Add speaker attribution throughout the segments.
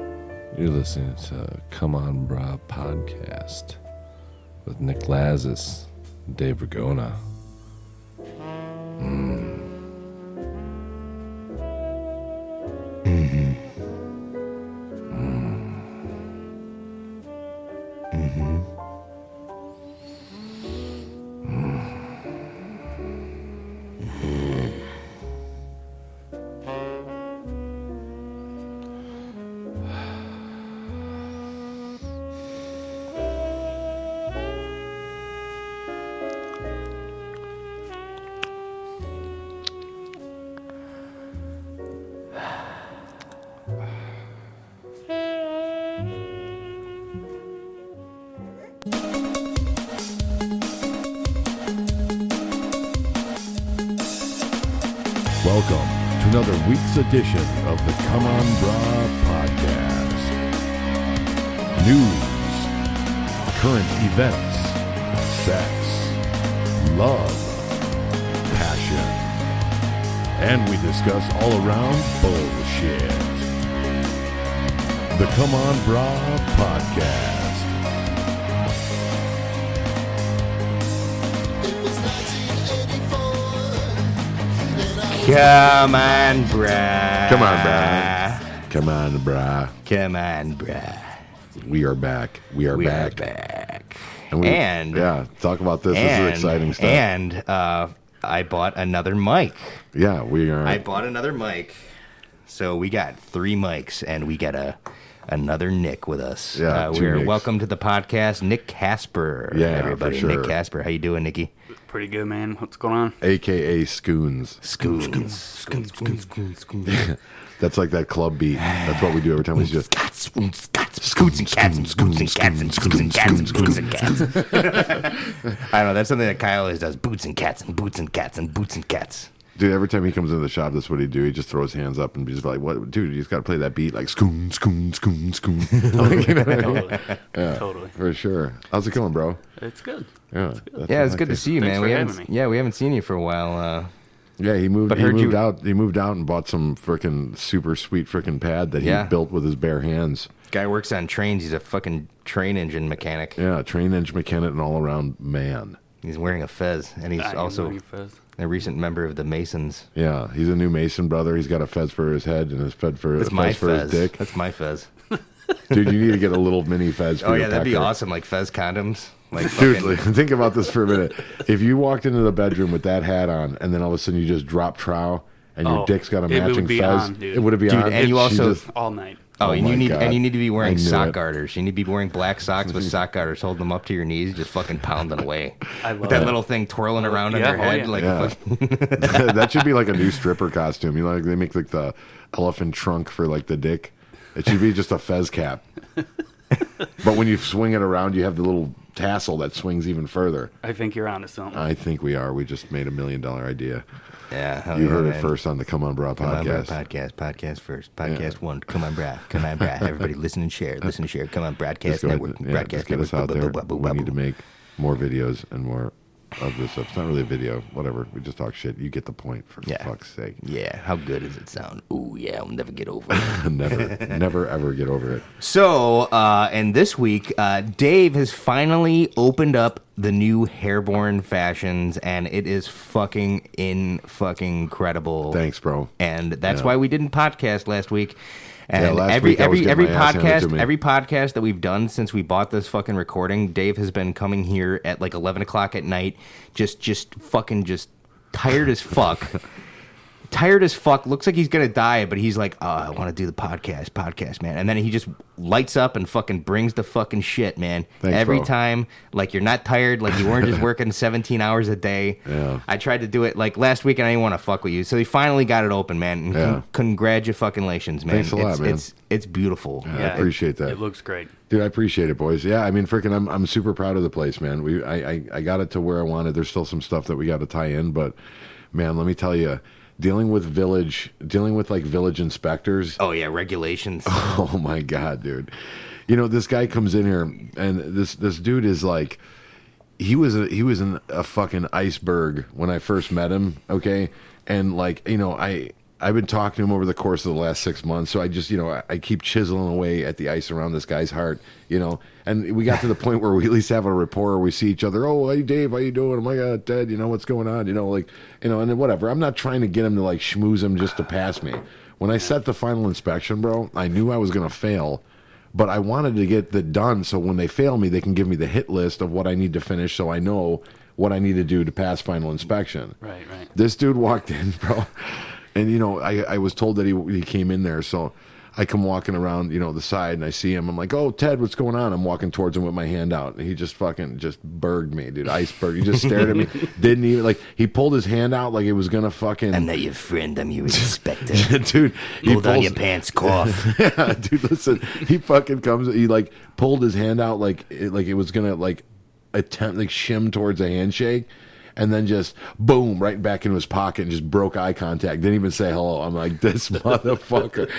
Speaker 1: You're listening to Come On Bra podcast with Nick Lazis, Dave Ragona.
Speaker 2: Welcome to another week's edition of the Come On Bra podcast. News, current events, sex, love, passion, and we discuss all around bullshit. The Come On Bra podcast.
Speaker 3: Come on, bruh.
Speaker 2: Come on,
Speaker 3: Ah.
Speaker 2: brah. Come on, brah.
Speaker 3: Come on, bruh.
Speaker 2: We are back. We are
Speaker 3: We
Speaker 2: back.
Speaker 3: are back.
Speaker 2: And, we,
Speaker 3: And-
Speaker 2: yeah, talk about this.
Speaker 3: and
Speaker 2: this is exciting stuff.
Speaker 3: and uh, I bought another mic.
Speaker 2: Yeah, we are.
Speaker 3: I bought another mic. So we got three mics, and we got a another Nick with us.
Speaker 2: Yeah,
Speaker 3: uh,
Speaker 2: two
Speaker 3: we're
Speaker 2: Nicks.
Speaker 3: welcome to the podcast, Nick Casper.
Speaker 2: Yeah,
Speaker 3: everybody,
Speaker 2: for sure.
Speaker 3: Nick Casper. How you doing, Nicky?
Speaker 4: Pretty good, man. What's going on?
Speaker 2: AKA Scoons.
Speaker 3: Scoons.
Speaker 2: That's like that club beat. That's what we do every time we just.
Speaker 3: Cats, scoots, cats, scoots and cats, and scoots and cats, and scoots and cats, and scoots and cats. I don't know. That's something that Kyle always does. Boots and cats, and boots and cats, and boots and cats.
Speaker 2: Dude, every time he comes into the shop, that's what he do. He just throws his hands up and be just like, "What, dude? You just got to play that beat like Scoon, Scoon, Scoon, Scoon." Like,
Speaker 4: Totally. Totally.
Speaker 2: for sure. How's it going, bro?
Speaker 4: It's good.
Speaker 2: Yeah, that's
Speaker 3: Yeah, it's
Speaker 2: what I
Speaker 3: good to
Speaker 2: like
Speaker 3: see you,
Speaker 4: Thanks
Speaker 3: man.
Speaker 4: for
Speaker 3: We
Speaker 4: having
Speaker 3: haven't,
Speaker 4: me.
Speaker 3: yeah, we haven't seen you for a while. Uh,
Speaker 2: Yeah, he moved.
Speaker 3: But
Speaker 2: He
Speaker 3: heard
Speaker 2: moved
Speaker 3: you-
Speaker 2: out. He moved out and bought some freaking super sweet freaking pad that he
Speaker 3: Yeah.
Speaker 2: built with his bare hands.
Speaker 3: guy works on trains. He's a fucking train engine mechanic.
Speaker 2: Yeah, train engine mechanic and all around man.
Speaker 3: He's wearing a fez, and he's
Speaker 4: I am
Speaker 3: also
Speaker 4: moving fast.
Speaker 3: a recent member of the Masons.
Speaker 2: Yeah, he's a new Mason brother. He's got a fez for his head and his fed for
Speaker 3: That's
Speaker 2: fez
Speaker 3: my
Speaker 2: for
Speaker 3: fez.
Speaker 2: his dick.
Speaker 3: That's my fez.
Speaker 2: Dude, you need to get a little mini fez. For
Speaker 3: Oh
Speaker 2: your
Speaker 3: yeah, that'd be
Speaker 2: pecker.
Speaker 3: awesome. Like fez condoms. Like
Speaker 2: Dude,
Speaker 3: fucking-
Speaker 2: like, think about this for a minute. If you walked into the bedroom with that hat on, and then all of a sudden you just drop trow, and your
Speaker 4: Oh,
Speaker 2: dick's got a
Speaker 4: it would
Speaker 2: matching
Speaker 4: be
Speaker 2: fez,
Speaker 4: on, dude.
Speaker 2: it would be
Speaker 3: Dude,
Speaker 2: on.
Speaker 3: and you
Speaker 2: She
Speaker 3: also-
Speaker 2: just-
Speaker 4: All night.
Speaker 3: Oh,
Speaker 2: Oh
Speaker 3: and you
Speaker 2: my
Speaker 3: need
Speaker 2: God.
Speaker 3: and you need to be
Speaker 2: I
Speaker 3: wearing
Speaker 2: knew
Speaker 3: sock
Speaker 2: it.
Speaker 3: garters. You need to be wearing black socks with sock garters, holding them up to your knees, just fucking pounding away.
Speaker 4: I love
Speaker 3: with that
Speaker 4: it.
Speaker 3: little thing twirling around in
Speaker 4: yeah,
Speaker 3: your
Speaker 4: oh,
Speaker 3: head,
Speaker 4: yeah.
Speaker 3: like
Speaker 2: Yeah.
Speaker 3: fuck-
Speaker 2: that should be like a new stripper costume. You know, like they make like the elephant trunk for like the dick. It should be just a fez cap. but when you swing it around, you have the little tassel that swings even further.
Speaker 4: I think you're onto something.
Speaker 2: I think we are. We just made a million dollar idea.
Speaker 3: yeah. hell
Speaker 2: You
Speaker 3: yeah,
Speaker 2: heard it
Speaker 3: man.
Speaker 2: first on the Come On Bra
Speaker 3: Come on, bro,
Speaker 2: podcast.
Speaker 3: podcast, podcast first, podcast one. Come on, brad. Come on, brad. Everybody, listen and share. Listen and share. Come on, broadcast
Speaker 2: Just go ahead
Speaker 3: network.
Speaker 2: and- yeah, just
Speaker 3: broadcast
Speaker 2: get us out
Speaker 3: network.
Speaker 2: there.
Speaker 3: blah, blah, blah,
Speaker 2: We need to
Speaker 3: blah,
Speaker 2: make more videos and more of this stuff. It's not really a video, whatever. We just talk shit. You get the point, for
Speaker 3: Yeah.
Speaker 2: fuck's sake.
Speaker 3: blah. Yeah. How good does it sound? Ooh, yeah. I'll never get over it.
Speaker 2: never, never, ever get over it.
Speaker 3: So, uh, and this week, uh, Dave has finally opened up the new hairborne fashions, and it is fucking in fucking incredible.
Speaker 2: Thanks, bro.
Speaker 3: And that's
Speaker 2: Yeah.
Speaker 3: why we didn't podcast last week. And
Speaker 2: Yeah, last
Speaker 3: every
Speaker 2: week I
Speaker 3: every
Speaker 2: was getting
Speaker 3: every
Speaker 2: my ass handed to
Speaker 3: podcast
Speaker 2: me.
Speaker 3: every podcast that we've done since we bought this fucking recording, Dave has been coming here at like eleven o'clock at night, just just fucking just tired as fuck tired as fuck. Looks like he's gonna die, but he's like, oh, I want to do the podcast, podcast, man. And then he just lights up and fucking brings the fucking shit, man.
Speaker 2: Thanks,
Speaker 3: Every
Speaker 2: bro.
Speaker 3: time, like you're not tired, like you weren't just working 17 hours a day.
Speaker 2: Yeah.
Speaker 3: I tried to do it like last week, and I didn't want to fuck with you. So he finally got it open, man. And
Speaker 2: Yeah.
Speaker 3: con- congratulations, man.
Speaker 2: Thanks a lot,
Speaker 3: it's,
Speaker 2: man.
Speaker 3: It's it's beautiful.
Speaker 2: I appreciate that.
Speaker 4: It looks great.
Speaker 2: Dude, I appreciate it, boys. Yeah, I mean, freaking, I'm I'm super proud of the place, man. We I, I I got it to where I wanted. There's still some stuff that we got to tie in, but man, let me tell you, dealing with village, dealing with like village inspectors.
Speaker 3: Oh yeah, regulations.
Speaker 2: Oh my god, dude! You know this guy comes in here, and this this dude is like, he was a, he was an, a fucking iceberg when I first met him. Okay, and like you know I I've been talking to him over the course of the last six months, so I just, you know, I, I keep chiseling away at the ice around this guy's heart, you know. And we got to the point where we at least have a rapport. We see each other. Oh, hey, Dave, how you doing? Oh my God, Ted, you know what's going on? You know, like, you know, and then whatever. I'm not trying to get him to like schmooze him just to pass me. When I set the final inspection, bro, I knew I was gonna fail, but I wanted to get that done so when they fail me, they can give me the hit list of what I need to finish, so I know what I need to do to pass final inspection.
Speaker 4: Right, right.
Speaker 2: This dude walked in, bro, and you know I, I was told that he he came in there, so I come walking around, you know, the side, and I see him. I'm like, "Oh, Ted, what's going on?" I'm walking towards him with my hand out, and he just fucking just burged me, dude. Iceberg. He just stared at me. Didn't even like. He pulled his hand out like it was gonna fucking.
Speaker 3: I'm not your friend. I'm your inspector.
Speaker 2: dude, he
Speaker 3: Pull down
Speaker 2: pulls-
Speaker 3: your pants, cough.
Speaker 2: yeah, dude, listen, he fucking comes. He like pulled his hand out like it, like it was gonna like attempt like shim towards a handshake, and then just boom right back into his pocket and just broke eye contact. Didn't even say hello. I'm like this motherfucker.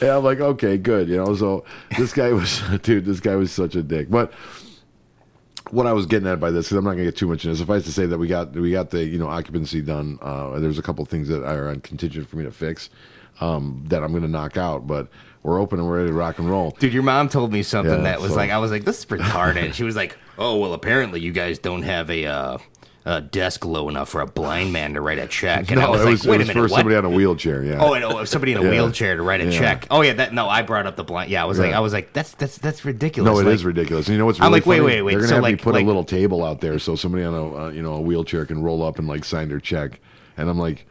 Speaker 2: and I'm like okay, good, you know. So this guy was dude. This guy was such a dick, but what I was getting at by this, because I'm not going to get too much into. it, Suffice to say that we got we got the you know occupancy done. Uh, there's a couple things that are on contingent for me to fix um, that I'm going to knock out, but we're open and we're ready to rock and roll.
Speaker 3: Dude, your mom told me something
Speaker 2: Yeah,
Speaker 3: that was
Speaker 2: so-
Speaker 3: like, I was like, this is retarded. she was like, oh, well, apparently you guys don't have a, uh, a desk low enough for a blind man to write a check. And I was
Speaker 2: it
Speaker 3: like,
Speaker 2: was,
Speaker 3: wait
Speaker 2: it was
Speaker 3: a
Speaker 2: for
Speaker 3: minute, what?
Speaker 2: somebody on a wheelchair. Yeah.
Speaker 3: Oh, and oh, somebody in a
Speaker 2: Yeah.
Speaker 3: wheelchair to write a
Speaker 2: Yeah.
Speaker 3: check. Oh yeah, that no, I brought up the blind. Yeah, I was like,
Speaker 2: Yeah.
Speaker 3: I was like, that's that's that's ridiculous.
Speaker 2: no, it is
Speaker 3: like,
Speaker 2: ridiculous. And you know what's really
Speaker 3: I'm like, wait,
Speaker 2: funny?
Speaker 3: wait, wait,
Speaker 2: They're gonna
Speaker 3: so,
Speaker 2: have me
Speaker 3: like-
Speaker 2: put
Speaker 3: like-
Speaker 2: a little table out there so somebody on a uh, you know a wheelchair can roll up and like sign their check. And I'm like,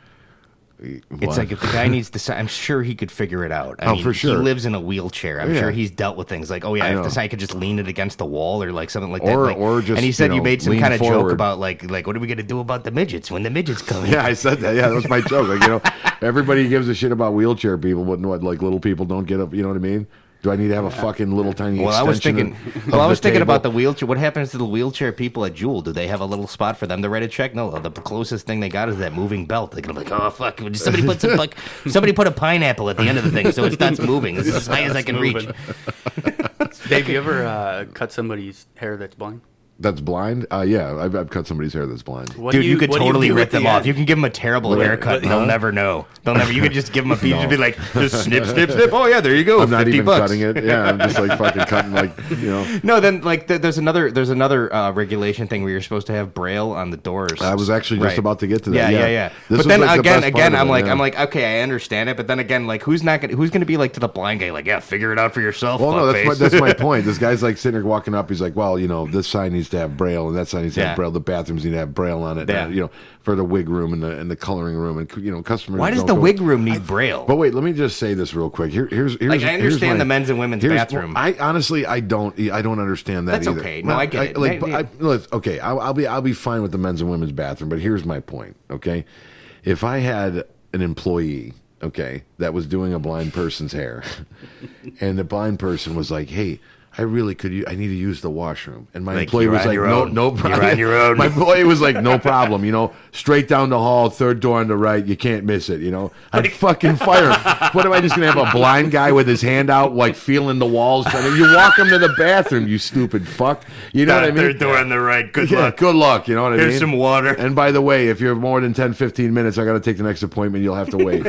Speaker 3: It's like if the guy needs to, si- I'm sure he could figure it out. I
Speaker 2: Oh,
Speaker 3: mean,
Speaker 2: for
Speaker 3: He
Speaker 2: sure.
Speaker 3: lives in a wheelchair. I'm
Speaker 2: Yeah.
Speaker 3: sure he's dealt with things like, oh
Speaker 2: I
Speaker 3: yeah, if
Speaker 2: know.
Speaker 3: this guy could just lean it against the wall or like something like
Speaker 2: Or-
Speaker 3: that. Like,
Speaker 2: or just,
Speaker 3: and he
Speaker 2: you
Speaker 3: said you,
Speaker 2: know,
Speaker 3: made some
Speaker 2: lean
Speaker 3: kind of joke
Speaker 2: forward.
Speaker 3: about like like what are we gonna do about the midgets when the midgets come? in?
Speaker 2: Yeah, I said that. Yeah, that was my joke. Like, you know, everybody gives a shit about wheelchair people, but what, like little people don't get up. You know what I mean? Do I need to have a fucking little tiny?
Speaker 3: Well, I was
Speaker 2: extension
Speaker 3: thinking.
Speaker 2: of-
Speaker 3: Well, I
Speaker 2: of
Speaker 3: was
Speaker 2: the
Speaker 3: thinking
Speaker 2: table?
Speaker 3: about the wheelchair. What happens to the wheelchair people at Jewel? Do they have a little spot for them to write a check? No, the closest thing they got is that moving belt. They're gonna be like, oh fuck! Somebody put some, like, somebody put a pineapple at the end of the thing, so it's not moving. It's as high as I can reach.
Speaker 4: moving. Dave, you ever uh, cut somebody's hair that's blind?
Speaker 2: that's blind. Uh, yeah, I've, I've cut somebody's hair that's blind.
Speaker 4: What
Speaker 3: Dude,
Speaker 4: do
Speaker 3: you, could
Speaker 4: what do
Speaker 3: totally
Speaker 4: do
Speaker 3: rip
Speaker 4: at the
Speaker 3: them off.
Speaker 4: end?
Speaker 3: You can give them a terrible haircut, and they'll never know. They'll never. You could just give them a piece and just be like, just snip, snip, snip. Oh yeah, there you go.
Speaker 2: I'm not
Speaker 3: 50
Speaker 2: even
Speaker 3: bucks.
Speaker 2: cutting it. Yeah, I'm just like fucking cutting like you know.
Speaker 3: No, then like th- there's another there's another uh, regulation thing where you're supposed to have braille on the doors.
Speaker 2: I was actually just
Speaker 3: Right.
Speaker 2: about to get to that.
Speaker 3: Yeah, yeah, yeah.
Speaker 2: This was,
Speaker 3: but then
Speaker 2: like, the
Speaker 3: again,
Speaker 2: best part
Speaker 3: again,
Speaker 2: of
Speaker 3: I'm
Speaker 2: it,
Speaker 3: like,
Speaker 2: yeah.
Speaker 3: I'm like, okay, I understand it. But then again, like, who's not gonna who's gonna be like to the blind guy? Like, yeah, figure it out for yourself.
Speaker 2: Well, no, that's my,
Speaker 3: fuckface."
Speaker 2: that's my point. This guy's like sitting there walking up. He's like, well, you know, this sign needs to have braille, and that sign needs to
Speaker 3: Yeah.
Speaker 2: have braille. The bathrooms need to have braille on it.
Speaker 3: Yeah.
Speaker 2: uh, you know, for the wig room and the and the coloring room, and you know, customers.
Speaker 3: Why does
Speaker 2: don't
Speaker 3: the
Speaker 2: go-
Speaker 3: wig room need braille?
Speaker 2: But wait, let me just say this real quick. Here, here's here's
Speaker 3: Like, I
Speaker 2: here's
Speaker 3: understand
Speaker 2: my-
Speaker 3: the men's and women's
Speaker 2: here's-
Speaker 3: bathroom.
Speaker 2: I honestly, I don't, I don't understand that.
Speaker 3: That's
Speaker 2: either.
Speaker 3: okay. No, I get it.
Speaker 2: like,
Speaker 3: Maybe-
Speaker 2: I, let's- okay, I'll, I'll be, I'll be fine with the men's and women's bathroom. But here's my point. Okay, if I had an employee, okay, that was doing a blind person's hair, and the blind person was like, hey. I really could. u- I need to use the washroom, and my
Speaker 3: Like,
Speaker 2: employee
Speaker 3: you're
Speaker 2: was
Speaker 3: on
Speaker 2: like,
Speaker 3: your
Speaker 2: "No,
Speaker 3: own.
Speaker 2: no
Speaker 3: You're
Speaker 2: problem."
Speaker 3: on your own.
Speaker 2: My employee was like, "No problem." You know, straight down the hall, third door on the right. You can't miss it. You know, I'd fucking fire. him. What am I just gonna have a blind guy with his hand out, like feeling the walls? I mean, you walk him to the bathroom, you stupid fuck. You know what I mean?
Speaker 3: on the right. Good
Speaker 2: Yeah, good luck. You know what I
Speaker 3: Here's
Speaker 2: mean?
Speaker 3: some water.
Speaker 2: And by the way, if you're more than 10, 15 minutes, I got to take the next appointment. You'll have to wait.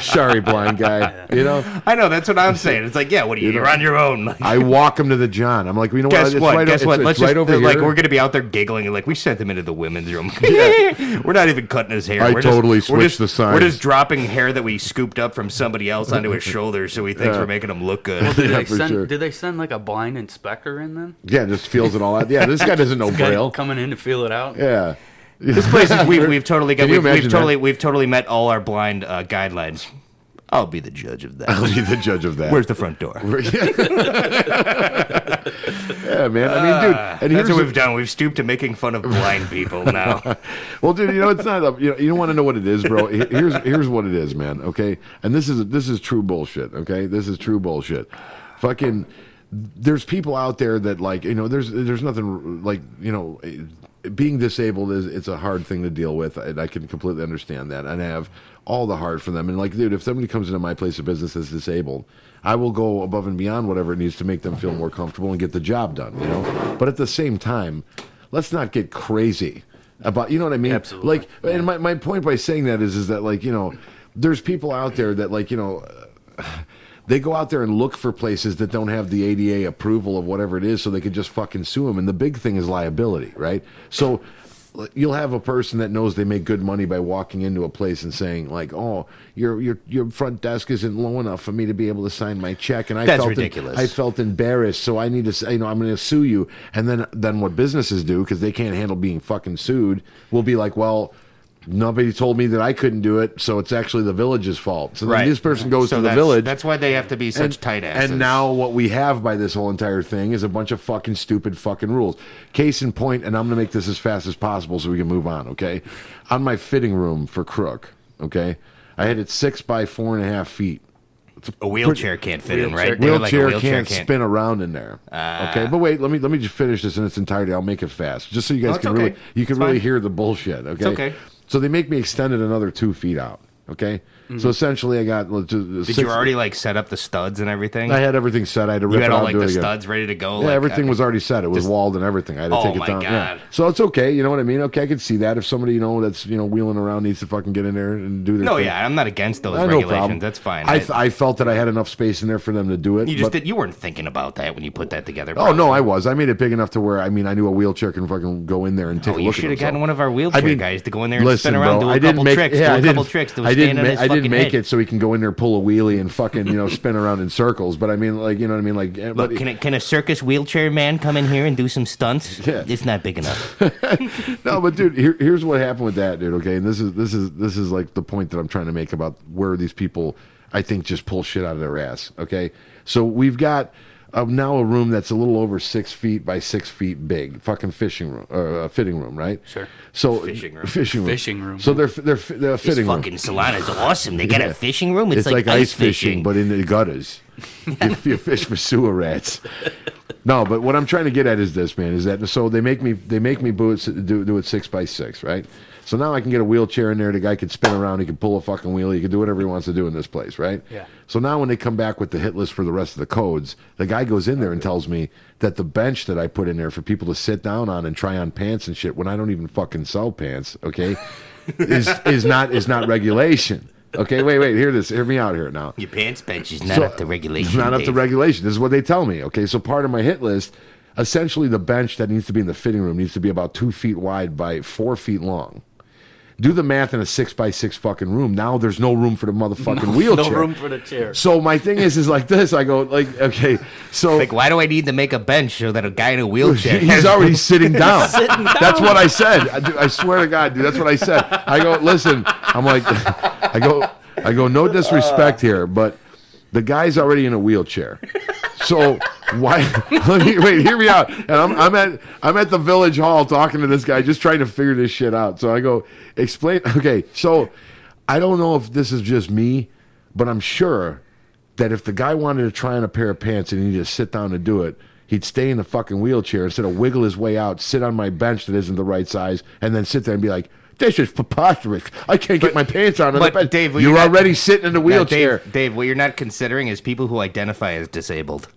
Speaker 2: Sorry, blind guy. You know,
Speaker 3: I know that's what I'm saying. It's like, yeah, what are you? You're on your own. Like,
Speaker 2: I walk him to the John. I'm like, you know
Speaker 3: guess
Speaker 2: what? It's
Speaker 3: what?
Speaker 2: right,
Speaker 3: guess
Speaker 2: it's-
Speaker 3: what?
Speaker 2: It's,
Speaker 3: Let's
Speaker 2: right
Speaker 3: just
Speaker 2: over
Speaker 3: like
Speaker 2: here.
Speaker 3: we're gonna be out there giggling and like we sent him into the women's room. we're not even cutting his hair.
Speaker 2: I
Speaker 3: we're
Speaker 2: totally
Speaker 3: we're
Speaker 2: switched the signs.
Speaker 3: We're just dropping hair that we scooped up from somebody else onto his shoulders, so he thinks we're making him look good.
Speaker 4: Well, did,
Speaker 2: Yeah,
Speaker 4: they
Speaker 2: for
Speaker 4: send,
Speaker 2: sure.
Speaker 4: did they send like a blind inspector in then?
Speaker 2: yeah, just feels it all out. Yeah, this guy doesn't know
Speaker 4: Guy
Speaker 2: braille.
Speaker 4: coming in to feel it out.
Speaker 2: Yeah.
Speaker 3: this place is we've, we've totally got
Speaker 2: Can you
Speaker 3: we've, we've
Speaker 2: imagine
Speaker 3: totally we've totally met all our blind uh, guidelines. I'll be the judge of that.
Speaker 2: I'll be the judge of that.
Speaker 3: Where's the front door?
Speaker 2: yeah, man. I mean, dude. And
Speaker 3: Ah. That's what
Speaker 2: here's the-
Speaker 3: we've done. We've stooped to making fun of blind people now.
Speaker 2: well, dude, you know it's not. A, you know, you don't want to know what it is, bro. Here- Here's here's what it is, man. Okay, and this is this is true bullshit. Okay, this is true bullshit. Fucking, there's people out there that like you know there's there's nothing like you know being disabled is it's a hard thing to deal with, and I can completely understand that, and I have all the heart for them. And like, dude, if somebody comes into my place of business as disabled. I will go above and beyond whatever it needs to make them feel more comfortable and get the job done, you know? But at the same time, let's not get crazy about you know what I mean?
Speaker 4: Absolutely.
Speaker 2: Like and my, my point by saying that is is that like, you know, there's people out there that like you know they go out there and look for places that don't have the ADA approval of whatever it is, so they could just fucking sue them. And the big thing is liability, right? So l- you'll have a person that knows they make good money by walking into a place and saying like, "Oh, your your your front desk isn't low enough for me to be able to sign my check," and I
Speaker 3: That's
Speaker 2: felt
Speaker 3: ridiculous.
Speaker 2: I felt embarrassed, so I need to, say, you know, I'm going to sue you. And then then what businesses do because they can't handle being fucking sued will be like, well. Nobody told me that I couldn't do it, so it's actually the village's fault. So then
Speaker 3: Right.
Speaker 2: this person goes
Speaker 3: So
Speaker 2: to the
Speaker 3: that's-
Speaker 2: village.
Speaker 3: That's why they have to be such tight asses.
Speaker 2: And now what we have by this whole entire thing is a bunch of fucking stupid fucking rules. Case in point, and I'm gonna make this as fast as possible so we can move on, okay? On my fitting room for Crook, okay, I had it six by four and a half feet.
Speaker 3: a wheelchair can't fit in, right? They were
Speaker 2: Wheelchair,
Speaker 3: like, a Ah.
Speaker 2: can't, spin around in there. okay, but wait, let me let me just finish this in its entirety. I'll make it fast, just so you guys
Speaker 3: it's
Speaker 2: can
Speaker 3: okay.
Speaker 2: really you can
Speaker 3: It's
Speaker 2: really
Speaker 3: fine.
Speaker 2: hear the bullshit. Okay.
Speaker 3: okay.
Speaker 2: So they make me extend it another two feet out. Okay. So essentially, I got. Did
Speaker 3: Mm-hmm. Did you already like set up the studs and everything?
Speaker 2: I had everything set. I had to rip
Speaker 3: you had
Speaker 2: it out
Speaker 3: all
Speaker 2: and
Speaker 3: like
Speaker 2: do
Speaker 3: the
Speaker 2: it again.
Speaker 3: studs ready to go.
Speaker 2: Yeah,
Speaker 3: like,
Speaker 2: everything
Speaker 3: uh,
Speaker 2: was already set. It was walled and everything. I had to
Speaker 3: Oh
Speaker 2: take
Speaker 3: my
Speaker 2: it down. Yeah.
Speaker 3: God.
Speaker 2: So it's okay. You know what I mean? Okay, I can see that. If somebody, you know, that's, you know, wheeling around needs to fucking get in there and do their
Speaker 3: No,
Speaker 2: thing.
Speaker 3: yeah, I'm not against those
Speaker 2: I, no
Speaker 3: regulations.
Speaker 2: problem.
Speaker 3: That's fine.
Speaker 2: I,
Speaker 3: I-
Speaker 2: th- I felt that I had enough space in there for them to do it.
Speaker 3: you just
Speaker 2: but-
Speaker 3: did, you weren't thinking about that when you put that together.
Speaker 2: Oh,
Speaker 3: bro.
Speaker 2: no, I was. I made it big enough to where, I mean, I knew a wheelchair can fucking go in there and take
Speaker 3: Oh,
Speaker 2: a
Speaker 3: you
Speaker 2: look at
Speaker 3: should have
Speaker 2: himself.
Speaker 3: gotten one of our wheelchair
Speaker 2: I mean,
Speaker 3: guys to go in there and
Speaker 2: Listen,
Speaker 3: spin around,
Speaker 2: bro,
Speaker 3: do a
Speaker 2: I didn't
Speaker 3: couple
Speaker 2: make,
Speaker 3: tricks,
Speaker 2: yeah, I
Speaker 3: do a couple
Speaker 2: didn't-
Speaker 3: tricks, do
Speaker 2: I
Speaker 3: a
Speaker 2: didn't
Speaker 3: stand on
Speaker 2: ma-
Speaker 3: his
Speaker 2: I
Speaker 3: fucking
Speaker 2: didn't make
Speaker 3: head.
Speaker 2: it so he can go in there, pull a wheelie, and fucking you know spin around in circles. But I mean, like you know what I mean, like eh, but-
Speaker 3: Look, can a, can a circus wheelchair man come in here and do some stunts?
Speaker 2: Yeah.
Speaker 3: It's not big enough.
Speaker 2: no, but dude, here, here's what happened with that, dude. Okay, and this is this is this is like the point that I'm trying to make about where these people, I think, just pull shit out of their ass. Okay, so we've got uh, now a room that's a little over six feet by six feet big, fucking fishing room or uh, fitting room, right?
Speaker 4: Sure.
Speaker 2: So
Speaker 3: Fishing room.
Speaker 2: fishing room,
Speaker 4: Fishing room.
Speaker 2: So they're they're, they're
Speaker 3: This
Speaker 2: fitting room.
Speaker 3: fucking salon is awesome. They got
Speaker 2: Yeah.
Speaker 3: a fishing room. It's, like, ice fishing.
Speaker 2: but in the gutters. you, you fish for sewer rats. No, but what I'm trying to get at is this, man, is that so they make me they make me do it, do, do it six by six, right? So now I can get a wheelchair in there. The guy can spin around. He can pull a fucking wheelie. He can do whatever he wants to do in this place, right?
Speaker 4: Yeah.
Speaker 2: So now when they come back with the hit list for the rest of the codes, the guy goes in there and tells me that the bench that I put in there for people to sit down on and try on pants and shit when I don't even fucking sell pants, okay, is is not is not regulation. Okay, wait, wait, hear this. Hear me out here now.
Speaker 3: Your pants bench is not
Speaker 2: So-
Speaker 3: up to regulation.
Speaker 2: It's not up to
Speaker 3: Dave.
Speaker 2: regulation. This is what they tell me. Okay, so part of my hit list, essentially, the bench that needs to be in the fitting room needs to be about two feet wide by four feet long. Do the math in a six by six fucking room. Now there's no room for the motherfucking wheelchair.
Speaker 4: No room for the chair.
Speaker 2: so my thing is, is like this. I go like, okay, so
Speaker 3: Like, why do I need to make a bench so that a guy in a wheelchair?
Speaker 2: He's
Speaker 3: has-
Speaker 2: already sitting down. That's what I said. I, do- I swear to God, dude. That's what I said. I go, listen. I'm like, I go, I go. No disrespect here, but the guy's already in a wheelchair. So why? Let me wait. Hear me out. And I'm, I'm at I'm at the village hall talking to this guy, just trying to figure this shit out. So I go, explain. Okay, so I don't know if this is just me, but I'm sure that if the guy wanted to try on a pair of pants and he just sit down and do it, he'd stay in the fucking wheelchair instead of wiggle his way out, sit on my bench that isn't the right size, and then sit there and be like, "This is preposterous! I can't get my pants on." on
Speaker 3: but
Speaker 2: the bench."
Speaker 3: Dave, well,
Speaker 2: you're
Speaker 3: you're not-
Speaker 2: already sitting in the
Speaker 3: Now,
Speaker 2: wheelchair.
Speaker 3: Dave, Dave, what you're not considering is people who identify as disabled.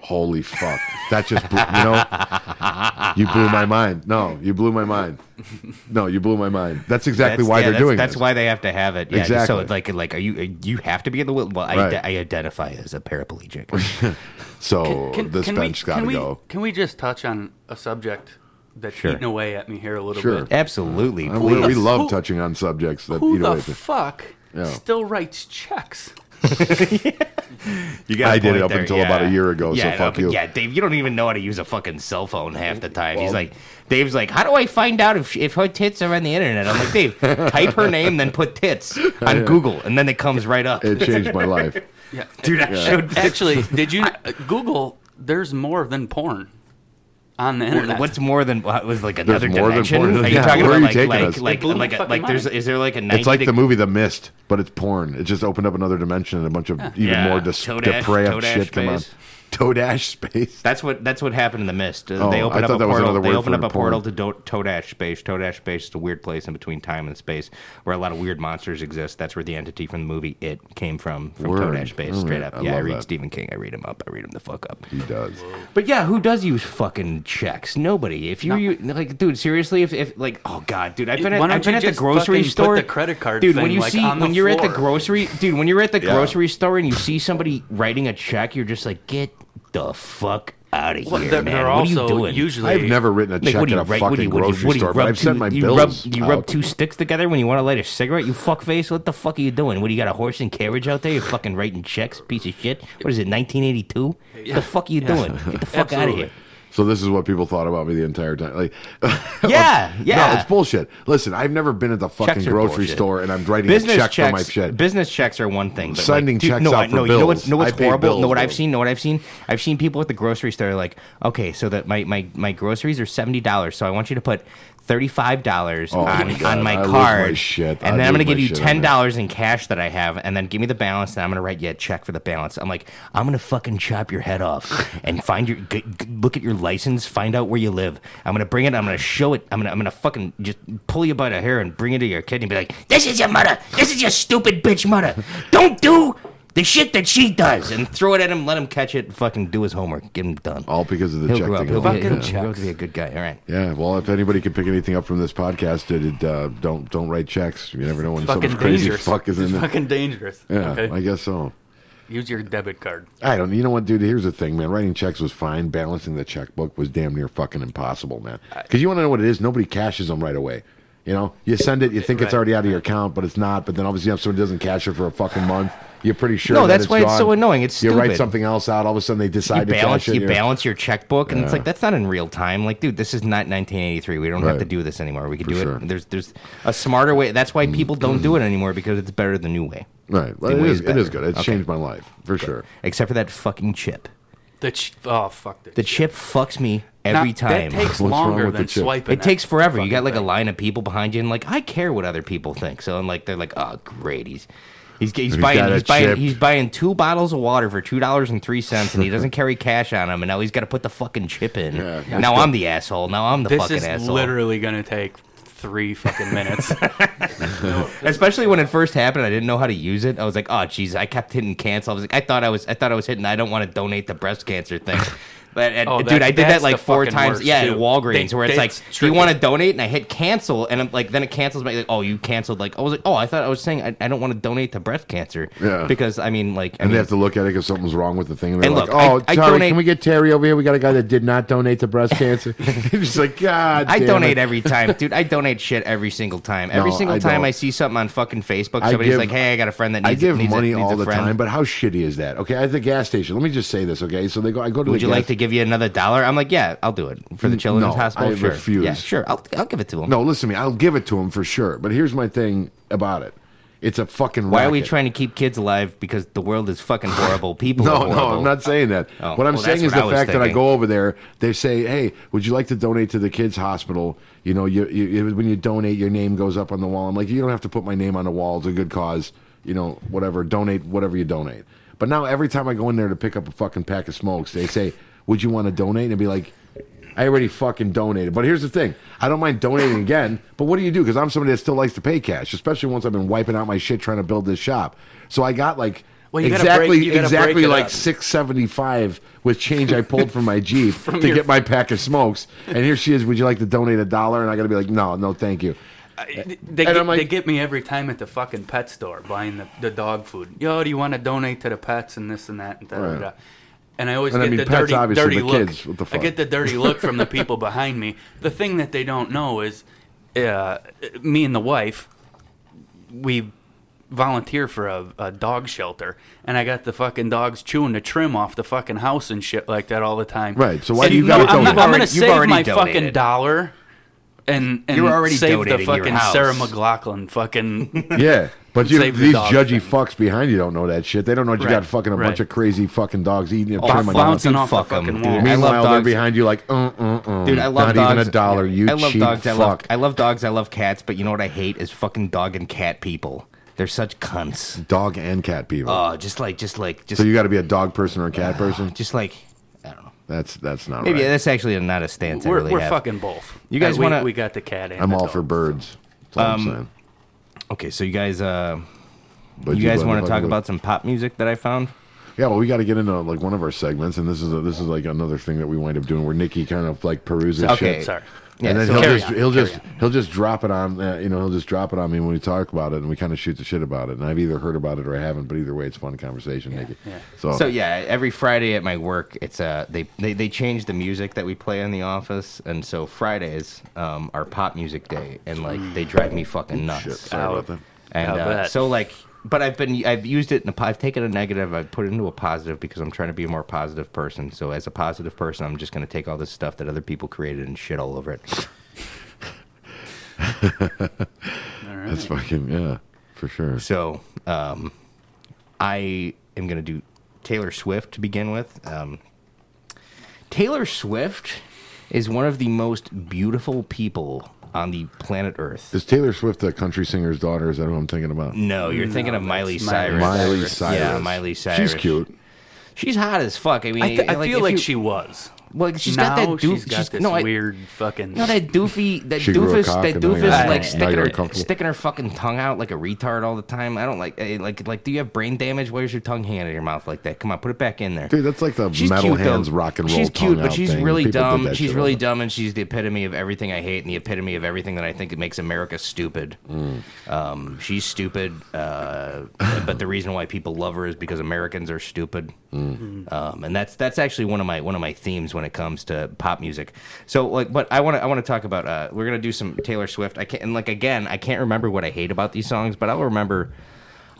Speaker 2: Holy fuck! That just blew, you know, you blew my mind. No, you blew my mind. No, you blew my mind. That's exactly
Speaker 3: That's-
Speaker 2: why
Speaker 3: yeah,
Speaker 2: they're
Speaker 3: that's,
Speaker 2: doing
Speaker 3: That's
Speaker 2: this.
Speaker 3: why they have to have it. Yeah, So
Speaker 2: Exactly.
Speaker 3: it's like, like, are you you have to be in the wheel? Well, I,
Speaker 2: Right.
Speaker 3: I identify as a paraplegic.
Speaker 2: so
Speaker 4: Can-
Speaker 2: this
Speaker 4: can we-
Speaker 2: bench got
Speaker 4: can
Speaker 2: to
Speaker 4: we-
Speaker 2: go.
Speaker 4: Can we just touch on a subject that's
Speaker 3: Sure.
Speaker 4: eating away at me here a little
Speaker 2: Sure.
Speaker 4: bit?
Speaker 3: Absolutely,
Speaker 2: I mean,
Speaker 3: please.
Speaker 2: we love
Speaker 4: Who-
Speaker 2: touching on subjects that
Speaker 4: Who
Speaker 2: eat away.
Speaker 4: the fuck
Speaker 2: Yeah.
Speaker 4: still writes checks?
Speaker 3: You got a
Speaker 2: I did it
Speaker 3: point
Speaker 2: up
Speaker 3: there,
Speaker 2: until about a year ago, so
Speaker 3: Yeah, no,
Speaker 2: fuck
Speaker 3: but
Speaker 2: you.
Speaker 3: Yeah, Dave, you don't even know how to use a fucking cell phone half the time. He's
Speaker 2: Well-
Speaker 3: like, Dave's like, how do I find out if if her tits are on the internet? I'm like, Dave, type her name, then put tits on Google, and then it comes right up.
Speaker 2: it changed my life.
Speaker 4: Yeah.
Speaker 3: Dude, I showed
Speaker 4: Actually, did you uh, Google? There's more than porn on the internet.
Speaker 3: What's more than what was like
Speaker 2: There's
Speaker 3: another
Speaker 2: more than
Speaker 3: dimension?
Speaker 2: porn.
Speaker 3: Are you
Speaker 2: Yeah,
Speaker 3: talking about
Speaker 2: where are you
Speaker 3: like
Speaker 2: taking
Speaker 3: like
Speaker 2: us?
Speaker 3: like
Speaker 4: It blew
Speaker 3: like,
Speaker 4: my
Speaker 3: like,
Speaker 4: fucking
Speaker 3: there's
Speaker 4: mind.
Speaker 3: is there like a 90
Speaker 2: It's like the
Speaker 3: degree-
Speaker 2: movie The Mist, but it's porn. It just opened up another dimension and a bunch of even
Speaker 3: Yeah.
Speaker 2: more dis-
Speaker 3: Toad Ash-
Speaker 2: depraved
Speaker 3: Toad Ash
Speaker 2: shit come on.
Speaker 3: phase.
Speaker 2: Toadash space.
Speaker 3: That's what that's what happened in the mist. Uh,
Speaker 2: Oh,
Speaker 3: they
Speaker 2: I
Speaker 3: opened up
Speaker 2: thought
Speaker 3: a
Speaker 2: that was
Speaker 3: portal.
Speaker 2: another
Speaker 3: they
Speaker 2: word
Speaker 3: opened
Speaker 2: for
Speaker 3: up a
Speaker 2: porn.
Speaker 3: portal to Do- Toadash space. Toadash space is a weird place in between time and space where a lot of weird monsters exist. That's where the entity from the movie It came from from
Speaker 2: Word.
Speaker 3: Toadash space.
Speaker 2: All
Speaker 3: straight
Speaker 2: right.
Speaker 3: up.
Speaker 2: I
Speaker 3: yeah, I
Speaker 2: love
Speaker 3: read
Speaker 2: that.
Speaker 3: Stephen King. I read him up. I read him the fuck up.
Speaker 2: He does.
Speaker 3: But yeah, who does use fucking checks? Nobody. If you, you like, dude, seriously, if, if like, oh god, dude, I've been at,
Speaker 4: Why don't
Speaker 3: I've been
Speaker 4: you
Speaker 3: at the
Speaker 4: just
Speaker 3: grocery
Speaker 4: fucking put
Speaker 3: store.
Speaker 4: the credit card
Speaker 3: dude. when
Speaker 4: thing,
Speaker 3: you
Speaker 4: like,
Speaker 3: see
Speaker 4: on the
Speaker 3: when you're at the
Speaker 4: floor.
Speaker 3: grocery, dude, when you're at the
Speaker 2: Yeah.
Speaker 3: grocery store and you see somebody writing a check, you're just like, get the fuck out of
Speaker 4: Well,
Speaker 3: here,
Speaker 4: they're,
Speaker 3: man.
Speaker 4: they're
Speaker 3: what
Speaker 4: also
Speaker 3: are you doing?
Speaker 4: usually.
Speaker 2: I've never written a
Speaker 3: Like,
Speaker 2: check
Speaker 3: what do
Speaker 2: at
Speaker 3: you
Speaker 2: a
Speaker 3: write? What do
Speaker 2: fucking
Speaker 3: you, what do you,
Speaker 2: grocery
Speaker 3: what do you
Speaker 2: store,
Speaker 3: rub
Speaker 2: but I've sent
Speaker 3: two-
Speaker 2: my
Speaker 3: you
Speaker 2: bills.
Speaker 3: Rub, you rub
Speaker 2: out.
Speaker 3: two sticks together when you want to light a cigarette. You fuckface. What the fuck are you doing? What do you got a horse and carriage out there? You're fucking writing checks, piece of shit. What is it, 1982? What the fuck are you doing? Get the fuck out of
Speaker 4: Absolutely.
Speaker 3: here.
Speaker 2: So this is what people thought about me the entire time. Like,
Speaker 3: Yeah, yeah.
Speaker 2: no, it's bullshit. Listen, I've never been at the fucking
Speaker 3: are
Speaker 2: grocery
Speaker 3: bullshit.
Speaker 2: store and I'm writing
Speaker 3: Business
Speaker 2: a check
Speaker 3: checks,
Speaker 2: for my shit.
Speaker 3: business checks are one thing. But like,
Speaker 2: Sending
Speaker 3: dude,
Speaker 2: checks
Speaker 3: no,
Speaker 2: out
Speaker 3: I-
Speaker 2: for
Speaker 3: no, You know what's,
Speaker 2: bills.
Speaker 3: know what's
Speaker 2: I pay
Speaker 3: horrible? no,
Speaker 2: bills,
Speaker 3: what I've
Speaker 2: bro.
Speaker 3: seen. No, what I've seen. I've seen people at the grocery store like, okay, so that my my, my groceries are seventy dollars. So I want you to put thirty five dollars
Speaker 2: Oh,
Speaker 3: on
Speaker 2: my God,
Speaker 3: on my
Speaker 2: I lose my
Speaker 3: card,
Speaker 2: shit. I
Speaker 3: and then I'm gonna
Speaker 2: lose
Speaker 3: give
Speaker 2: my
Speaker 3: you
Speaker 2: shit on
Speaker 3: ten dollars in cash that I have, and then give me the balance, and I'm gonna write you a check for the balance. I'm like, I'm gonna fucking chop your head off and find your g- g- look at your license, find out where you live. I'm gonna bring it. I'm gonna show it. I'm gonna I'm gonna fucking just pull you by the hair and bring it to your kid and be like, this is your mother. This is your stupid bitch mother. Don't do the shit that she does, and throw it at him. Let him catch it. And fucking do his homework. Get him done.
Speaker 2: all because of the
Speaker 3: He'll
Speaker 2: check
Speaker 3: grow up.
Speaker 2: thing.
Speaker 3: He'll be,
Speaker 4: Fucking
Speaker 3: he'll,
Speaker 4: checks.
Speaker 3: he'll be a good guy. All right.
Speaker 2: Yeah, well, if anybody could pick anything up from this podcast, it, it uh, don't don't write checks. You never know when some
Speaker 4: fucking
Speaker 2: crazy
Speaker 4: dangerous.
Speaker 2: fuck is
Speaker 4: It's
Speaker 2: in it.
Speaker 4: fucking dangerous.
Speaker 2: Yeah,
Speaker 4: okay?
Speaker 2: I guess so.
Speaker 4: Use your debit card.
Speaker 2: I don't. You know what, dude? Here's the thing, man. Writing checks was fine. Balancing the checkbook was damn near fucking impossible, man. Because you want to know what it is? Nobody cashes them right away. You know, you send it, you think it's
Speaker 4: Right.
Speaker 2: already out of your account, but it's not. But then obviously, if somebody doesn't cash it for a fucking month, you're pretty sure.
Speaker 3: No,
Speaker 2: that
Speaker 3: that's why it's
Speaker 2: gone.
Speaker 3: so annoying. It's
Speaker 2: you write
Speaker 3: stupid.
Speaker 2: something else out. All of a sudden, they decide
Speaker 3: you
Speaker 2: to
Speaker 3: balance
Speaker 2: cash it.
Speaker 3: you
Speaker 2: you're-
Speaker 3: balance your checkbook and it's like that's not in real time like dude this is not 1983 we don't have
Speaker 2: Right.
Speaker 3: to do this anymore we could do
Speaker 2: sure. Mm.
Speaker 3: it there's there's a smarter way that's why people don't do it anymore because it's better than new way
Speaker 2: Right. Well,
Speaker 3: It
Speaker 2: it,
Speaker 3: weighs
Speaker 2: is, it is
Speaker 3: better.
Speaker 2: good. It's
Speaker 3: Okay.
Speaker 2: changed my life for sure.
Speaker 3: except for that fucking chip
Speaker 4: The ch- oh fuck the,
Speaker 3: the chip fucks me every
Speaker 4: Now,
Speaker 3: time
Speaker 4: That takes
Speaker 2: wrong
Speaker 4: longer
Speaker 2: with the
Speaker 4: than
Speaker 2: chip?
Speaker 4: swiping.
Speaker 3: it
Speaker 4: that
Speaker 3: takes forever you got
Speaker 4: fucking
Speaker 3: like a
Speaker 4: thing.
Speaker 3: line of people behind you and like i care what other people think so i'm like they're like oh great he's He's, he's
Speaker 2: He's
Speaker 3: buying
Speaker 2: got a
Speaker 3: he's buying
Speaker 2: chip.
Speaker 3: he's buying two bottles of water for two dollars and three cents, and he doesn't carry cash on him, and now he's got to put the fucking chip in.
Speaker 2: Yeah.
Speaker 3: Now I'm the asshole. Now I'm the
Speaker 4: This
Speaker 3: fucking
Speaker 4: is
Speaker 3: asshole.
Speaker 4: literally gonna take three fucking minutes.
Speaker 3: Especially when it first happened, I didn't know how to use it. I was like, "Oh, jeez!" I kept hitting cancel. I was like, "I thought I was, I thought I was hitting. I don't want to donate the breast cancer thing." But and,
Speaker 4: Oh,
Speaker 3: dude,
Speaker 4: that-
Speaker 3: I did that
Speaker 4: that's
Speaker 3: like
Speaker 4: the
Speaker 3: four
Speaker 4: fucking
Speaker 3: times.
Speaker 4: worst,
Speaker 3: Yeah, at
Speaker 4: too.
Speaker 3: Walgreens,
Speaker 4: They-
Speaker 3: where it's like,
Speaker 4: that's
Speaker 3: "Do you
Speaker 4: tricky.
Speaker 3: want to donate?" And I hit cancel, and I'm like, then it cancels. My like, "Oh, you canceled." Like, I was like, "Oh, I thought I was saying I, I don't want to donate to breast cancer."
Speaker 2: Yeah.
Speaker 3: Because I mean, like, I
Speaker 2: And they
Speaker 3: mean,
Speaker 2: have to look at it because something's wrong with the thing. And they're
Speaker 3: And
Speaker 2: like,
Speaker 3: look, I-
Speaker 2: oh,
Speaker 3: I
Speaker 2: sorry,
Speaker 3: donate-
Speaker 2: can we get Terry over here? We got a guy that did not donate to breast cancer. He's like, God
Speaker 3: I
Speaker 2: damn
Speaker 3: donate
Speaker 2: it.
Speaker 3: every time, dude. I donate shit every single time. Every
Speaker 2: No,
Speaker 3: single
Speaker 2: I
Speaker 3: time
Speaker 2: don't.
Speaker 3: I see something on fucking Facebook,
Speaker 2: I
Speaker 3: somebody's
Speaker 2: give-
Speaker 3: like, "Hey, I got a friend that needs
Speaker 2: I give
Speaker 3: needs a-
Speaker 2: money
Speaker 3: needs a
Speaker 2: all the
Speaker 3: friend."
Speaker 2: time, but how shitty is that? Okay, at the gas station. Let me just say this, okay? So they go, I go to
Speaker 3: Would
Speaker 2: the
Speaker 3: you
Speaker 2: gas
Speaker 3: like to give you another dollar? I'm like, yeah, I'll do it for the Children's
Speaker 2: no,
Speaker 3: Hospital.
Speaker 2: I
Speaker 3: sure.
Speaker 2: refuse.
Speaker 3: Yeah, sure. I'll, I'll give it to him.
Speaker 2: No, listen to me. I'll give it to him for sure. But here's my thing about it it's a fucking
Speaker 3: Why are we
Speaker 2: racket.
Speaker 3: trying to keep kids alive? Because the world is fucking horrible. People. are
Speaker 2: No, no,
Speaker 3: horrible.
Speaker 2: I'm not saying that.
Speaker 3: Oh,
Speaker 2: what I'm
Speaker 3: well,
Speaker 2: saying
Speaker 3: that's
Speaker 2: is
Speaker 3: what I
Speaker 2: the
Speaker 3: was
Speaker 2: fact that I
Speaker 3: thinking.
Speaker 2: go over there, they say, "Hey, would you like to donate to the kids' hospital?" You know, you, you, you when you donate, your name goes up on the wall. I'm like, you don't have to put my name on the wall. It's a good cause. You know, whatever. Donate whatever you donate. But now every time I go in there to pick up a fucking pack of smokes, they say, "Would you want to donate?" And I'd be like. I already fucking donated. But here's the thing I don't mind donating again, but what do you do? Because I'm somebody that still likes to pay cash, especially once I've been wiping out my shit trying to build this shop. So I got like
Speaker 4: Well, you gotta
Speaker 2: exactly,
Speaker 4: break- you gotta
Speaker 2: exactly
Speaker 4: break it
Speaker 2: like
Speaker 4: up.
Speaker 2: six seventy five with change I pulled from my Jeep to
Speaker 4: your-
Speaker 2: get my pack of smokes. And here she is. Would you like to donate a dollar? And I got to be like, no, no, thank you. Eh,
Speaker 4: I- they,
Speaker 2: And
Speaker 4: get,
Speaker 2: I'm like-
Speaker 4: they get me every time at the fucking pet store buying the, the dog food. Yo, do you want to donate to the pets and this and that and da da
Speaker 2: Right.
Speaker 4: da. And I always
Speaker 2: And I
Speaker 4: get
Speaker 2: mean,
Speaker 4: the
Speaker 2: pets,
Speaker 4: dirty,
Speaker 2: obviously,
Speaker 4: dirty
Speaker 2: but
Speaker 4: look.
Speaker 2: kids, what the
Speaker 4: I
Speaker 2: fuck?
Speaker 4: get the dirty look from the people behind me. The thing that they don't know is, uh, me and the wife, we volunteer for a, a dog shelter, and I got the fucking dogs chewing the trim off the fucking house and shit like that all the time.
Speaker 2: Right, so why
Speaker 4: And
Speaker 2: do you
Speaker 4: no,
Speaker 2: gotta
Speaker 4: I'm, I'm
Speaker 2: donate?
Speaker 3: You've
Speaker 4: gonna
Speaker 3: already- you've
Speaker 4: save
Speaker 3: already
Speaker 4: my
Speaker 3: donated.
Speaker 4: fucking dollar and and
Speaker 3: You're already
Speaker 4: save the
Speaker 3: donating your
Speaker 4: fucking
Speaker 3: house.
Speaker 4: Sarah McLaughlin fucking
Speaker 2: Yeah, but you,
Speaker 4: Save the
Speaker 2: these
Speaker 4: dog thing.
Speaker 2: judgy fucks behind you don't know that shit. They don't know you
Speaker 4: Right,
Speaker 2: got fucking a bunch
Speaker 4: right.
Speaker 2: of crazy fucking dogs eating your trim.
Speaker 4: fuck.
Speaker 2: and all that.
Speaker 4: Bouncing
Speaker 3: dude,
Speaker 4: off the
Speaker 3: Oh, fuck 'em,
Speaker 4: fucking
Speaker 3: dude.
Speaker 4: wall.
Speaker 3: I
Speaker 2: Meanwhile,
Speaker 3: love
Speaker 2: they're
Speaker 3: dogs.
Speaker 2: behind you like, uh, uh, uh.
Speaker 3: Dude, I love
Speaker 2: not
Speaker 3: dogs.
Speaker 2: even a dollar. You
Speaker 3: I love
Speaker 2: cheap
Speaker 3: dogs.
Speaker 2: fuck.
Speaker 3: I love I love dogs. I love cats. But you know what I hate is fucking dog and cat people. They're such cunts.
Speaker 2: Dog and cat people.
Speaker 3: Oh, just like, just like, just, uh,
Speaker 2: so you got to be a dog person or a cat person.
Speaker 3: just like, I don't know.
Speaker 2: That's that's not
Speaker 3: Maybe
Speaker 2: right.
Speaker 3: that's actually not a stance I
Speaker 4: We're,
Speaker 3: really
Speaker 4: we're
Speaker 3: have.
Speaker 4: fucking both.
Speaker 3: You guys
Speaker 4: Uh, we-
Speaker 3: wanna-
Speaker 4: We got the cat in.
Speaker 2: I'm all for birds. That's all I'm saying.
Speaker 3: Okay, so you guys, uh,
Speaker 2: But
Speaker 3: you guys
Speaker 2: go
Speaker 3: want to
Speaker 2: ahead and
Speaker 3: talk
Speaker 2: fucking-
Speaker 3: about some pop music that I found?
Speaker 2: Yeah, well, we got to get into like one of our segments, and this is a, this is like another thing that we wind up doing where Nikki kind of like peruses
Speaker 3: Okay.
Speaker 2: shit,
Speaker 4: Sorry.
Speaker 3: Yeah,
Speaker 2: and then
Speaker 3: so-
Speaker 2: he'll
Speaker 4: Carry
Speaker 2: just
Speaker 4: on,
Speaker 2: he'll
Speaker 4: carry
Speaker 2: just he'll just drop it on uh, you know he'll just drop it on me when we talk about it, and we kind of shoot the shit about it. And I've either heard about it or I haven't, but either way, it's fun conversation, Nikki. So,
Speaker 3: So yeah, every Friday at my work, it's uh they they, they change the music that we play in the office, and so Fridays um, are pop music day, and like they drive me fucking nuts.
Speaker 2: shit, sorry about that.
Speaker 3: And
Speaker 4: I'll
Speaker 3: uh,
Speaker 4: bet.
Speaker 3: so like, but I've been I've used it in a po- I've taken a negative, I've put it into a positive because I'm trying to be a more positive person. So as a positive person, I'm just gonna take all this stuff that other people created and shit all over it.
Speaker 4: All right.
Speaker 2: That's fucking yeah, for sure.
Speaker 3: So um, I am going to do Taylor Swift to begin with. Um, Taylor Swift is one of the most beautiful people on the planet Earth.
Speaker 2: Is Taylor Swift a country singer's daughter? Is that who I'm thinking about?
Speaker 3: No, you're thinking of
Speaker 4: that's
Speaker 3: Miley
Speaker 4: Miley
Speaker 3: Cyrus.
Speaker 2: Miley Cyrus.
Speaker 3: Yeah, Miley Cyrus.
Speaker 2: She's cute.
Speaker 3: She's hot as fuck. I mean,
Speaker 4: I, th- I
Speaker 3: like,
Speaker 4: feel
Speaker 3: if
Speaker 4: like
Speaker 3: you-
Speaker 4: she was.
Speaker 3: Well, she's got
Speaker 4: now
Speaker 3: that doof.
Speaker 4: she's got this
Speaker 3: no, I-
Speaker 4: weird fucking.
Speaker 3: No, that doofy, that
Speaker 2: She grew a
Speaker 3: doofus,
Speaker 2: cock
Speaker 3: that
Speaker 2: and now you're-
Speaker 3: doofus,
Speaker 4: now
Speaker 3: like sticking
Speaker 2: you're
Speaker 3: her,
Speaker 2: uncomfortable.
Speaker 3: sticking her fucking tongue out like a retard all the time. I don't like, eh, like, like. Do you have brain damage? Where's your tongue hanging in your mouth like that? Come on, put it back in there.
Speaker 2: Dude, that's like the
Speaker 3: She's
Speaker 2: metal
Speaker 3: cute, though.
Speaker 2: hands rock and roll.
Speaker 3: She's cute,
Speaker 2: tongue
Speaker 3: but
Speaker 2: out
Speaker 3: she's
Speaker 2: thing.
Speaker 3: really
Speaker 2: People did
Speaker 3: dumb.
Speaker 2: that
Speaker 3: She's
Speaker 2: shit
Speaker 3: really
Speaker 2: all the
Speaker 3: dumb, and she's the epitome of everything I hate, and the epitome of everything that I think that makes America stupid.
Speaker 2: Mm.
Speaker 3: Um, she's stupid, uh, but the reason why people love her is because Americans are stupid,
Speaker 2: Mm.
Speaker 3: um, and that's that's actually one of my one of my themes when it comes to pop music. So, like, but I want to I want to talk about. Uh, we're gonna do some Taylor Swift. I can't and like again, I can't remember what I hate about these songs, but I'll remember.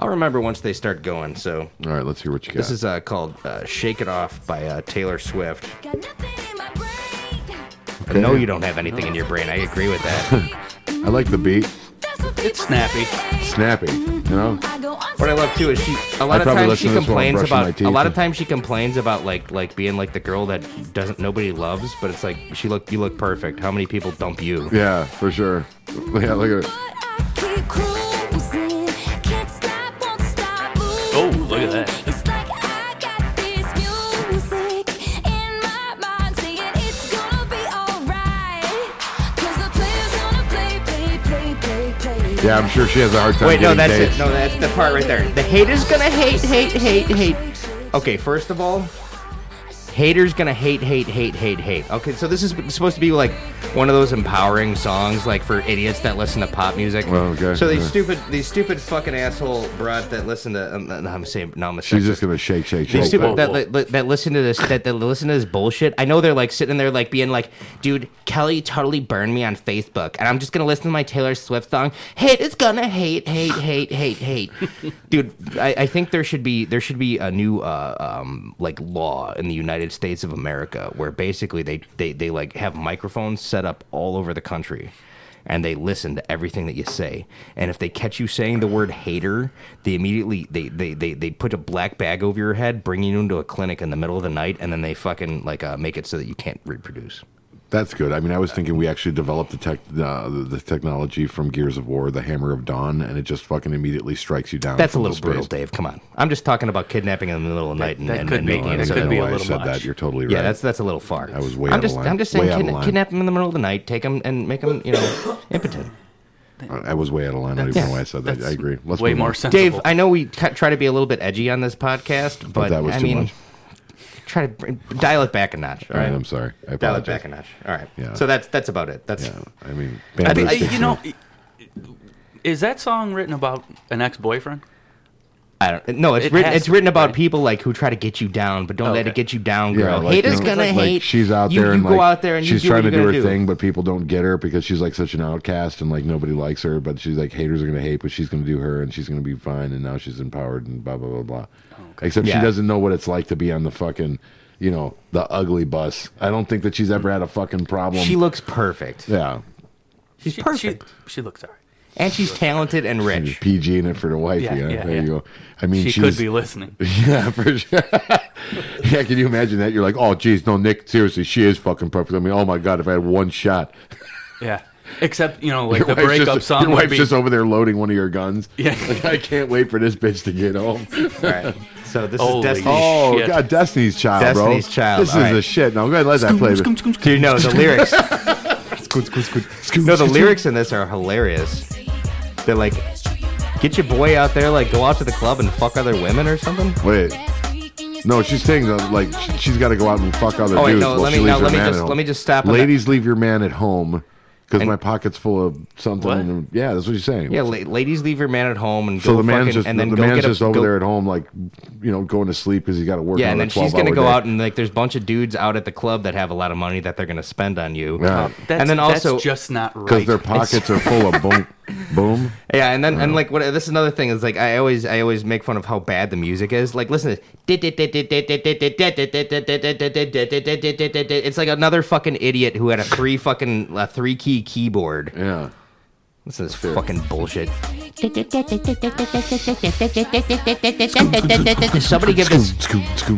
Speaker 3: I'll remember once they start going. So
Speaker 2: time. All right, let's hear what you got.
Speaker 3: this is uh, called uh, "Shake It Off" by uh, Taylor Swift.
Speaker 5: Got nothing in my brain.
Speaker 3: No, you don't have anything in your brain. I agree with that.
Speaker 2: I like the beat.
Speaker 5: That's what people
Speaker 4: snappy.
Speaker 5: say.
Speaker 2: Snappy, you know?
Speaker 5: I go on
Speaker 3: What I love too is she. A lot
Speaker 2: I
Speaker 3: of
Speaker 2: probably
Speaker 3: times
Speaker 2: listen
Speaker 3: she
Speaker 2: to this while I'm
Speaker 3: complains
Speaker 2: brushing my
Speaker 3: about. A
Speaker 2: teeth.
Speaker 3: lot of times she complains about like like being like the girl that doesn't nobody loves, but it's like she look you look perfect. How many people dump you?
Speaker 2: Yeah, for sure. Yeah, look at it.
Speaker 5: But I keep cruising. Can't stop, won't stop
Speaker 4: Oh, look at that.
Speaker 5: moving. It's like I got this music in my mind saying it's gonna be alright. 'Cause the player's gonna play, play, play, play, play.
Speaker 2: Yeah, I'm sure she has a hard time.
Speaker 3: Wait, no,
Speaker 2: getting
Speaker 3: that's it.
Speaker 2: dates.
Speaker 3: No, Oh, that's the part right there. The haters gonna hate, hate, hate, hate. Okay, first of all, haters gonna hate, hate, hate, hate, hate. Okay, so this is supposed to be like one of those empowering songs, like for idiots that listen to pop music.
Speaker 2: Well, Oh, okay,
Speaker 3: So these
Speaker 2: yeah.
Speaker 3: stupid, these stupid fucking asshole bruds that listen to, um, I'm saying, no, I'm a
Speaker 2: She's
Speaker 3: sexist.
Speaker 2: just gonna shake, shake,
Speaker 3: These
Speaker 2: shake.
Speaker 3: people
Speaker 4: whoa,
Speaker 3: that,
Speaker 4: whoa.
Speaker 3: that, that listen to this that, that listen to this bullshit. I know they're like sitting there like being like, dude, Kelly totally burned me on Facebook, and I'm just gonna listen to my Taylor Swift song. Hate is gonna hate, hate, hate, hate, hate. dude, I, I think there should be there should be a new uh, um, like law in the United States of America where basically they, they they like have microphones set up all over the country and they listen to everything that you say. And if they catch you saying the word hater, they immediately they they they, they put a black bag over your head, bringing you into a clinic in the middle of the night, and then they fucking like uh, make it so that you can't reproduce.
Speaker 2: That's good. I mean, I was thinking we actually developed the tech, uh, the- the technology from Gears of War, the Hammer of Dawn, and it just fucking immediately strikes you down.
Speaker 3: That's a
Speaker 2: from
Speaker 3: little
Speaker 2: the
Speaker 3: brutal,
Speaker 2: space.
Speaker 3: Dave. Come on, I'm just talking about kidnapping in the middle of the night and,
Speaker 4: that
Speaker 3: and,
Speaker 4: could
Speaker 3: and
Speaker 4: be-
Speaker 3: making
Speaker 2: I
Speaker 3: it.
Speaker 4: that
Speaker 2: don't
Speaker 4: could
Speaker 2: know
Speaker 4: be a
Speaker 2: why I
Speaker 4: little
Speaker 2: said that.
Speaker 4: much.
Speaker 2: You're totally right.
Speaker 3: Yeah, that's that's a little far.
Speaker 2: I was way
Speaker 3: I'm
Speaker 2: out of
Speaker 3: just
Speaker 2: line.
Speaker 3: I'm just saying
Speaker 2: Way out of
Speaker 3: kidna-
Speaker 2: line.
Speaker 3: kidnap him in the middle of the night, take him and make him you know impotent.
Speaker 2: I was way out of line. I don't even know why I said that. I agree. Let's
Speaker 4: way
Speaker 2: move
Speaker 4: more
Speaker 2: on.
Speaker 4: sensible.
Speaker 3: Dave, I know we t- try to be a little bit edgy on this podcast, but,
Speaker 2: that was
Speaker 3: I
Speaker 2: too
Speaker 3: mean,
Speaker 2: much.
Speaker 3: try to br- dial it back a notch. All
Speaker 2: All
Speaker 3: right,
Speaker 2: right, I'm sorry. I
Speaker 3: dial it
Speaker 2: apologize.
Speaker 3: back a notch. All right.
Speaker 2: Yeah.
Speaker 3: So that's that's about it. That's
Speaker 2: Yeah, I mean,
Speaker 3: I think-
Speaker 4: I-
Speaker 2: bamboo
Speaker 4: you
Speaker 2: sticks
Speaker 4: know,
Speaker 2: me.
Speaker 4: is that song written about an ex-boyfriend?
Speaker 3: I don't. No, it's
Speaker 4: It
Speaker 3: written.
Speaker 4: has
Speaker 3: It's
Speaker 4: to
Speaker 3: written
Speaker 4: be,
Speaker 3: about
Speaker 4: right? Oh,
Speaker 3: people like who try to get you down, but don't let
Speaker 4: Okay.
Speaker 3: it get you down,
Speaker 2: Yeah,
Speaker 3: girl.
Speaker 2: like,
Speaker 3: Haters
Speaker 2: you know,
Speaker 3: gonna
Speaker 2: like,
Speaker 3: hate.
Speaker 2: she's out
Speaker 3: you,
Speaker 2: there and
Speaker 3: you
Speaker 2: like,
Speaker 3: go out there and
Speaker 2: she's
Speaker 3: you do
Speaker 2: trying
Speaker 3: what
Speaker 2: to
Speaker 3: you're
Speaker 2: do her
Speaker 3: gonna
Speaker 2: thing, but people don't get her because she's like such an outcast and like nobody likes her. But she's like haters are gonna hate, but she's gonna do her and she's gonna be fine. And now she's empowered and blah blah blah blah. Except
Speaker 3: Yeah.
Speaker 2: she doesn't know what it's like to be on the fucking, you know, the ugly bus. I don't think that she's ever had a fucking problem.
Speaker 3: She looks perfect.
Speaker 2: yeah,
Speaker 3: She's
Speaker 4: She-
Speaker 3: perfect,
Speaker 4: She, she looks alright.
Speaker 3: and she's talented and
Speaker 2: she's
Speaker 3: rich.
Speaker 2: PG in it for the wifey.
Speaker 4: Yeah,
Speaker 2: huh?
Speaker 4: yeah,
Speaker 2: there
Speaker 4: yeah.
Speaker 2: you go. I mean,
Speaker 4: She
Speaker 2: she's,
Speaker 4: could be listening.
Speaker 2: Yeah, for sure. yeah, can you imagine that? You're like, oh, geez, no, Nick, seriously, she is fucking perfect. I mean, oh my God, if I had one shot.
Speaker 4: Yeah. Except you know, like the
Speaker 2: wife's
Speaker 4: breakup
Speaker 2: just,
Speaker 4: song
Speaker 2: Your
Speaker 4: would
Speaker 2: wife's
Speaker 4: be.
Speaker 2: just over there loading one of your guns.
Speaker 4: Yeah.
Speaker 2: Like, I can't wait for this bitch to get home.
Speaker 3: All right. So this
Speaker 4: Holy
Speaker 3: is Destiny.
Speaker 2: Oh
Speaker 4: Shit.
Speaker 2: God, Destiny's Child,
Speaker 3: Destiny's
Speaker 2: bro.
Speaker 3: Child,
Speaker 2: This is
Speaker 3: alright.
Speaker 2: the shit. Now go ahead, let that play.
Speaker 3: Dude, no, the lyrics. no, the lyrics in this are hilarious. They're like, get your boy out there, like go out to the club and fuck other women or something.
Speaker 2: Wait, no, she's saying that like sh- she's got to go out and fuck other
Speaker 3: Oh, wait,
Speaker 2: dudes.
Speaker 3: no,
Speaker 2: while
Speaker 3: let
Speaker 2: she
Speaker 3: me-
Speaker 2: leaves
Speaker 3: now,
Speaker 2: her
Speaker 3: let me
Speaker 2: man at
Speaker 3: just-
Speaker 2: home.
Speaker 3: let me just stop on that.
Speaker 2: Ladies, leave your man at home because
Speaker 3: And-
Speaker 2: my pocket's full of something.
Speaker 4: What?
Speaker 2: and- yeah, that's what she's saying.
Speaker 3: Yeah, la- ladies, leave your man at home and go
Speaker 2: so the man's
Speaker 3: fucking,
Speaker 2: just
Speaker 3: and then
Speaker 2: the
Speaker 3: go
Speaker 2: man's
Speaker 3: get a,
Speaker 2: just over
Speaker 3: go-
Speaker 2: there at home, like you know, going to sleep because he got to work.
Speaker 3: Yeah,
Speaker 2: on
Speaker 3: and
Speaker 2: a
Speaker 3: then she's
Speaker 2: 12
Speaker 3: gonna
Speaker 2: hour
Speaker 3: go
Speaker 2: day.
Speaker 3: out and like there's a bunch of dudes out at the club that have a lot of money that they're gonna spend on you.
Speaker 2: Yeah.
Speaker 4: Oh, That's,
Speaker 3: and then also
Speaker 4: that's just not
Speaker 2: because
Speaker 4: right.
Speaker 2: their pockets are full of boom, boom.
Speaker 3: Yeah, and then and like what this is another thing is like I always I always make fun of how bad the music is. Like listen, to this. it's like another fucking idiot who had a three fucking a three key keyboard.
Speaker 2: Yeah.
Speaker 3: Listen to this fucking bullshit. Somebody give this.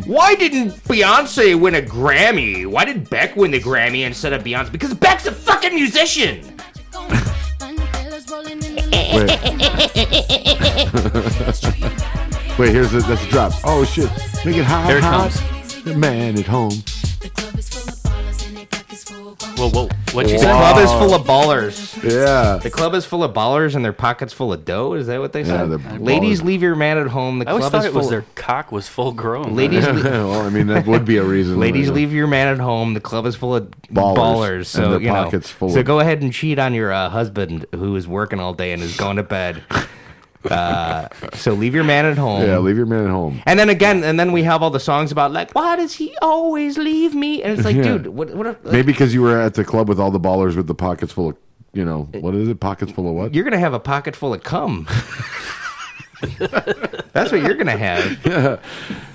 Speaker 3: Why didn't Beyonce win a Grammy? Why did Beck win the Grammy instead of Beyonce? Because Beck's a fucking musician.
Speaker 2: Wait, here's the, that's the drop. Oh shit, make it hot.
Speaker 4: There it
Speaker 2: hot.
Speaker 4: comes.
Speaker 2: The man at home.
Speaker 4: whoa, whoa, what you
Speaker 3: The
Speaker 4: said?
Speaker 3: club is full of ballers.
Speaker 2: Yeah.
Speaker 3: The club is full of ballers and their pockets full of dough. Is that what they
Speaker 2: Yeah,
Speaker 3: said?
Speaker 2: they're
Speaker 3: Ladies,
Speaker 2: ballers.
Speaker 3: leave your man at home. The
Speaker 4: I always
Speaker 3: club
Speaker 4: thought
Speaker 3: is
Speaker 4: it
Speaker 3: full.
Speaker 4: was
Speaker 3: of
Speaker 4: their cock was full grown.
Speaker 3: Ladies,
Speaker 2: well, I mean, that would be a reason.
Speaker 3: ladies,
Speaker 2: you know.
Speaker 3: leave your man at home. The club is full of
Speaker 2: Ballers,
Speaker 3: ballers.
Speaker 2: and
Speaker 3: so
Speaker 2: their
Speaker 3: you know.
Speaker 2: pockets full
Speaker 3: so
Speaker 2: of-
Speaker 3: go ahead and cheat on your uh, husband who is working all day and is going to bed. Uh, so leave your man at home.
Speaker 2: Yeah, leave your man at home.
Speaker 3: And then again, and then we have all the songs about like, why does he always leave me? And it's like, dude, what? What? If,
Speaker 2: Maybe because you were at the club with all the ballers with the pockets full of, you know, what is it? Pockets full of what?
Speaker 3: you're gonna have a pocket full of cum. That's what you're gonna have.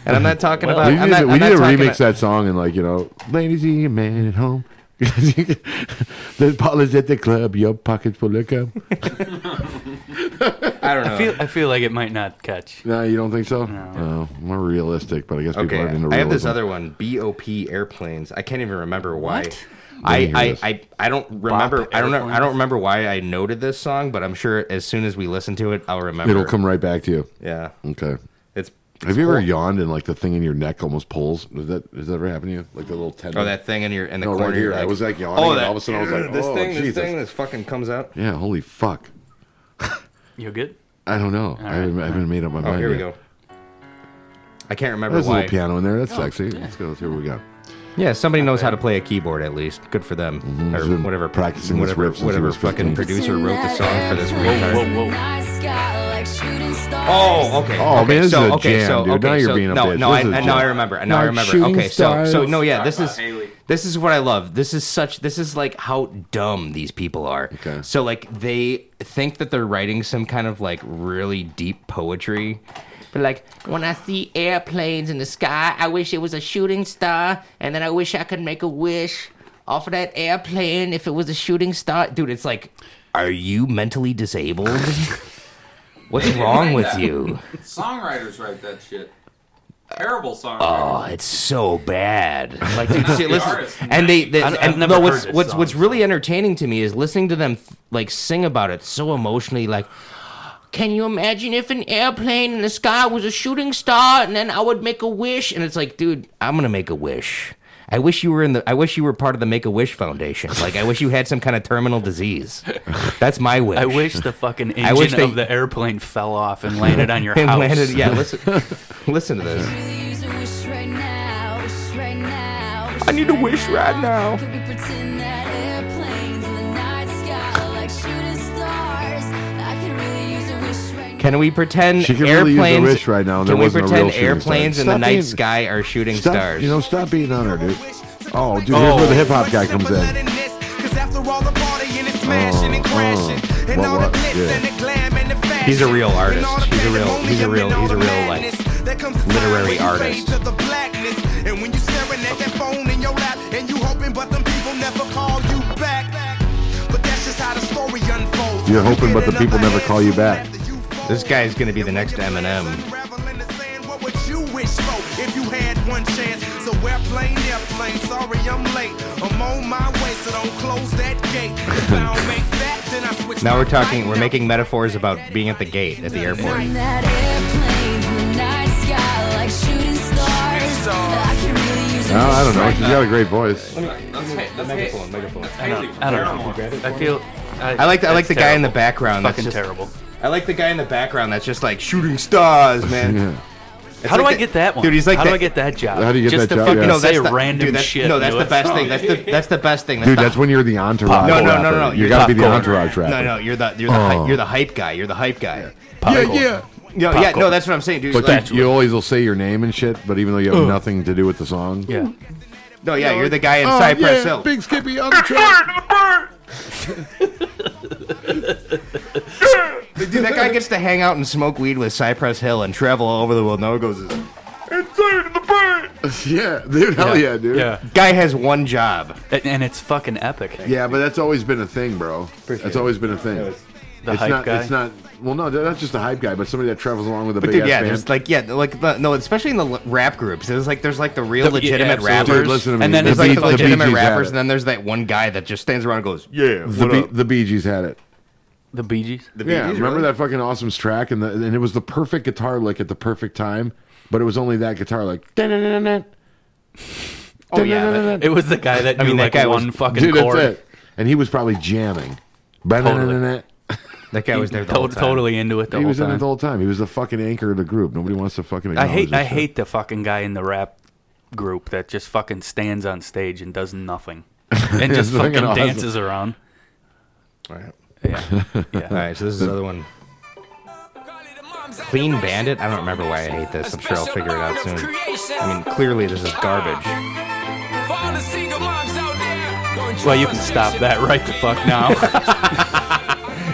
Speaker 3: And I'm not talking about.
Speaker 2: we
Speaker 3: I'm
Speaker 2: need,
Speaker 3: not,
Speaker 2: to, we
Speaker 3: I'm
Speaker 2: need
Speaker 3: not
Speaker 2: to
Speaker 3: talking
Speaker 2: remix
Speaker 3: about-
Speaker 2: that song and like you know, ladies, leave your man at home. There's ballers at the club. Your pockets full of cum.
Speaker 3: I don't know.
Speaker 4: I feel I feel like it might not catch.
Speaker 2: No, you don't think so? No, more realistic, but I guess people
Speaker 3: Okay,
Speaker 2: aren't into
Speaker 3: I have this
Speaker 2: realism.
Speaker 3: other one, BOP airplanes. I can't even remember why.
Speaker 4: What?
Speaker 2: Let me hear
Speaker 3: I,
Speaker 2: this.
Speaker 3: I, I, I don't remember. I don't know. I
Speaker 4: Airplanes?
Speaker 3: don't remember why I noted this song, but I'm sure as soon as we listen to it, I'll remember.
Speaker 2: It'll come right back to you.
Speaker 3: Yeah,
Speaker 2: Okay.
Speaker 3: it's.
Speaker 2: Have you ever yawned and like the thing in your neck almost pulls? Does that has that ever happened to you? Like the little tendon.
Speaker 3: Oh, that thing in your in the
Speaker 2: No,
Speaker 3: corner.
Speaker 2: right here.
Speaker 3: you're
Speaker 2: I
Speaker 3: like,
Speaker 2: was like yawning, and
Speaker 3: that-
Speaker 2: all of a sudden I was like,
Speaker 3: this
Speaker 2: "Oh,
Speaker 3: thing,
Speaker 2: Jesus."
Speaker 3: this thing, this fucking comes out.
Speaker 2: Yeah, holy fuck.
Speaker 4: You good?
Speaker 2: I don't know. I, haven't, I haven't made up my
Speaker 3: Oh,
Speaker 2: mind.
Speaker 3: here we
Speaker 2: yet.
Speaker 3: go. I can't remember
Speaker 2: There's a
Speaker 3: why.
Speaker 2: little piano in there.
Speaker 3: Oh,
Speaker 2: That's sexy. Let's go. Let's hear what we got.
Speaker 3: Yeah, somebody knows how to play a keyboard at least. Good for them,
Speaker 2: Mm-hmm. He's
Speaker 3: or
Speaker 2: been
Speaker 3: whatever.
Speaker 2: practicing this
Speaker 3: whatever,
Speaker 2: riff since he
Speaker 3: whatever
Speaker 2: was
Speaker 3: fucking
Speaker 2: 15.
Speaker 3: producer wrote the song for this retard.
Speaker 4: whoa.
Speaker 3: Oh, okay.
Speaker 2: Oh,
Speaker 3: okay.
Speaker 2: man, this is
Speaker 3: so,
Speaker 2: a
Speaker 3: okay,
Speaker 2: jam,
Speaker 3: so,
Speaker 2: dude.
Speaker 3: Okay,
Speaker 2: Now you're
Speaker 3: so,
Speaker 2: being a
Speaker 3: no,
Speaker 2: bitch.
Speaker 3: No, I,
Speaker 2: This is
Speaker 3: I,
Speaker 2: a
Speaker 3: now I
Speaker 2: jam.
Speaker 3: remember. I Now I
Speaker 2: Like
Speaker 3: remember.
Speaker 2: shooting
Speaker 3: Okay, so, so
Speaker 2: stars.
Speaker 3: no, yeah, this is
Speaker 4: Haley.
Speaker 3: this is what I love. This is such. This is like how dumb these people are.
Speaker 2: Okay.
Speaker 3: So like they think that they're writing some kind of like really deep poetry. But like when I see airplanes in the sky, I wish it was a shooting star, and then I wish I could make a wish off of that airplane if it was a shooting star. Dude, it's like, are you mentally disabled? What's wrong with you?
Speaker 6: Songwriters write that shit. Terrible songwriters.
Speaker 3: Oh, it's so bad. Like, dude, see, listen,
Speaker 6: artist.
Speaker 3: and they, they
Speaker 4: I've- I've
Speaker 3: and
Speaker 4: never
Speaker 3: no, what's
Speaker 4: heard this
Speaker 3: what's
Speaker 4: song,
Speaker 3: what's really entertaining to me is listening to them like sing about it so emotionally. Like, can you imagine if an airplane in the sky was a shooting star, and then I would make a wish? And it's like, dude, I'm gonna make a wish. I wish you were in the. I wish you were part of the Make a Wish Foundation. Like, I wish you had some kind of terminal disease. That's my wish.
Speaker 4: I wish the fucking engine
Speaker 3: wish they-
Speaker 4: of the airplane fell off and landed on your
Speaker 3: And
Speaker 4: house.
Speaker 3: landed- yeah, listen, listen to this.
Speaker 5: I need a wish right now.
Speaker 3: Can we pretend
Speaker 2: She could really
Speaker 3: airplanes?
Speaker 2: use a wish right now, and
Speaker 3: can
Speaker 2: there
Speaker 3: we
Speaker 2: wasn't a
Speaker 3: pretend
Speaker 2: real shooting star.
Speaker 3: airplanes in the
Speaker 2: Stop
Speaker 3: night
Speaker 2: being-
Speaker 3: sky are shooting
Speaker 2: Stop,
Speaker 3: stars?
Speaker 2: You know, stop beating on her, dude. Oh, dude, here's where the hip hop guy
Speaker 3: Oh,
Speaker 2: comes in. What, what?
Speaker 7: Yeah.
Speaker 3: He's a real artist. He's a real- he's a real- he's a real, like, literary artist.
Speaker 7: And when you staring at that phone in your lap and you hoping but them people never call you back. But that's just how the story unfolds.
Speaker 2: You're hoping, but the people never call you back.
Speaker 3: This guy is gonna be the next Eminem.
Speaker 7: What would you wish for if you had one chance? So airplane, airplane, sorry I'm late. I'm on my way, so don't close that gate. If I don't make that, then I switch
Speaker 3: Now
Speaker 7: my
Speaker 3: we're talking.
Speaker 7: life
Speaker 3: We're
Speaker 7: up.
Speaker 3: making metaphors about being at the gate at the airport.
Speaker 5: On that airplane in the night sky like shooting stars. I can really use a
Speaker 2: No, I don't know. She's got a great voice.
Speaker 6: That's, ha- that's
Speaker 3: Megaphone,
Speaker 6: ha-
Speaker 3: megaphone.
Speaker 6: That's Haley from
Speaker 4: I
Speaker 6: Paramount.
Speaker 4: don't know. I feel. I,
Speaker 3: I like. I like
Speaker 4: that's
Speaker 3: the guy in the
Speaker 4: terrible.
Speaker 3: background. That's
Speaker 4: Fucking
Speaker 3: just,
Speaker 4: terrible.
Speaker 3: I like the guy in the background that's just like shooting stars, man.
Speaker 2: Yeah.
Speaker 3: It's
Speaker 4: How do
Speaker 3: like
Speaker 4: I get that one?
Speaker 3: Dude, he's like
Speaker 4: How
Speaker 3: that-
Speaker 4: do I get that job?
Speaker 2: How do you get
Speaker 4: Just
Speaker 2: that
Speaker 4: to
Speaker 2: job?
Speaker 4: fucking
Speaker 2: Yeah.
Speaker 3: No, that's
Speaker 4: say
Speaker 3: the,
Speaker 4: random
Speaker 3: dude, that's,
Speaker 4: shit.
Speaker 3: No, that's the
Speaker 4: into it.
Speaker 3: best thing. That's the that's the best thing. That's
Speaker 2: Dude,
Speaker 3: the,
Speaker 2: that's when you're the entourage.
Speaker 3: No, no, no,
Speaker 2: rapper.
Speaker 3: no, no.
Speaker 2: You
Speaker 3: You're
Speaker 2: got to be
Speaker 3: top
Speaker 2: the
Speaker 3: corner.
Speaker 2: entourage rapper.
Speaker 3: No, no, you're the you're the
Speaker 2: Oh.
Speaker 3: hype, you're the hype guy. You're the hype guy.
Speaker 2: Yeah, yeah.
Speaker 3: No, yeah, no, that's what I'm saying, dude.
Speaker 2: But
Speaker 3: Like,
Speaker 2: you, you always will say your name and shit, but even though you have nothing to do with the song.
Speaker 4: Yeah.
Speaker 3: no, yeah, you're the guy
Speaker 2: Oh,
Speaker 3: in Cypress Hill.
Speaker 2: Big Skippy on the track.
Speaker 3: Dude, that guy gets to hang out and smoke weed with Cypress Hill and travel all over the world. No one goes.
Speaker 2: yeah, dude. Hell yeah, dude.
Speaker 4: Yeah.
Speaker 3: Guy has one job.
Speaker 4: And, and it's fucking epic.
Speaker 2: Yeah, but that's always been a thing, bro. that's always been a thing.
Speaker 4: The
Speaker 2: it's
Speaker 4: hype
Speaker 2: not.
Speaker 4: guy.
Speaker 2: It's not. Well, no, they're not just a hype guy, but somebody that travels along with a
Speaker 3: But
Speaker 2: big
Speaker 3: dude, yeah,
Speaker 2: ass band.
Speaker 3: there's like yeah, like the, no, especially in the l- rap groups, there's like there's like the real
Speaker 4: The- yeah,
Speaker 3: legitimate
Speaker 4: absolutely.
Speaker 3: rappers,
Speaker 2: Dude, listen to me.
Speaker 4: And then
Speaker 2: The
Speaker 3: there's
Speaker 4: it's
Speaker 3: like the
Speaker 4: like
Speaker 2: Bee- the Bee
Speaker 3: legitimate
Speaker 2: Gees had
Speaker 3: rappers,
Speaker 2: it.
Speaker 3: and then there's that one guy that just stands around and goes, "Yeah,
Speaker 2: the,
Speaker 3: what
Speaker 2: Bee-
Speaker 3: up?"
Speaker 2: the Bee Gees had it.
Speaker 4: the Bee Gees.
Speaker 3: The Bee
Speaker 2: Yeah,
Speaker 3: Gees,
Speaker 2: remember
Speaker 3: really?
Speaker 2: that fucking awesome's track, and the, and it was the perfect guitar lick at the perfect time, but it was only that guitar like. Oh
Speaker 3: Oh yeah, that-
Speaker 4: It was the guy that
Speaker 3: I
Speaker 4: knew
Speaker 3: mean, that
Speaker 4: like
Speaker 3: guy was-
Speaker 4: one fucking
Speaker 2: dude,
Speaker 4: chord.
Speaker 2: that's it. And he was probably jamming.
Speaker 3: that guy was there the
Speaker 4: To-
Speaker 3: whole time.
Speaker 4: Totally into it the
Speaker 2: He
Speaker 4: whole
Speaker 2: was in it
Speaker 4: time.
Speaker 2: the whole time. He was the fucking anchor of the group. Nobody wants to fucking.
Speaker 4: I hate
Speaker 2: acknowledge
Speaker 4: I
Speaker 2: this shit.
Speaker 4: hate the fucking guy in the rap group that just fucking stands on stage and does nothing and just
Speaker 2: It's fucking
Speaker 4: fucking
Speaker 2: awesome.
Speaker 4: dances around.
Speaker 3: All right.
Speaker 4: Yeah.
Speaker 3: All right, so this is the other one. Clean Bandit. I don't remember why I hate this. I'm sure I'll figure it out soon. I mean, clearly this is garbage.
Speaker 4: Well, you can stop that right the fuck now.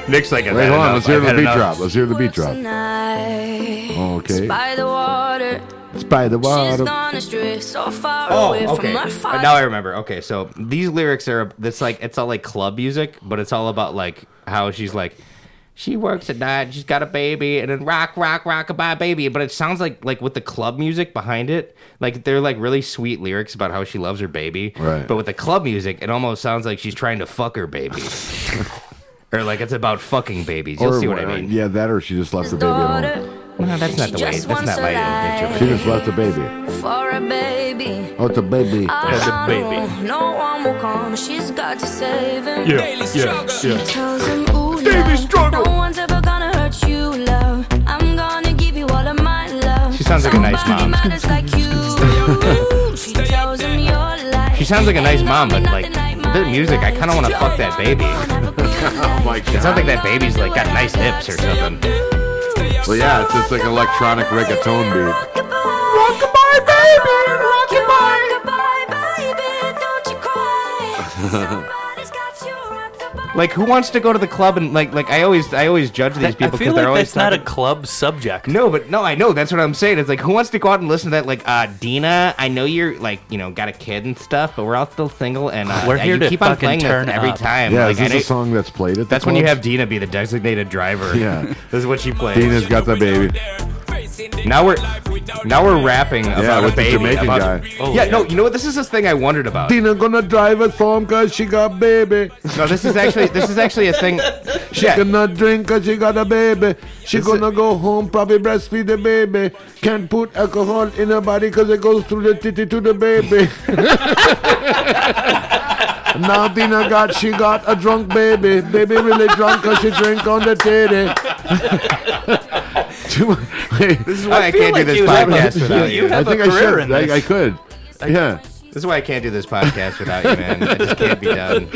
Speaker 3: Nick's like,
Speaker 2: Wait, hold on. Let's hear the beat drop. Let's hear the beat drop.
Speaker 5: drop.
Speaker 2: Okay.
Speaker 5: By the water,
Speaker 2: It's by the
Speaker 5: she's
Speaker 2: water.
Speaker 5: gone astray, so far
Speaker 3: Oh,
Speaker 5: away
Speaker 3: okay.
Speaker 5: from my
Speaker 3: Uh,
Speaker 5: fire.
Speaker 3: Now I remember. Okay, so these lyrics are it's like it's all like club music, but it's all about like how she's like she works at night, she's got a baby, and then rock, rock, rock goodbye, baby. But it sounds like like with the club music behind it, like they're like really sweet lyrics about how she loves her baby.
Speaker 2: Right.
Speaker 3: But with the club music, it almost sounds like she's trying to fuck her baby. or like it's about fucking babies. You'll
Speaker 2: Or
Speaker 3: see what I
Speaker 2: whatever.
Speaker 3: mean.
Speaker 2: Yeah, that or she just left
Speaker 5: His
Speaker 2: the baby
Speaker 5: daughter
Speaker 2: alone.
Speaker 3: No, that's not
Speaker 5: She
Speaker 3: the way. That's
Speaker 5: just
Speaker 3: not
Speaker 5: wants a
Speaker 3: like
Speaker 5: life.
Speaker 2: She just left the baby.
Speaker 5: for a baby.
Speaker 2: Oh, it's a baby.
Speaker 5: That's
Speaker 4: a baby.
Speaker 5: No one will come, she's got to save him.
Speaker 4: yeah, yeah.
Speaker 5: Tells him, ooh, love, no one's ever gonna hurt you, love. I'm gonna give you all of my love.
Speaker 3: She sounds like a nice
Speaker 5: Somebody
Speaker 3: mom.
Speaker 5: matters like you. She tells him your life.
Speaker 3: She sounds like a nice mom, but, like, the music, I kinda wanna
Speaker 5: Joy,
Speaker 3: fuck that baby.
Speaker 5: oh
Speaker 2: my God.
Speaker 3: It sounds like that baby's like got nice hips or something.
Speaker 2: Well, yeah, it's just like electronic reggaeton beat.
Speaker 5: Rockabye, baby, rockabye. Rockabye, baby, don't you cry. Somebody's got you, rockabye.
Speaker 3: Like who wants to go to the club and like like I always I always judge these
Speaker 4: I
Speaker 3: people because
Speaker 4: feel
Speaker 3: they're
Speaker 4: like
Speaker 3: always
Speaker 4: that's not a
Speaker 3: talking-
Speaker 4: club subject.
Speaker 3: no, but no, I know that's what I'm saying. It's like who wants to go out and listen to that? Like, uh, Dina, I know you're like you know got a kid and stuff, but we're all still single, and uh,
Speaker 4: We're
Speaker 3: uh,
Speaker 4: here
Speaker 3: you
Speaker 4: to
Speaker 3: keep on
Speaker 4: fucking
Speaker 3: playing
Speaker 4: turn
Speaker 3: this every
Speaker 4: up.
Speaker 3: time.
Speaker 2: Yeah,
Speaker 3: like,
Speaker 2: is this
Speaker 3: I know-
Speaker 2: a song that's played at the
Speaker 3: that's when you
Speaker 2: clubs?
Speaker 3: have Dina be the designated driver.
Speaker 2: Yeah.
Speaker 3: this is what she plays.
Speaker 2: Dina's got the baby.
Speaker 3: Now we're now we're rapping about
Speaker 2: with
Speaker 3: a
Speaker 2: the
Speaker 3: baby.
Speaker 2: Jamaican
Speaker 3: about-
Speaker 2: guy.
Speaker 4: Oh,
Speaker 3: yeah,
Speaker 4: yeah.
Speaker 3: no, you know what? This is this thing I wondered about.
Speaker 2: Dina gonna drive us home cause she got baby.
Speaker 3: No, this is actually this is actually a thing.
Speaker 2: She cannot drink cause she got a baby. She gonna go home, probably breastfeed the baby. Can't put alcohol in her body cause it goes through the titty to the baby. now Dina got, she got a drunk baby. Baby really drunk cause she drink on the titty. Too much- wait,
Speaker 3: This is why I,
Speaker 4: feel
Speaker 3: can't
Speaker 4: like
Speaker 3: do
Speaker 4: you
Speaker 3: this
Speaker 4: have a-
Speaker 3: podcast without
Speaker 4: you
Speaker 3: you.
Speaker 4: have
Speaker 2: I think
Speaker 4: a
Speaker 2: I
Speaker 4: career
Speaker 2: should.
Speaker 4: in
Speaker 2: I,
Speaker 4: this.
Speaker 2: I could. Yeah,
Speaker 3: This is why I can't do this podcast without you, man. It just can't be done.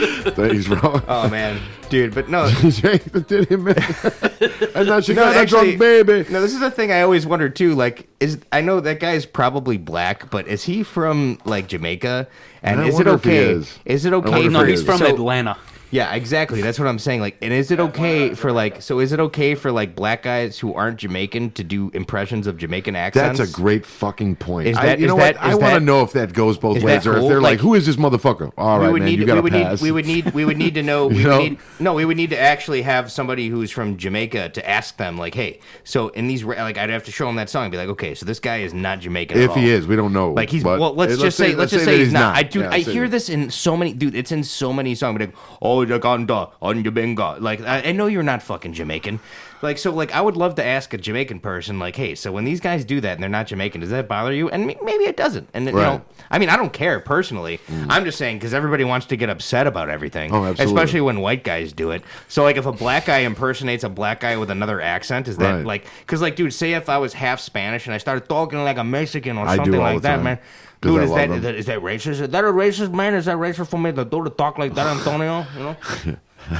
Speaker 2: he's wrong.
Speaker 3: Oh man, dude. But no,
Speaker 2: Jake the titty man. and now she
Speaker 3: no,
Speaker 2: got
Speaker 3: actually,
Speaker 2: a drunk baby.
Speaker 3: No, this is the thing I always wonder too. Like, is I know that guy is probably black, but is he from like Jamaica? And
Speaker 2: I
Speaker 3: is it
Speaker 2: wonder if he
Speaker 3: okay?
Speaker 2: is.
Speaker 3: it
Speaker 2: I
Speaker 3: okay?
Speaker 2: wonder
Speaker 4: No,
Speaker 2: if
Speaker 3: for,
Speaker 2: he
Speaker 4: he's
Speaker 2: is.
Speaker 4: from
Speaker 3: so-
Speaker 4: Atlanta.
Speaker 3: Yeah, exactly. That's what I'm saying. Like, and is it okay for like? So is it okay for like black guys who aren't Jamaican to do impressions of Jamaican accents?
Speaker 2: That's a great fucking point.
Speaker 3: Is
Speaker 2: I,
Speaker 3: that-
Speaker 2: you
Speaker 3: is
Speaker 2: know
Speaker 3: that-
Speaker 2: what? I
Speaker 3: is
Speaker 2: want to
Speaker 3: that-
Speaker 2: know if that goes both
Speaker 3: is
Speaker 2: ways,
Speaker 3: that
Speaker 2: or if
Speaker 3: cool?
Speaker 2: they're like,
Speaker 3: Like-
Speaker 2: "Who is this motherfucker?" All
Speaker 3: We
Speaker 2: right,
Speaker 3: would
Speaker 2: man,
Speaker 3: need.
Speaker 2: you
Speaker 3: we
Speaker 2: got to
Speaker 3: would
Speaker 2: pass.
Speaker 3: need. We would need. We would need to know. We
Speaker 2: You
Speaker 3: would
Speaker 2: know?
Speaker 3: need, no, we would need to actually have somebody who's from Jamaica to ask them, like, hey, so in these, ra- like, I'd have to show them that song and be like, okay, so this guy is not Jamaican. at
Speaker 2: if he
Speaker 3: all.
Speaker 2: is, we don't know.
Speaker 3: Like he's
Speaker 2: but-
Speaker 3: well. Let's,
Speaker 2: Hey,
Speaker 3: just say, let's just
Speaker 2: that
Speaker 3: say he's not. I dude,
Speaker 2: Yeah,
Speaker 3: I
Speaker 2: say
Speaker 3: hear
Speaker 2: that.
Speaker 3: this in so many dude. It's in so many songs. Like oh Jaganda on Jamaica. Like I, I know you're not fucking Jamaican. Like so, like I would love to ask a Jamaican person, like, hey, so when these guys do that and they're not Jamaican, does that bother you? And m- maybe it doesn't. And you
Speaker 2: Right. Mm.
Speaker 3: know, I mean, I don't care personally. I'm just saying because everybody wants to get upset about everything,
Speaker 2: Oh, absolutely.
Speaker 3: especially when white guys do it. So like, if a black guy impersonates a black guy with another accent, is that
Speaker 2: Right.
Speaker 3: like? Because like, dude, say if I was half Spanish and I started talking like a Mexican or
Speaker 2: I do
Speaker 3: something
Speaker 2: all
Speaker 3: like
Speaker 2: the
Speaker 3: that,
Speaker 2: time.
Speaker 3: man.
Speaker 2: 'Cause
Speaker 3: Dude,
Speaker 2: I
Speaker 3: is
Speaker 2: love
Speaker 3: that,
Speaker 2: them.
Speaker 3: is that is that racist? Is that a racist man? Is that racist for me to do to talk like that, Antonio? You know?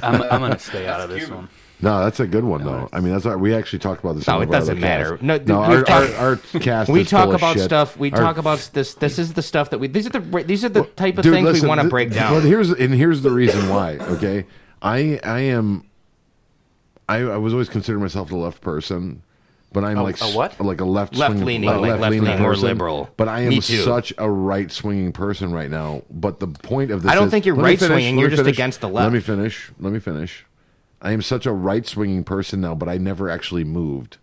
Speaker 4: I'm, I'm gonna stay out of this one.
Speaker 2: No, that's a good one though. I mean, that's why we actually talked about this.
Speaker 3: No,
Speaker 2: on
Speaker 3: it
Speaker 2: one of our
Speaker 3: doesn't
Speaker 2: other
Speaker 3: matter.
Speaker 2: casts.
Speaker 3: No,
Speaker 2: no,
Speaker 3: we've
Speaker 2: our,
Speaker 3: talked-
Speaker 2: our, our cast.
Speaker 3: We
Speaker 2: is full
Speaker 3: talk
Speaker 2: of
Speaker 3: about
Speaker 2: shit.
Speaker 3: stuff. We
Speaker 2: Our-
Speaker 3: talk about this. This is the stuff that we. These are the these are the type of
Speaker 2: Dude,
Speaker 3: things
Speaker 2: listen,
Speaker 3: we want to
Speaker 2: th-
Speaker 3: break
Speaker 2: But
Speaker 3: down.
Speaker 2: here's and here's the reason why. Okay, I I am. I, I was always considering myself a left person, but I'm like
Speaker 4: a
Speaker 2: s-
Speaker 4: what?
Speaker 2: Like a left
Speaker 3: Left-leaning, like
Speaker 2: leaning
Speaker 3: left-leaning or liberal.
Speaker 2: But I am
Speaker 3: Me too.
Speaker 2: such a right swinging person right now. But the point of this,
Speaker 3: I don't
Speaker 2: is-
Speaker 3: think you're
Speaker 2: let me finish,
Speaker 3: right-swinging,
Speaker 2: let me
Speaker 3: you're just
Speaker 2: finish,
Speaker 3: against the
Speaker 2: Let
Speaker 3: left.
Speaker 2: me finish. Let me finish. I am such a right swinging person now, but I never actually moved.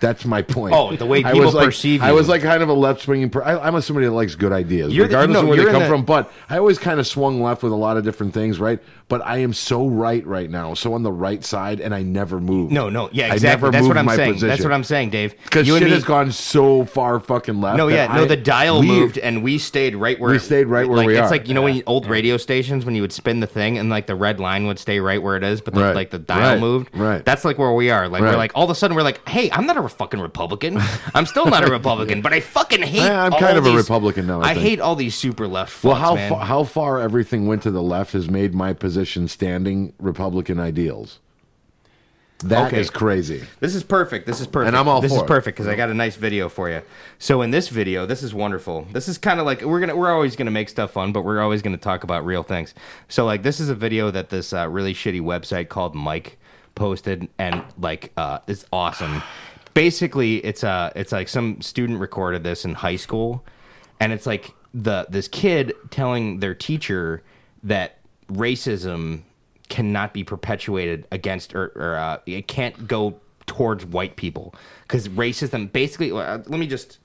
Speaker 2: That's my point.
Speaker 3: Oh, the way
Speaker 2: I
Speaker 3: people
Speaker 2: was like-
Speaker 3: perceive
Speaker 2: I
Speaker 3: you.
Speaker 2: was like kind of a left swinging. Per- I, I'm a somebody that likes good ideas,
Speaker 3: You're the-
Speaker 2: regardless
Speaker 3: no,
Speaker 2: of where they
Speaker 3: you're in
Speaker 2: come
Speaker 3: the-
Speaker 2: from. But I always kind of swung left with a lot of different things, right? But I am so right right now, so on the right side, and I never move.
Speaker 3: No, no, yeah,
Speaker 2: I
Speaker 3: exactly.
Speaker 2: never
Speaker 3: That's
Speaker 2: move
Speaker 3: what I'm
Speaker 2: my
Speaker 3: saying.
Speaker 2: Position.
Speaker 3: That's what I'm saying, Dave.
Speaker 2: Because
Speaker 3: You
Speaker 2: shit
Speaker 3: and me-
Speaker 2: has gone so far fucking left.
Speaker 3: No,
Speaker 2: that
Speaker 3: yeah, no.
Speaker 2: I-
Speaker 3: The dial
Speaker 2: we-
Speaker 3: moved, and we stayed right where
Speaker 2: We stayed right where
Speaker 3: like,
Speaker 2: we
Speaker 3: it's
Speaker 2: are.
Speaker 3: like you know when you, old radio stations when you would spin the thing and like the red line would stay right where it is, but the,
Speaker 2: Right.
Speaker 3: like the dial
Speaker 2: Right.
Speaker 3: moved.
Speaker 2: Right.
Speaker 3: That's like where we are. Like
Speaker 2: Right.
Speaker 3: we're like all of a sudden we're like, hey, I'm not a fucking Republican. I'm still not a Republican, but I fucking hate.
Speaker 2: Yeah, I'm
Speaker 3: all
Speaker 2: kind of a
Speaker 3: these-
Speaker 2: Republican now, I think.
Speaker 3: hate all these super left. Fucks,
Speaker 2: Well, how
Speaker 3: man.
Speaker 2: fa- how far everything went to the left has made my position standing Republican ideals. That is
Speaker 3: Okay.
Speaker 2: crazy.
Speaker 3: This is perfect. This is perfect.
Speaker 2: And I'm all
Speaker 3: this
Speaker 2: for
Speaker 3: is
Speaker 2: it.
Speaker 3: perfect because I got a nice video for you. So in this video, this is wonderful. This is kind of like we're gonna we're always gonna make stuff fun, but we're always gonna talk about real things. So like this is a video that this uh, really shitty website called Mike posted, and like uh, it's awesome. Basically, it's uh it's like some student recorded this in high school, and it's like the this kid telling their teacher that racism cannot be perpetuated against or, or uh, it can't go towards white people because racism basically uh, let me just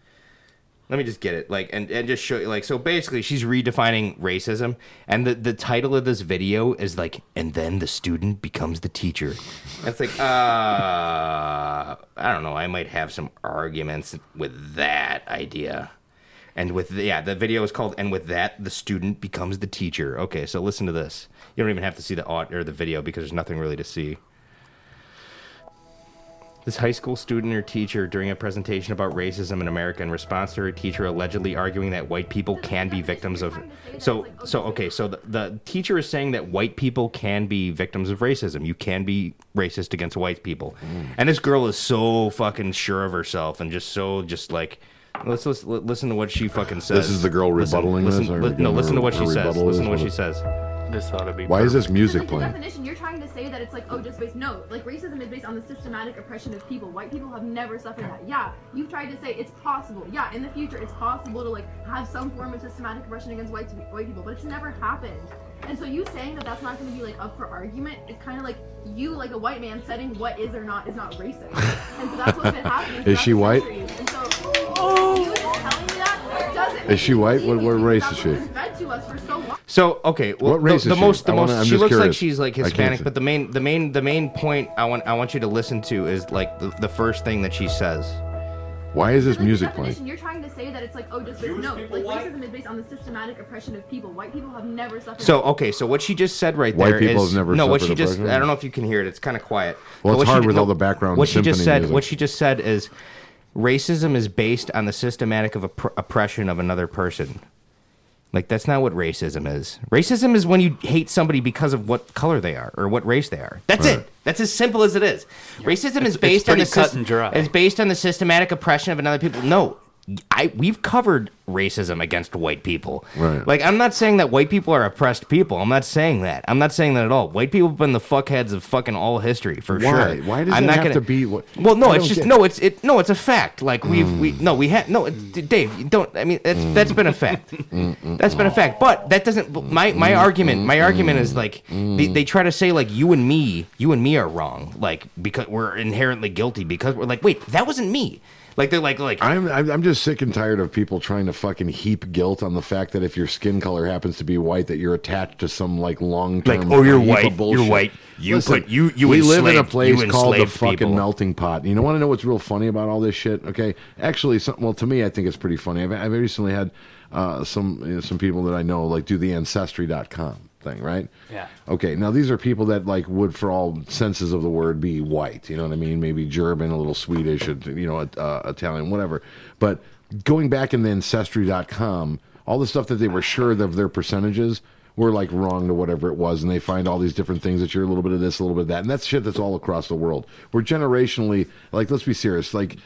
Speaker 3: let me just get it like and, and just show you like so basically she's redefining racism and the, the title of this video is like and then the student becomes the teacher it's like uh i don't know i might have some arguments with that idea and with the, yeah the video is called and with that the student becomes the teacher okay so listen to this you don't even have to see the aud or the video because there's nothing really to see this high school student or teacher during a presentation about racism in America in response to her teacher allegedly arguing that white people can be victims of so so okay so the, the teacher is saying that white people can be victims of racism you can be racist against white people
Speaker 2: Mm.
Speaker 3: and this girl is so fucking sure of herself and just so just like let's, let's li- listen to what she fucking says
Speaker 2: is the girl
Speaker 3: Listen-
Speaker 2: rebuttaling
Speaker 3: listen,
Speaker 2: this, or
Speaker 3: li- no
Speaker 2: giving
Speaker 3: listen to
Speaker 2: her-
Speaker 3: what
Speaker 2: her
Speaker 3: she says
Speaker 2: rebuttal
Speaker 3: listen
Speaker 2: is
Speaker 3: to what
Speaker 2: what
Speaker 3: she
Speaker 2: it-
Speaker 3: says
Speaker 4: This ought to be.
Speaker 2: Why is this music
Speaker 8: like
Speaker 2: playing?
Speaker 8: the definition, you're trying to say that it's like, oh, just based. No, like racism is based on the systematic oppression of people. White people have never suffered that. Yeah, you've tried to say it's possible. Yeah, in the future, it's possible to like have some form of systematic oppression against white white people, but it's never happened. And so you saying that that's not going to be like up for argument is kind of like you, like a white man, setting what is or not is not racist. and so that's what's been happening.
Speaker 2: Is she
Speaker 8: throughout
Speaker 2: white?
Speaker 8: the centuries. And so you just telling me that doesn't make
Speaker 2: she
Speaker 8: me
Speaker 2: white? What-
Speaker 8: believe it
Speaker 2: what
Speaker 8: because
Speaker 2: race
Speaker 8: that's
Speaker 2: is
Speaker 8: what's
Speaker 2: she?
Speaker 8: been fed to us for so long.
Speaker 3: So okay, well,
Speaker 2: What race
Speaker 3: the, the
Speaker 2: is she?
Speaker 3: most the
Speaker 2: I wanna-
Speaker 3: most
Speaker 2: I'm
Speaker 3: she
Speaker 2: just
Speaker 3: looks like
Speaker 2: curious.
Speaker 3: she's like
Speaker 2: I can't
Speaker 3: Hispanic,
Speaker 2: see.
Speaker 3: but the main the main the main point I want I want you to listen to is like the, the first thing that she says.
Speaker 2: Why is this
Speaker 8: Like, the
Speaker 2: music
Speaker 8: definition,
Speaker 2: playing?
Speaker 8: You're trying to say that it's like, oh, just
Speaker 6: Jewish
Speaker 8: no,
Speaker 6: people
Speaker 8: like
Speaker 6: white?
Speaker 8: racism is based on the systematic oppression of people. White people have never suffered.
Speaker 3: So okay, so what she just said right
Speaker 2: White
Speaker 3: there
Speaker 2: people
Speaker 3: is-
Speaker 2: have never
Speaker 3: no. What
Speaker 2: suffered
Speaker 3: she just
Speaker 2: oppression.
Speaker 3: I don't know if you can hear it. It's kind of quiet.
Speaker 2: Well,
Speaker 3: But
Speaker 2: it's
Speaker 3: what she
Speaker 2: hard
Speaker 3: ju-
Speaker 2: with all the background
Speaker 3: What she just
Speaker 2: symphony
Speaker 3: said.
Speaker 2: music.
Speaker 3: What she just said is, racism is based on the systematic of oppr- oppression of another person. Like that's not what racism is. Racism is when you hate somebody because of what color they are or what race they are. That's it. That's as simple as it is. Racism is
Speaker 4: it's
Speaker 3: based on the
Speaker 4: pretty cut
Speaker 3: sys-
Speaker 4: and dry.
Speaker 3: is based on the systematic oppression of another people. No, I we've covered racism against white people.
Speaker 2: Right.
Speaker 3: Like I'm not saying that white people are oppressed people. I'm not saying that. I'm not saying that at all. White people have been the fuckheads of fucking all history for
Speaker 2: Why?
Speaker 3: sure.
Speaker 2: Why does
Speaker 3: I'm
Speaker 2: it
Speaker 3: not
Speaker 2: have
Speaker 3: gonna,
Speaker 2: to be what-
Speaker 3: Well, no,
Speaker 2: I
Speaker 3: it's
Speaker 2: don't
Speaker 3: just
Speaker 2: get-
Speaker 3: no, it's it no, it's a fact. Like we've we no, we had no, it- d- Dave, you don't. I mean, that's that's been a fact.
Speaker 2: Mm.
Speaker 3: That's been a fact. But that doesn't. but My my
Speaker 2: Mm-hmm.
Speaker 3: argument, my argument is like they, they try to say like you and me, you and me are wrong, like because we're inherently guilty because we're like wait, that wasn't me. Like they're like like
Speaker 2: I'm, I'm I'm just sick and tired of people trying to fucking heap guilt on the fact that if your skin color happens to be white, that you're attached to some like long term.
Speaker 3: Like, oh, you're white, you're white, you put- you- you
Speaker 2: we live in a
Speaker 3: enslaved-
Speaker 2: place
Speaker 3: you
Speaker 2: called the
Speaker 3: enslaved
Speaker 2: fucking
Speaker 3: people.
Speaker 2: melting pot. You know, want to know what's real funny about all this shit? Okay, actually, some, well, to me, I think it's pretty funny. I've, I've recently had uh, some you know, some people that I know like do the ancestry.com thing, right?
Speaker 4: Yeah.
Speaker 2: Okay, now these are people that like would, for all senses of the word, be white. You know what I mean? Maybe German, a little Swedish, and, you know, uh, Italian, whatever. But going back in the ancestry.com, all the stuff that they were sure of their percentages were like wrong to whatever it was, and they find all these different things that you're a little bit of this, a little bit of that, and that's shit that's all across the world. We're generationally like, let's be serious, like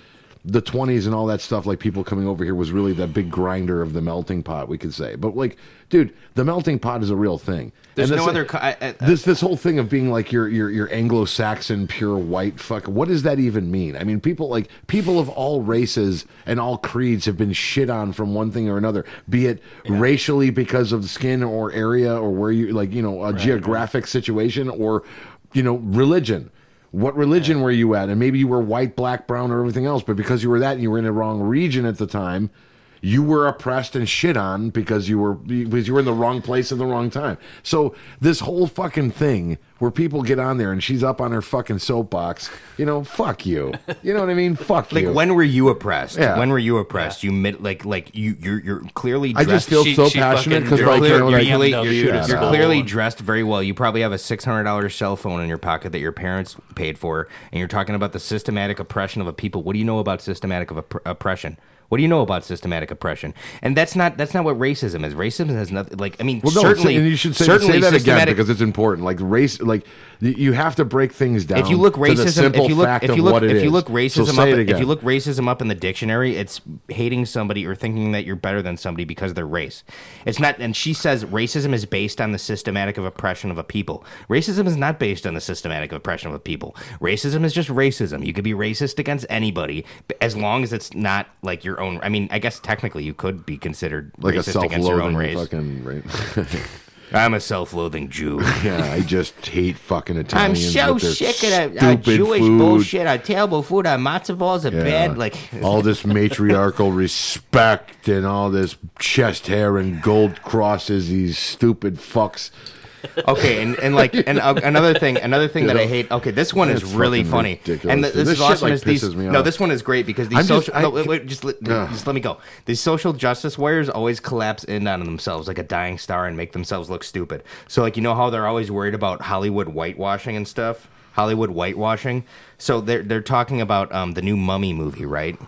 Speaker 2: the 20s and all that stuff like people coming over here was really that big grinder of the melting pot we could say but like dude the melting pot is a real thing
Speaker 3: There's
Speaker 2: And
Speaker 3: no
Speaker 2: this-
Speaker 3: other co- I- uh, I-
Speaker 2: this this whole thing of being like your your your anglo-saxon pure white fuck what does that even mean i mean people like people of all races and all creeds have been shit on from one thing or another be it racially because of skin or area or where you like you know a geographic situation or you know religion what religion were you at and maybe you were white black brown or everything else but because you were that and you were in the wrong region at the time you were oppressed and shit on because you were because you were in the wrong place at the wrong time. So this whole fucking thing where people get on there and she's up on her fucking soapbox, you know, fuck you. You know what I mean? Fuck
Speaker 3: like
Speaker 2: you.
Speaker 3: when were you oppressed?
Speaker 2: Yeah.
Speaker 3: When were you oppressed? You mid, like like you you're you're clearly
Speaker 2: I
Speaker 3: dressed.
Speaker 2: just feel
Speaker 4: She-
Speaker 2: so
Speaker 4: she fucking
Speaker 2: passionate because
Speaker 3: You're
Speaker 2: like,
Speaker 4: drove
Speaker 2: you know,
Speaker 4: your
Speaker 2: like
Speaker 3: clearly,
Speaker 4: BMW
Speaker 3: you're-
Speaker 4: to
Speaker 3: you're
Speaker 4: school.
Speaker 3: clearly dressed very well. You probably have a six hundred dollar cell phone in your pocket that your parents paid for, and you're talking about the systematic oppression of a people. What do you know about systematic of opp- oppression? What do you know about systematic oppression? And that's not that's not what racism is. Racism has nothing. Like I mean,
Speaker 2: well, no,
Speaker 3: certainly,
Speaker 2: and you should say,
Speaker 3: certainly
Speaker 2: say that again
Speaker 3: systematic-
Speaker 2: because it's important. Like race, like y- you have to break things down.
Speaker 3: if you look
Speaker 2: Um, to the
Speaker 3: racism,
Speaker 2: simple
Speaker 3: if you look,
Speaker 2: fact
Speaker 3: if you
Speaker 2: of
Speaker 3: look,
Speaker 2: what it
Speaker 3: if you
Speaker 2: is.
Speaker 3: look
Speaker 2: So
Speaker 3: racism
Speaker 2: say
Speaker 3: up,
Speaker 2: it
Speaker 3: if you
Speaker 2: again.
Speaker 3: look racism up in the dictionary, it's hating somebody or thinking that you're better than somebody because of their race. It's not. And she says racism is based on the systematic of oppression of a people. Racism is not based on the systematic oppression of a people. Racism is just racism. You could be racist against anybody b- as long as it's not like your own. I mean, I guess technically you could be considered
Speaker 2: like a
Speaker 3: racist against your own
Speaker 2: self-loathing
Speaker 3: race.
Speaker 2: fucking ra-
Speaker 3: I'm a self-loathing Jew.
Speaker 2: yeah, I just hate fucking
Speaker 3: I'm
Speaker 2: Italians.
Speaker 3: so
Speaker 2: with their
Speaker 3: sick of that uh,
Speaker 2: stupid
Speaker 3: Jewish
Speaker 2: food.
Speaker 3: bullshit. Our terrible food, our matzo balls are bad. Like,
Speaker 2: all this matriarchal respect and all this chest hair and gold crosses. These stupid fucks.
Speaker 3: okay, and, and like, and uh, another thing, another thing that I
Speaker 2: Yeah.
Speaker 3: hate. Okay, this one is
Speaker 2: That's
Speaker 3: really
Speaker 2: fucking
Speaker 3: funny,
Speaker 2: ridiculous,
Speaker 3: and th- this,
Speaker 2: dude. This
Speaker 3: is
Speaker 2: shit,
Speaker 3: awesome.
Speaker 2: like,
Speaker 3: is these,
Speaker 2: pisses me
Speaker 3: no,
Speaker 2: off.
Speaker 3: this one is great because these
Speaker 2: I'm just-
Speaker 3: social.
Speaker 2: I-
Speaker 3: no, wait, wait, just, let,
Speaker 2: Ugh.
Speaker 3: just let me go. These social justice warriors always collapse in on themselves like a dying star and make themselves look stupid. So, like, you know how they're always worried about Hollywood whitewashing and stuff. Hollywood whitewashing. So they're they're talking about um, the new Mummy movie, right?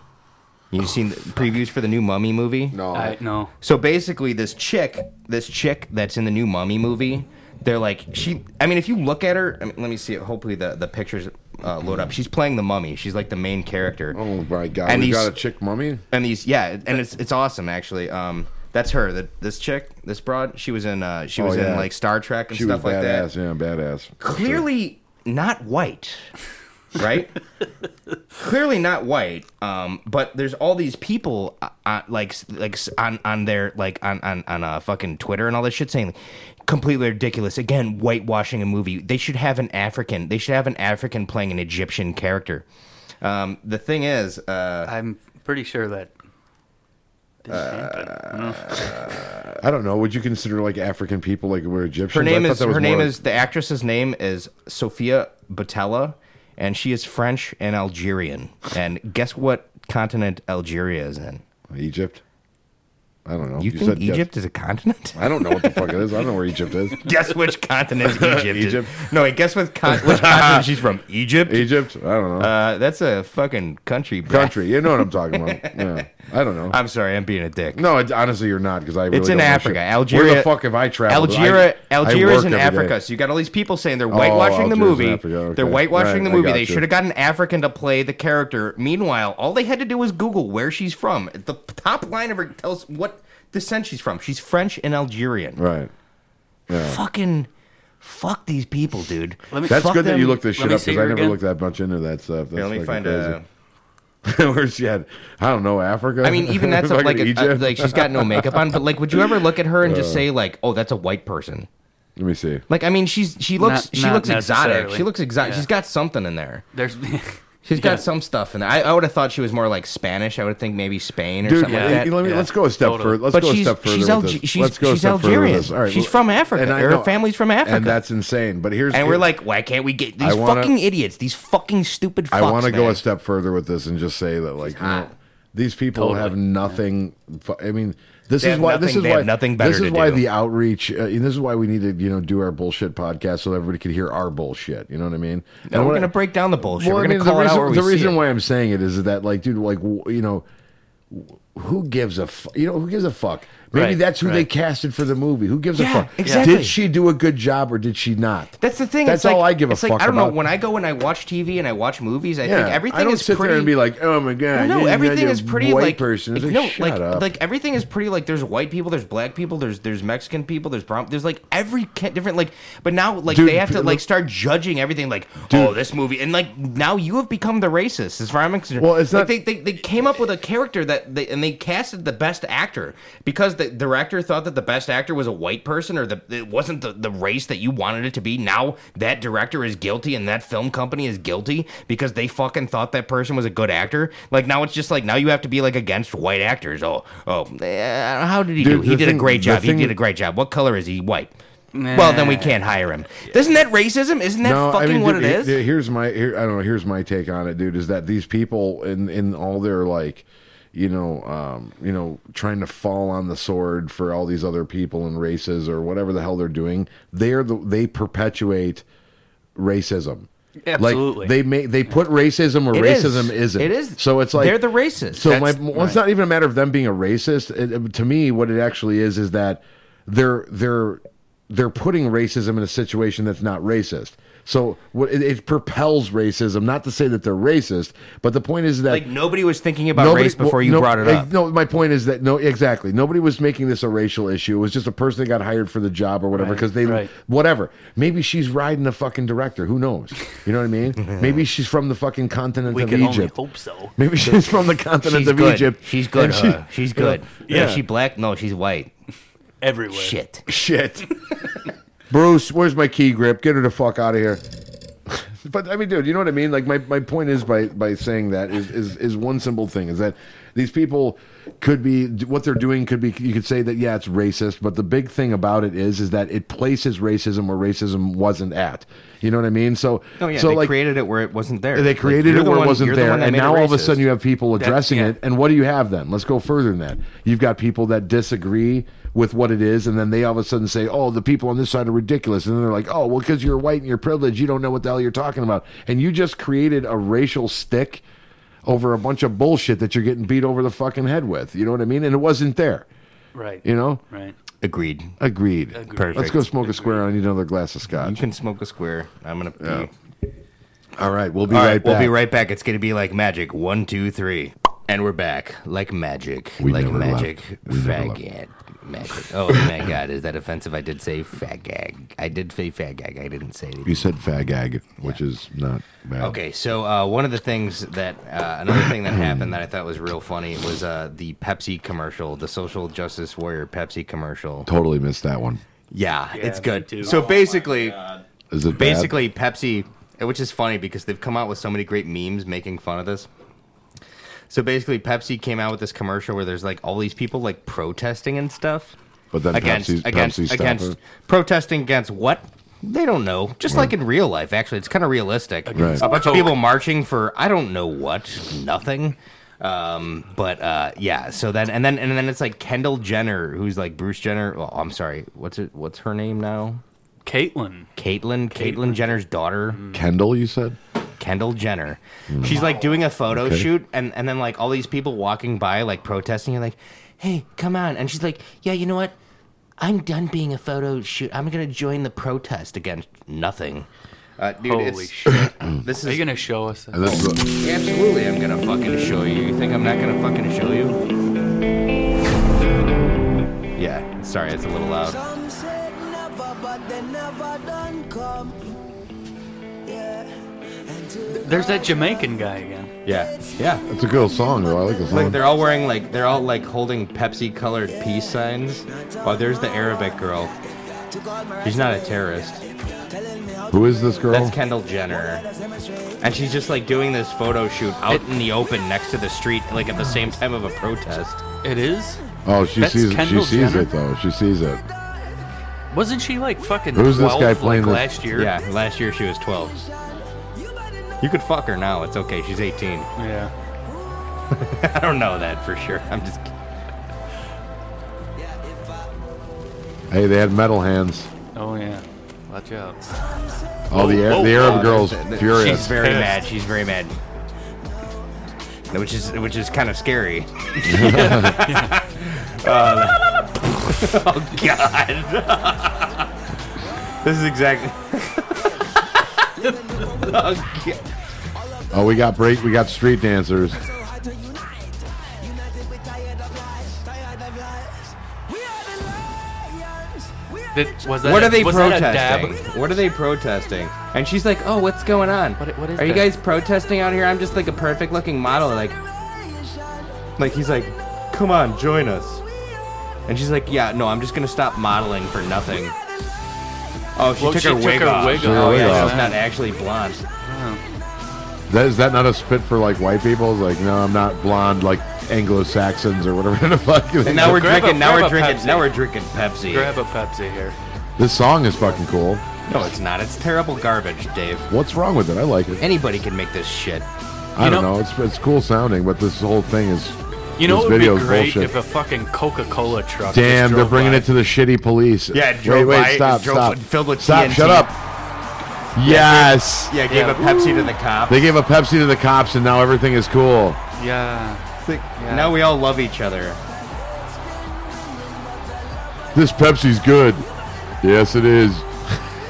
Speaker 3: You've seen the previews for the new Mummy movie?
Speaker 2: No,
Speaker 4: I no.
Speaker 3: So basically, this chick, this chick that's in the new Mummy movie, they're like she. I mean, if you look at her, I mean, let me see. it. Hopefully, the the pictures uh, load up. She's playing the mummy. She's like the main character.
Speaker 2: oh my god,
Speaker 3: And
Speaker 2: we
Speaker 3: these-
Speaker 2: got a chick mummy.
Speaker 3: And these, yeah, and it's it's awesome actually. Um, that's her. The, this chick, this broad. She was in. Uh, she
Speaker 2: Oh,
Speaker 3: was in
Speaker 2: yeah.
Speaker 3: like Star Trek and
Speaker 2: She was
Speaker 3: stuff like that.
Speaker 2: badass. Yeah, badass.
Speaker 3: Clearly not white, right? Clearly not white. Um, but there's all these people uh, uh, like s- like s- on on their like on on on uh, fucking Twitter and all this shit saying like, completely ridiculous. Again, whitewashing a movie. They should have an African. They should have an African playing an Egyptian character. Um, the thing is, uh,
Speaker 4: I'm pretty sure that. didn't
Speaker 2: Uh,
Speaker 4: happen.
Speaker 2: I don't know. Would you consider like African people like we're Egyptians?
Speaker 3: her name
Speaker 2: I thought
Speaker 3: is
Speaker 2: that was
Speaker 3: her name
Speaker 2: more-
Speaker 3: is the actress's name is Sophia Botella, and she is French and Algerian. And guess what continent Algeria is in?
Speaker 2: Egypt. I don't know.
Speaker 3: You, think
Speaker 2: said yes.
Speaker 3: Egypt is a continent?
Speaker 2: I don't know what the fuck it is. I don't know where Egypt is.
Speaker 3: guess which continent Egypt,
Speaker 2: Egypt. E-
Speaker 3: is. No, wait, guess what con- which continent she's from? Egypt?
Speaker 2: Egypt? I don't know.
Speaker 3: Uh, that's a fucking country, bro.
Speaker 2: Country. You know what I'm talking about. Yeah. I don't know.
Speaker 3: I'm sorry, I'm being a dick.
Speaker 2: no, it, honestly, you're not because I. Really
Speaker 3: It's in
Speaker 2: don't know
Speaker 3: Africa.
Speaker 2: shit. Where
Speaker 3: Algeria-
Speaker 2: the fuck have I traveled?
Speaker 3: Algeria,
Speaker 2: I- I
Speaker 3: Algeria is
Speaker 2: work
Speaker 3: in
Speaker 2: every day. Oh,
Speaker 3: Africa, so you got all these people saying they're whitewashing the
Speaker 2: Algeria's in
Speaker 3: movie.
Speaker 2: Africa, okay.
Speaker 3: They're whitewashing
Speaker 2: Right,
Speaker 3: the
Speaker 2: I
Speaker 3: movie.
Speaker 2: got
Speaker 3: They
Speaker 2: you.
Speaker 3: should have got an African to play the character. Meanwhile, all they had to do was Google where she's from. The top line of her tells what descent she's from. She's French and Algerian.
Speaker 2: Right.
Speaker 3: Fucking fuck these people, dude.
Speaker 4: Let me-
Speaker 2: That's
Speaker 3: Fuck
Speaker 2: good that
Speaker 3: them.
Speaker 2: you looked this
Speaker 4: Let
Speaker 2: shit
Speaker 4: me
Speaker 2: up
Speaker 4: see
Speaker 2: because I
Speaker 4: her
Speaker 2: never
Speaker 4: again.
Speaker 2: looked that much into that stuff. That's
Speaker 3: Here, let me find
Speaker 2: fucking crazy.
Speaker 3: a.
Speaker 2: Where's she at? I don't know, Africa.
Speaker 3: I mean, even that's a,
Speaker 2: Fucking
Speaker 3: like a,
Speaker 2: Egypt. Uh.
Speaker 3: like she's got no makeup on. But like, would you ever look at her and just say like, "Oh, that's a white person"?
Speaker 2: Let me see.
Speaker 3: Like, I mean, she's she looks
Speaker 4: Not-
Speaker 3: she
Speaker 4: not
Speaker 3: looks exotic.
Speaker 4: necessarily.
Speaker 3: She looks exotic.
Speaker 4: Yeah.
Speaker 3: She's got something in there.
Speaker 4: There's
Speaker 3: She's got
Speaker 4: Yeah.
Speaker 3: some stuff in there. I, I would have thought she was more like Spanish. I would think maybe Spain or
Speaker 2: Dude,
Speaker 3: something
Speaker 4: yeah.
Speaker 3: like that.
Speaker 2: let me,
Speaker 4: Yeah,
Speaker 2: let's go a step
Speaker 4: totally.
Speaker 2: further. Let's
Speaker 3: But
Speaker 2: go
Speaker 3: she's-
Speaker 2: a step further.
Speaker 3: she's
Speaker 2: with
Speaker 3: Alge-
Speaker 2: this.
Speaker 3: she's-
Speaker 2: let's go a
Speaker 3: she's
Speaker 2: step Further
Speaker 3: Algerian.
Speaker 2: with this. All right,
Speaker 3: She's
Speaker 2: well-
Speaker 3: from Africa.
Speaker 2: and I
Speaker 3: Her
Speaker 2: know-
Speaker 3: family's from Africa.
Speaker 2: and that's insane. But here's
Speaker 3: And we're
Speaker 2: here-
Speaker 3: like, why can't we get these
Speaker 2: I wanna-
Speaker 3: fucking idiots? These fucking stupid. Fucks,
Speaker 2: I want to go
Speaker 3: man.
Speaker 2: a step further with this and just say that, like, you know, these people
Speaker 4: Totally.
Speaker 2: have nothing. fu- I mean, this
Speaker 3: They
Speaker 2: is
Speaker 3: have
Speaker 2: why this
Speaker 3: nothing-
Speaker 2: is
Speaker 3: they
Speaker 2: why
Speaker 3: have nothing better
Speaker 2: This is
Speaker 3: to
Speaker 2: why
Speaker 3: do.
Speaker 2: the outreach. Uh, and this is why we need to, you know, do our bullshit podcast so that everybody could hear our bullshit. You know what I mean?
Speaker 3: No,
Speaker 2: And
Speaker 3: we're
Speaker 2: what I-
Speaker 3: gonna break down the bullshit.
Speaker 2: Well,
Speaker 3: we're
Speaker 2: I
Speaker 3: gonna
Speaker 2: mean,
Speaker 3: call
Speaker 2: the reason,
Speaker 3: it out where
Speaker 2: the
Speaker 3: we see
Speaker 2: reason
Speaker 3: it.
Speaker 2: why I'm saying it is that, like, dude, like, w- you know, who gives a fu- you know who gives a fuck? Maybe
Speaker 4: Right,
Speaker 2: that's who they
Speaker 4: right.
Speaker 2: casted for the movie. Who gives
Speaker 3: Yeah,
Speaker 2: a fuck?
Speaker 3: exactly.
Speaker 2: Did she do a good job or did she not?
Speaker 3: That's the thing.
Speaker 2: That's
Speaker 3: it's like,
Speaker 2: all I give a
Speaker 3: it's like,
Speaker 2: fuck
Speaker 3: I don't
Speaker 2: about.
Speaker 3: know. When I go and I watch TV and I watch movies, I think everything
Speaker 2: I don't
Speaker 3: is
Speaker 2: sit
Speaker 3: pretty.
Speaker 2: there and be like, oh my god,
Speaker 3: no,
Speaker 2: you
Speaker 3: everything
Speaker 2: know,
Speaker 3: is pretty
Speaker 2: white
Speaker 3: like
Speaker 2: person. It's like,
Speaker 3: no,
Speaker 2: shut
Speaker 3: like
Speaker 2: up.
Speaker 3: like everything is pretty like there's white people, there's black people, there's there's Mexican people, there's brown, there's like every ca- different like. But now like
Speaker 2: Dude,
Speaker 3: they have to
Speaker 2: look-
Speaker 3: like start judging everything like oh this movie and like now you have become the racist as far as I'm concerned.
Speaker 2: Well, it's not-
Speaker 3: like, they, they they came up with a character that they and they casted the best actor because the director thought that the best actor was a white person or the it wasn't the, the race that you wanted it to be. Now that director is guilty and that film company is guilty because they fucking thought that person was a good actor. Like now it's just like now you have to be like against white actors. Oh oh, eh, how did he do?
Speaker 2: Dude,
Speaker 3: He
Speaker 2: the
Speaker 3: did a
Speaker 2: thing-
Speaker 3: great
Speaker 2: the
Speaker 3: job.
Speaker 2: thing-
Speaker 3: he did a great job. What color is he? White. Well, then we can't hire him. Isn't that racism? Isn't that fucking what
Speaker 2: dude,
Speaker 3: it is?
Speaker 2: he- Here's my here, I don't know. Here's my take on it, dude. Is that these people in in all their like, you know, um, you know, trying to fall on the sword for all these other people and races or whatever the hell they're doing. They're the they perpetuate racism.
Speaker 4: Absolutely.
Speaker 2: like, they make they put racism where
Speaker 3: It is.
Speaker 2: racism isn't.
Speaker 3: It is.
Speaker 2: So it's like
Speaker 3: They're the racists.
Speaker 2: So my,
Speaker 4: That's-
Speaker 2: well, it's not even a matter of them being a racist. It- it- to me, what it actually is is that they're they're they're putting racism in a situation that's not racist. So what, it, it propels racism. Not to say that they're racist, but the point is that
Speaker 3: like nobody was thinking about
Speaker 2: Nobody-
Speaker 3: race before
Speaker 2: well,
Speaker 3: you
Speaker 2: no-
Speaker 3: brought it
Speaker 2: eh,
Speaker 3: up.
Speaker 2: No, my point is that no, exactly. Nobody was making this a racial issue. It was just a person that got hired for the job or whatever because they
Speaker 4: right.
Speaker 2: whatever. Maybe she's riding the fucking director. Who knows? You know what I mean? Maybe she's from the fucking continent
Speaker 4: we
Speaker 2: of
Speaker 4: can only
Speaker 2: Egypt.
Speaker 4: hope so.
Speaker 2: Maybe she's from the continent
Speaker 3: She's
Speaker 2: of
Speaker 3: good.
Speaker 2: Egypt.
Speaker 3: She's good.
Speaker 2: And she-
Speaker 3: huh? she's good.
Speaker 2: Yeah.
Speaker 3: Is she black? No, she's white.
Speaker 4: Everywhere.
Speaker 3: Shit.
Speaker 2: Shit. Bruce, where's my key grip? Get her the fuck out of here. But I mean, dude, you know what I mean? Like my, my point is by by saying that is, is is one simple thing is that these people could be what they're doing could be you could say that yeah it's racist, but the big thing about it is is that it places racism where racism wasn't at. You know what I mean? So
Speaker 3: Oh yeah,
Speaker 2: so
Speaker 3: they
Speaker 2: like
Speaker 3: created it where it wasn't there.
Speaker 2: they
Speaker 3: Like,
Speaker 2: created
Speaker 3: you're
Speaker 2: it
Speaker 3: the
Speaker 2: where it
Speaker 3: one-
Speaker 2: wasn't
Speaker 3: you're the
Speaker 2: there,
Speaker 3: one that
Speaker 2: and
Speaker 3: made it
Speaker 2: now all of a
Speaker 3: racist.
Speaker 2: sudden you have people addressing
Speaker 4: yeah.
Speaker 2: it. And what do you have then? Let's go further than that. You've got people that disagree with what it is, and then they all of a sudden say, "Oh, the people on this side are ridiculous," and then they're like, "Oh, well, because you're white and you're privileged, you don't know what the hell you're talking about," and you just created a racial stick over a bunch of bullshit that you're getting beat over the fucking head with. You know what I mean? And it wasn't there.
Speaker 4: Right.
Speaker 2: You know?
Speaker 4: Right.
Speaker 3: Agreed.
Speaker 2: Agreed.
Speaker 3: Perfect.
Speaker 2: Let's go smoke a square. I need another glass of scotch.
Speaker 3: You can smoke a square. I'm gonna. pee.
Speaker 2: All right, we'll be
Speaker 3: All right,
Speaker 2: right back.
Speaker 3: we'll be right back. It's gonna be like magic. One, two, three, and we're back like magic,
Speaker 2: We
Speaker 3: like
Speaker 2: never
Speaker 3: magic.
Speaker 2: left. We never left.
Speaker 3: Faggot. Magic. Oh my God, is that offensive? I did say fagag. I did say fagag. I didn't say it.
Speaker 2: You said fagag, which is not bad.
Speaker 3: Okay, so uh, one of the things that uh, another thing that happened that I thought was real funny was uh, the Pepsi commercial, the social justice warrior Pepsi commercial.
Speaker 2: Totally missed that one.
Speaker 3: Yeah, it's
Speaker 4: me
Speaker 3: good.
Speaker 4: too. Oh
Speaker 3: So basically,
Speaker 2: Is it bad?
Speaker 3: basically Pepsi, which is funny because they've come out with so many great memes making fun of this. So basically, Pepsi came out with this commercial where there's like all these people like protesting and stuff
Speaker 2: But then
Speaker 3: against
Speaker 2: Pepsi,
Speaker 3: against
Speaker 2: Pepsi stopped
Speaker 3: against
Speaker 2: it.
Speaker 3: protesting against what they don't know just like in real life actually it's kind of realistic
Speaker 2: Right.
Speaker 3: a bunch
Speaker 4: Coke.
Speaker 3: of people marching for i don't know what nothing Um, but uh, yeah, so then and then and then it's like Kendall Jenner, who's like Bruce Jenner. Well, I'm sorry, what's it? What's her name now?
Speaker 4: Caitlyn.
Speaker 3: Caitlyn, Mm. Caitlyn Jenner's daughter.
Speaker 2: Kendall, you said?
Speaker 3: Kendall Jenner. She's like doing a photo
Speaker 2: Okay.
Speaker 3: shoot, and, and then like all these people walking by, like protesting, are like, hey, come on. And she's like, yeah, you know what? I'm done being a photo shoot. I'm going to join the protest against nothing. Uh, dude,
Speaker 4: Holy
Speaker 3: it's,
Speaker 4: shit!
Speaker 3: This
Speaker 4: Are you
Speaker 3: is
Speaker 4: gonna show us? that?
Speaker 2: And this is
Speaker 3: absolutely. I'm gonna fucking show you. You think I'm not gonna fucking show you? Yeah. Sorry, it's a little loud.
Speaker 9: Some said never, but they never done come. Yeah. And to
Speaker 4: There's that Jamaican guy again.
Speaker 3: Yeah. Yeah.
Speaker 2: a, it's a good song, though. I like the
Speaker 3: Like
Speaker 2: song.
Speaker 3: they're all wearing like they're all like holding Pepsi colored peace signs. Oh, there's the Arabic girl.
Speaker 9: took all my
Speaker 3: She's not a terrorist.
Speaker 9: telling me how
Speaker 2: Who is this girl?
Speaker 3: That's Kendall Jenner.
Speaker 9: to demonstrate.
Speaker 3: And she's just like doing this photo shoot out in the open next to the street, like at the same time of a protest.
Speaker 4: It is.
Speaker 2: oh, she
Speaker 4: That's
Speaker 2: sees
Speaker 4: Kendall
Speaker 2: she sees
Speaker 4: Jenner?
Speaker 2: it though. She sees it.
Speaker 4: Wasn't she like fucking
Speaker 2: Who's this
Speaker 4: 12,
Speaker 2: guy playing
Speaker 4: like,
Speaker 2: this-
Speaker 4: last year?
Speaker 3: Yeah, last year she was 12. You could fuck her now. It's okay. She's 18.
Speaker 4: Yeah.
Speaker 3: I don't know that for sure. I'm just.
Speaker 2: Hey, they had metal hands.
Speaker 4: Oh yeah. Watch out.
Speaker 2: Oh, the Ar- the Arab girl's furious.
Speaker 3: She's very
Speaker 4: pissed.
Speaker 3: mad. She's very mad. Which is which is kind of scary. Uh, oh God! this is exactly. oh, God.
Speaker 2: oh, we got break. We got street dancers.
Speaker 9: So hard to unite. United, we're tired of lies. Tired of lies. We are the lions. We are
Speaker 4: Did,
Speaker 9: the
Speaker 4: was that
Speaker 3: what
Speaker 4: a-
Speaker 3: are they
Speaker 4: was
Speaker 3: protesting?
Speaker 4: That a dab?
Speaker 3: What are they protesting? And she's like, "Oh, what's going on?
Speaker 4: What- what
Speaker 3: are
Speaker 4: is
Speaker 3: you
Speaker 4: this?"
Speaker 3: guys protesting out here? I'm just like a perfect-looking model." Like, like he's like, "Come on, join us." And she's like, "Yeah, no, I'm just gonna stop modeling for nothing." Oh, she
Speaker 4: Well,
Speaker 3: took
Speaker 4: she
Speaker 3: her
Speaker 4: took
Speaker 3: wig
Speaker 4: her
Speaker 3: off.
Speaker 4: wig
Speaker 2: off.
Speaker 3: Oh, yeah,
Speaker 2: Yeah.
Speaker 3: she's not actually blonde.
Speaker 2: That, is that not a spit for like white people? It's like, no, I'm not blonde like Anglo Saxons or whatever the fuck.
Speaker 3: And now we're
Speaker 4: grab a-
Speaker 3: drinking. now
Speaker 4: grab
Speaker 3: we're
Speaker 4: a
Speaker 3: drinking.
Speaker 4: Pepsi.
Speaker 3: Now we're drinking Pepsi.
Speaker 4: Grab a Pepsi here.
Speaker 2: this song is fucking cool.
Speaker 3: no, it's not. It's terrible garbage, Dave.
Speaker 2: What's wrong with it? I like it.
Speaker 3: Anybody can make this shit.
Speaker 2: I
Speaker 4: You
Speaker 2: don't
Speaker 4: know-
Speaker 2: know. It's it's cool sounding, but this whole thing is.
Speaker 4: You know
Speaker 2: this
Speaker 4: it would be
Speaker 2: video is
Speaker 4: great
Speaker 2: bullshit.
Speaker 4: if a fucking Coca-Cola truck. just
Speaker 2: Damn, they're
Speaker 4: drove
Speaker 2: bringing
Speaker 4: by.
Speaker 2: it to the shitty police.
Speaker 3: Yeah, it
Speaker 2: wait,
Speaker 3: drove
Speaker 2: wait,
Speaker 3: by, it
Speaker 2: stop,
Speaker 3: drove
Speaker 2: stop,
Speaker 3: with- filled with
Speaker 2: stop,
Speaker 3: TNT.
Speaker 2: shut up. Yes,
Speaker 3: Yeah, gave a Pepsi to the cop.
Speaker 2: they gave a Pepsi to the cops, and now everything is cool.
Speaker 4: Yeah. Yeah.
Speaker 3: Now we all love each other.
Speaker 2: This Pepsi's good. Yes, it is.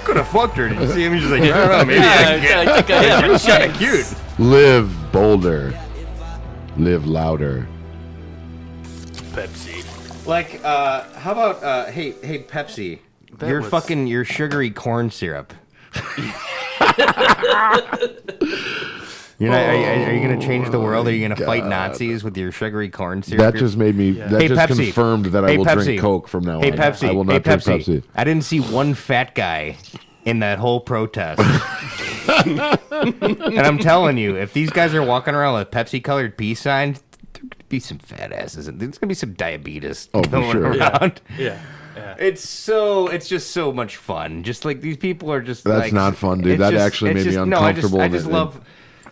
Speaker 3: could have fucked her. Did you see him? He's just like, I don't know, maybe
Speaker 4: Yeah, I think I did.
Speaker 3: She's kind of cute.
Speaker 2: Live bolder, live louder.
Speaker 4: Pepsi.
Speaker 3: Like, uh, how about, uh, hey, hey, Pepsi,
Speaker 4: That
Speaker 3: your
Speaker 4: was-
Speaker 3: fucking, your sugary corn syrup. You're not, are, you, are you gonna change the world? Are you gonna fight Nazis with your sugary corn syrup?
Speaker 2: That
Speaker 3: Your-
Speaker 2: just made me. That
Speaker 3: Hey,
Speaker 2: just
Speaker 3: Pepsi.
Speaker 2: confirmed that I
Speaker 3: Hey,
Speaker 2: will
Speaker 3: Pepsi.
Speaker 2: drink Coke from now
Speaker 3: Hey
Speaker 2: on.
Speaker 3: Pepsi!
Speaker 2: I will
Speaker 3: hey
Speaker 2: not drink
Speaker 3: Pepsi!
Speaker 2: Pepsi.
Speaker 3: I didn't see one fat guy in that whole protest. and I'm telling you, if these guys are walking around with Pepsi-colored peace signs, there's gonna be some fat asses, and there's gonna be some diabetes
Speaker 2: Oh, for
Speaker 3: going
Speaker 2: sure.
Speaker 3: around.
Speaker 4: Yeah. Yeah.
Speaker 3: It's so, it's just so much fun. Just like these people are just.
Speaker 2: That's
Speaker 3: like-
Speaker 2: not fun, dude.
Speaker 3: it's
Speaker 2: That
Speaker 3: just-
Speaker 2: actually
Speaker 3: it's
Speaker 2: made me
Speaker 3: just-
Speaker 2: uncomfortable
Speaker 3: No, I
Speaker 2: and
Speaker 3: just, I just
Speaker 2: it-
Speaker 3: love.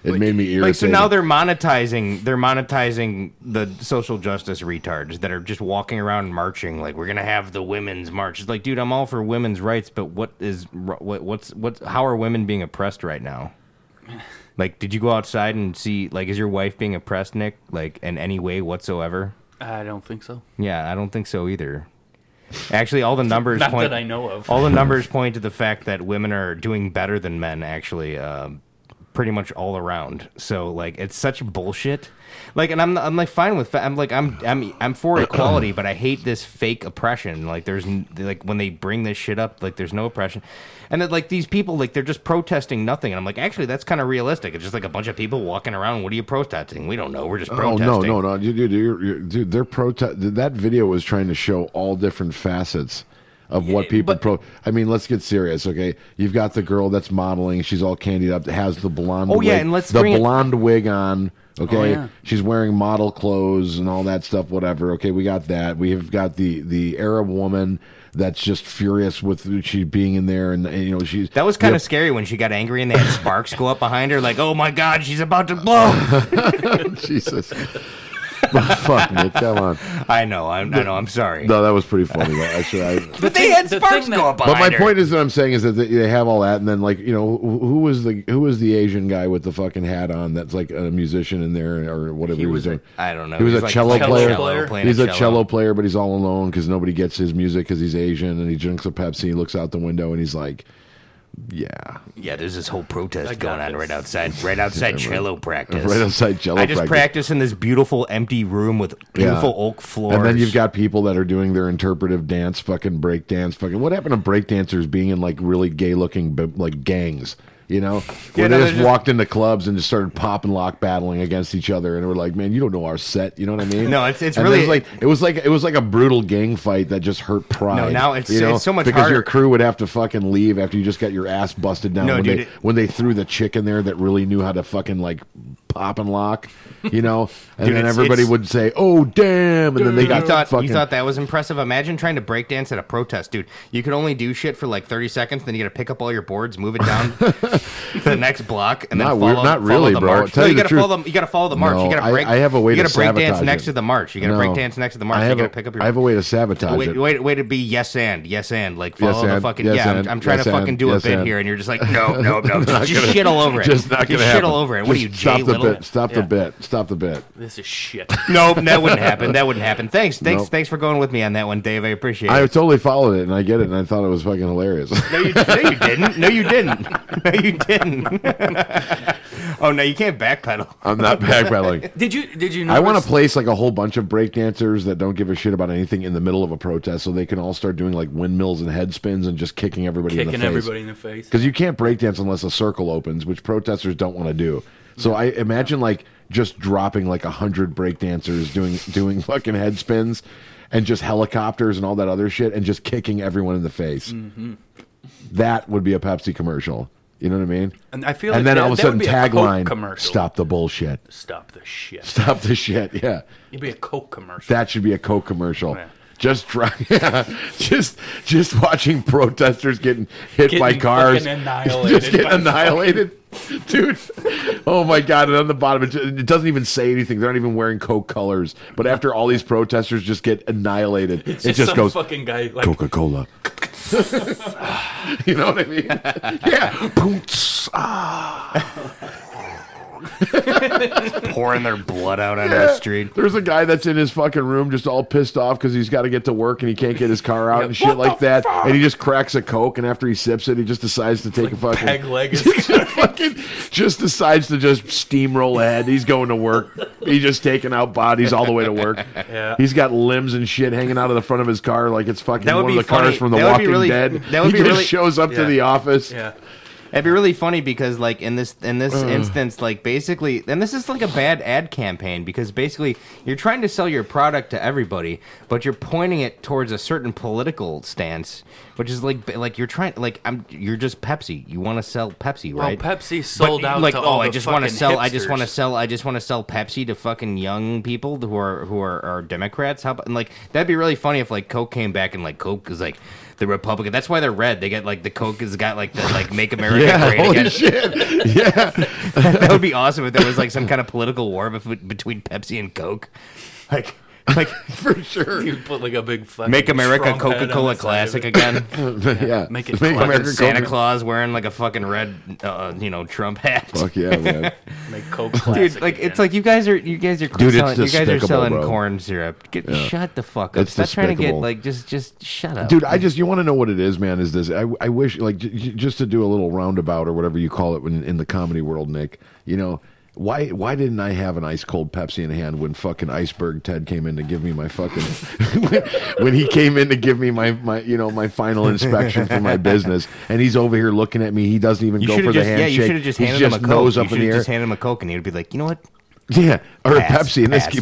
Speaker 2: It made me irritated.
Speaker 3: Like so now they're monetizing they're monetizing the social justice retards that are just walking around marching like we're gonna have the women's march. It's like, dude, I'm all for women's rights, but what is r- what what's what's how are women being oppressed right now? Like, did you go outside and see like is your wife being oppressed, Nick? Like in any way whatsoever?
Speaker 4: I don't think so.
Speaker 3: Yeah, I don't think so either. Actually, all the numbers
Speaker 4: Not
Speaker 3: point
Speaker 4: that I know of.
Speaker 3: all the numbers point to the fact that women are doing better than men, actually, um, pretty much all around. So like, it's such bullshit. Like, and I'm I'm like fine with fa- I'm like I'm I'm I'm for equality, but I hate this fake oppression. Like, there's n- like when they bring this shit up, like there's no oppression, and that like these people like they're just protesting nothing. And I'm like, actually, that's kind of realistic. It's just like a bunch of people walking around. What are you protesting? We don't know. We're just
Speaker 2: Oh
Speaker 3: protesting.
Speaker 2: no no no, dude, dude, you're, you're, dude! They're protest. That video was trying to show all different facets of what people pro. I mean, let's get serious, okay? You've got the girl that's modeling; she's all candied up, has the blonde.
Speaker 3: Oh,
Speaker 2: wig,
Speaker 3: yeah, and let's
Speaker 2: the
Speaker 3: bring it- Oh,
Speaker 2: blonde wig on. Okay,
Speaker 4: yeah.
Speaker 2: she's wearing model clothes and all that stuff. Whatever. Okay, we got that. We have got the the Arab woman that's just furious with she being in there, and, and, you know she's
Speaker 3: That was kind
Speaker 2: you know,
Speaker 3: of scary when she got angry and they had sparks go up behind her, like, oh my god, she's about to blow.
Speaker 2: Jesus. But fuck Nick, come on.
Speaker 3: I know, I'm, I know, I'm sorry.
Speaker 2: No, that was pretty funny. though, Actually, I,
Speaker 3: but they had
Speaker 4: the
Speaker 3: sparks
Speaker 4: thing that-
Speaker 3: go up
Speaker 2: but
Speaker 3: behind
Speaker 2: my
Speaker 3: her.
Speaker 2: point is that I'm saying is that they- they have all that, and then like you know, who who was the who was the Asian guy with the fucking hat on? That's like a musician in there or whatever he,
Speaker 4: He
Speaker 2: was,
Speaker 4: was a-
Speaker 2: doing.
Speaker 3: I don't know.
Speaker 2: He was
Speaker 3: He's
Speaker 2: a
Speaker 3: like
Speaker 2: cello
Speaker 3: playing
Speaker 4: player.
Speaker 3: playing
Speaker 2: He's a cello player, but he's all alone because nobody gets his music because he's Asian, and he drinks a Pepsi. He looks out the window and he's like, "Yeah,
Speaker 3: Yeah, there's this whole protest
Speaker 4: got
Speaker 3: going on
Speaker 4: this.
Speaker 3: right outside, right outside cello practice.
Speaker 2: right outside cello."
Speaker 3: I just
Speaker 2: practice.
Speaker 3: practice in this beautiful empty room with beautiful oak floors.
Speaker 2: And then you've got people that are doing their interpretive dance, fucking break dance, fucking. What happened to break dancers being in like really gay looking like gangs? You know,
Speaker 3: no,
Speaker 2: where they
Speaker 3: they're
Speaker 2: just
Speaker 3: just-
Speaker 2: walked into clubs and just started pop and lock battling against each other, and we're like, man, you don't know our set. You know what I mean?
Speaker 3: No, it's- it's
Speaker 2: And
Speaker 3: really-
Speaker 2: there's, like it was like it was like a brutal gang fight that just hurt pride.
Speaker 3: No, now it's-
Speaker 2: you know?
Speaker 3: it's so much
Speaker 2: because
Speaker 3: harder.
Speaker 2: your crew would have to fucking leave after you just got your ass busted down
Speaker 3: No,
Speaker 2: when
Speaker 3: dude,
Speaker 2: they
Speaker 3: it-
Speaker 2: when they threw the chick in there that really knew how to fucking like pop and lock. You know, and
Speaker 3: Dude,
Speaker 2: then
Speaker 3: it's-
Speaker 2: everybody
Speaker 3: it's-
Speaker 2: would say, "Oh damn," and then they
Speaker 3: you
Speaker 2: got
Speaker 3: thought
Speaker 2: fucking.
Speaker 3: you thought that was impressive. Imagine trying to break dance at a protest, dude. You could only do shit for like 30 seconds, then you got to pick up all your boards, move it down to the next block, and
Speaker 2: Not
Speaker 3: then
Speaker 2: weird-
Speaker 3: follow.
Speaker 2: not
Speaker 3: follow
Speaker 2: really,
Speaker 3: the
Speaker 2: bro.
Speaker 3: March.
Speaker 2: Tell
Speaker 3: no,
Speaker 2: you
Speaker 3: you
Speaker 2: the
Speaker 3: got to follow
Speaker 2: truth.
Speaker 3: the you got to follow the march.
Speaker 2: No,
Speaker 3: you got
Speaker 2: I-
Speaker 3: to break.
Speaker 2: I have a way
Speaker 3: you
Speaker 2: to
Speaker 3: gotta break dance
Speaker 2: sabotage it.
Speaker 3: next to the march. You got to
Speaker 2: No.
Speaker 3: break dance next to the march.
Speaker 2: I have,
Speaker 3: you
Speaker 2: a,
Speaker 3: got to pick up your.
Speaker 2: I have a way to sabotage
Speaker 3: Wait,
Speaker 2: it.
Speaker 3: wait, wait to be yes and yes and like
Speaker 2: Yes
Speaker 3: follow the
Speaker 2: and,
Speaker 3: fucking
Speaker 2: yes
Speaker 3: yeah.
Speaker 2: and,
Speaker 3: I'm, I'm trying
Speaker 2: yes
Speaker 3: to fucking
Speaker 2: and,
Speaker 3: do
Speaker 2: yes
Speaker 3: a bit
Speaker 2: and.
Speaker 3: here, and you're just like no, no, no, just, just
Speaker 2: gonna-
Speaker 3: shit all over it.
Speaker 2: Just not gonna
Speaker 3: Just
Speaker 2: happen.
Speaker 3: shit all over it. What
Speaker 2: Just
Speaker 3: are you, Jay
Speaker 2: Stop the
Speaker 3: Lillis?
Speaker 2: bit. Stop the
Speaker 4: Yeah.
Speaker 2: bit. Stop the bit.
Speaker 4: This is shit.
Speaker 3: Nope, that wouldn't happen. That wouldn't happen. Thanks, thanks,
Speaker 2: Nope.
Speaker 3: thanks for going with me on that one, Dave. I appreciate
Speaker 2: I
Speaker 3: it.
Speaker 2: totally followed it and I get it and I thought it was fucking hilarious.
Speaker 3: No, you, no, you didn't. No, you didn't. No, you didn't. oh no, you can't backpedal.
Speaker 2: I'm not backpedaling.
Speaker 4: Did you did you?
Speaker 2: I want to
Speaker 4: notice-
Speaker 2: place like a whole bunch of breakdancers that don't give a shit about anything in the middle of a protest, so they can all start doing like windmills and head spins and just kicking everybody in the
Speaker 4: kicking
Speaker 2: face.
Speaker 4: everybody in the face.
Speaker 2: because you can't breakdance unless a circle opens, which protesters don't want to do. So I imagine like just dropping like a hundred breakdancers doing doing fucking head spins and just helicopters and all that other shit and just kicking everyone in the face.
Speaker 4: Mm-hmm.
Speaker 2: That would be a Pepsi commercial. You know what I mean?
Speaker 4: And I feel
Speaker 2: and
Speaker 4: like
Speaker 2: then
Speaker 4: that-
Speaker 2: all of a
Speaker 4: that would
Speaker 2: sudden
Speaker 4: be a Coke
Speaker 2: tagline:
Speaker 4: commercial.
Speaker 2: "Stop the bullshit,
Speaker 4: Stop the shit.
Speaker 2: stop the shit." Yeah,
Speaker 4: It'd be a Coke commercial.
Speaker 2: that should be a Coke commercial.
Speaker 4: Oh, Yeah.
Speaker 2: Just try, just just watching protesters getting hit by
Speaker 4: Getting
Speaker 2: cars,
Speaker 4: fucking annihilated
Speaker 2: just getting
Speaker 4: by
Speaker 2: annihilated, dude. Oh my god! And on the bottom, it, ju- it doesn't even say anything. They're not even wearing Coke colors. But after all these protesters just get annihilated,
Speaker 4: It's
Speaker 2: it just
Speaker 4: some
Speaker 2: goes
Speaker 4: fucking guy like
Speaker 2: Coca Cola. you know what I mean? yeah. Boom, tss, ah.
Speaker 3: Pouring their blood out onto
Speaker 2: Yeah.
Speaker 3: the street.
Speaker 2: There's a guy that's in his fucking room just all pissed off because he's got to get to work and he can't get his car out and shit like that. And he just cracks a Coke and after he sips it, he just decides to take a fucking.
Speaker 4: peg leg. is-
Speaker 2: fucking just decides to just steamroll ahead. He's going to work. He's just taking out bodies all the way to work.
Speaker 4: Yeah.
Speaker 2: He's got limbs and shit hanging out of the front of his car like it's fucking
Speaker 3: That would
Speaker 2: one of
Speaker 3: be
Speaker 2: the cars
Speaker 3: funny.
Speaker 2: from The
Speaker 3: That would be
Speaker 2: Walking
Speaker 3: really-
Speaker 2: Dead.
Speaker 3: that would be
Speaker 2: he just
Speaker 3: really-
Speaker 2: shows up to
Speaker 4: Yeah.
Speaker 2: the office.
Speaker 4: yeah.
Speaker 3: It'd be really funny because, like, in this in this instance, like, basically, and this is like a bad ad campaign because basically you're trying to sell your product to everybody, but you're pointing it towards a certain political stance, which is like, ba- like you're trying, like, I'm, you're just Pepsi. You want to sell Pepsi,
Speaker 4: Well,
Speaker 3: right?
Speaker 4: Pepsi
Speaker 3: But,
Speaker 4: sold out
Speaker 3: like,
Speaker 4: to
Speaker 3: oh,
Speaker 4: all
Speaker 3: I
Speaker 4: the
Speaker 3: just
Speaker 4: want to
Speaker 3: sell. I just want to
Speaker 4: sell.
Speaker 3: sell. I just want to sell Pepsi to fucking young people who are who are, are Democrats. How about and like that'd be really funny if like Coke came back and like Coke is like the Republican. That's why they're red. They get like the Coke has got like the like Make America
Speaker 2: Yeah,
Speaker 3: Great
Speaker 2: holy
Speaker 3: Again.
Speaker 2: shit. Yeah.
Speaker 3: that would be awesome if there was like some kind of political war bef- between Pepsi and Coke. Like like
Speaker 2: For sure.
Speaker 4: You put like a big fucking
Speaker 3: Make America
Speaker 4: Trump head on
Speaker 3: Coca Cola
Speaker 4: the side of
Speaker 3: Classic
Speaker 4: it.
Speaker 3: again.
Speaker 2: yeah.
Speaker 4: Make it
Speaker 2: Make
Speaker 4: fun.
Speaker 3: Fucking
Speaker 2: America
Speaker 3: Santa
Speaker 2: Coke-
Speaker 3: Claus wearing like a fucking red, uh, you know, Trump hat.
Speaker 2: Fuck yeah, man.
Speaker 4: Make Coke Classic.
Speaker 3: Dude, like it's
Speaker 4: again.
Speaker 3: like you guys are you guys are
Speaker 2: Dude, it's
Speaker 3: selling, you guys are
Speaker 2: despicable,
Speaker 3: selling
Speaker 2: bro.
Speaker 3: corn syrup. Get, Shut the fuck up!
Speaker 2: It's
Speaker 3: Stop trying to get
Speaker 2: despicable.
Speaker 3: like just just shut up,
Speaker 2: dude i just you want to know what it is man is this i, I wish like j- j- just to do a little roundabout or whatever you call it when, in the comedy world nick you know why why didn't i have an ice cold pepsi in hand when fucking iceberg ted came in to give me my fucking when, when he came in to give me my my you know my final inspection for my business and he's over here looking at me he doesn't even
Speaker 3: You
Speaker 2: go
Speaker 3: should
Speaker 2: for
Speaker 3: have just
Speaker 2: the
Speaker 3: yeah,
Speaker 2: handshake
Speaker 3: you should have just handed
Speaker 2: he's
Speaker 3: him a
Speaker 2: nose
Speaker 3: coke.
Speaker 2: up
Speaker 3: you
Speaker 2: in the
Speaker 3: should
Speaker 2: air
Speaker 3: have just handed him a coke, and he'd be like, you know what?
Speaker 2: Yeah, or
Speaker 3: Pass,
Speaker 2: a Pepsi, and this
Speaker 3: pass,
Speaker 2: key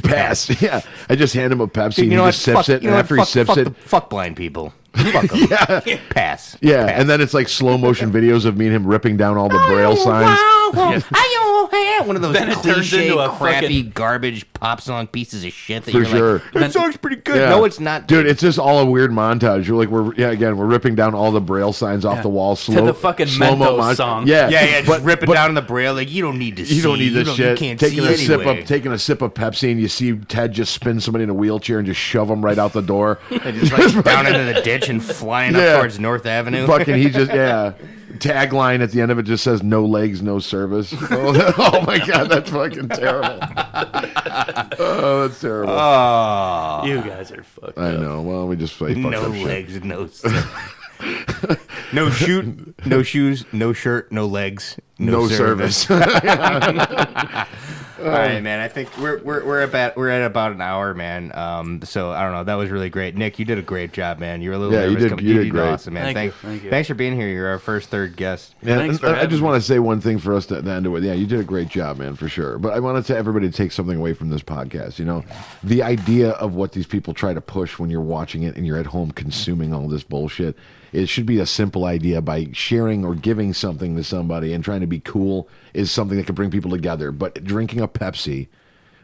Speaker 2: pass. Yeah, I just hand him a Pepsi,
Speaker 3: Dude,
Speaker 2: and
Speaker 3: you know
Speaker 2: he
Speaker 3: what?
Speaker 2: just sips
Speaker 3: Fuck-
Speaker 2: it,
Speaker 3: you know
Speaker 2: and
Speaker 3: what?
Speaker 2: after
Speaker 3: fuck,
Speaker 2: he sips
Speaker 3: fuck
Speaker 2: it,
Speaker 3: the- fuck blind people. Fuck 'em.
Speaker 2: yeah,
Speaker 3: Pass.
Speaker 2: yeah,
Speaker 3: Pass.
Speaker 2: and then it's like slow motion videos of me and him ripping down all
Speaker 3: Oh,
Speaker 2: the braille signs.
Speaker 3: One of those
Speaker 4: Then it turns
Speaker 3: cliche,
Speaker 4: into a
Speaker 3: crappy garbage pop song pieces of shit that
Speaker 2: For
Speaker 3: you're
Speaker 2: sure.
Speaker 3: like, that song's pretty good.
Speaker 2: Yeah.
Speaker 3: No, it's not,
Speaker 2: dude. It's just all a weird montage. You're like, we're yeah, again, we're ripping down all the braille signs off
Speaker 4: Yeah.
Speaker 2: the wall.
Speaker 4: To
Speaker 2: Slow
Speaker 4: the fucking
Speaker 2: slow-mo
Speaker 4: Mentos song.
Speaker 2: Yeah,
Speaker 3: Yeah, yeah, just
Speaker 2: but-
Speaker 3: rip it
Speaker 2: but
Speaker 3: down in the braille. Like you don't need to.
Speaker 2: You
Speaker 3: see.
Speaker 2: don't need this
Speaker 3: You
Speaker 2: shit.
Speaker 3: can't
Speaker 2: taking
Speaker 3: see
Speaker 2: a sip
Speaker 3: anyway.
Speaker 2: of taking a sip of Pepsi, and you see Ted just spin somebody in a wheelchair and just shove them right out the door.
Speaker 3: And just like down into the ditch and flying
Speaker 2: Yeah.
Speaker 3: up towards North Avenue.
Speaker 2: Fucking, he just yeah. Tagline at the end of it just says "No legs, no service." Oh, that- oh my god, that's fucking terrible. oh, that's terrible.
Speaker 3: Ah.
Speaker 4: you guys are fucked.
Speaker 2: I
Speaker 4: up.
Speaker 2: know. Well, we just play
Speaker 3: no
Speaker 2: up shit.
Speaker 3: legs, no. s- no shoot, no shoes, no shirt, no legs, no,
Speaker 2: No
Speaker 3: service.
Speaker 2: service.
Speaker 3: All right, man. I think we're we're we're about we're at about an hour, man. Um, so I don't know. That was really great, Nick. You did a great job, man. You were a little
Speaker 2: Yeah, you
Speaker 3: nervous.
Speaker 2: did-
Speaker 3: coming-
Speaker 2: you did great.
Speaker 3: awesome, man.
Speaker 4: Thank
Speaker 3: Thank-
Speaker 4: you, thank you.
Speaker 3: Thanks for being here. You're our first third guest.
Speaker 2: Yeah,
Speaker 4: Thanks
Speaker 2: and
Speaker 4: for
Speaker 2: I, I
Speaker 4: having
Speaker 2: just
Speaker 4: me.
Speaker 2: want to say one thing for us to, to end it with. Yeah, you did a great job, man, for sure. But I wanted to everybody to take something away from this podcast. You know, the idea of what these people try to push when you're watching it and you're at home consuming all this bullshit. It should be a simple idea by sharing or giving something to somebody and trying to be cool is something that can bring people together. But drinking a Pepsi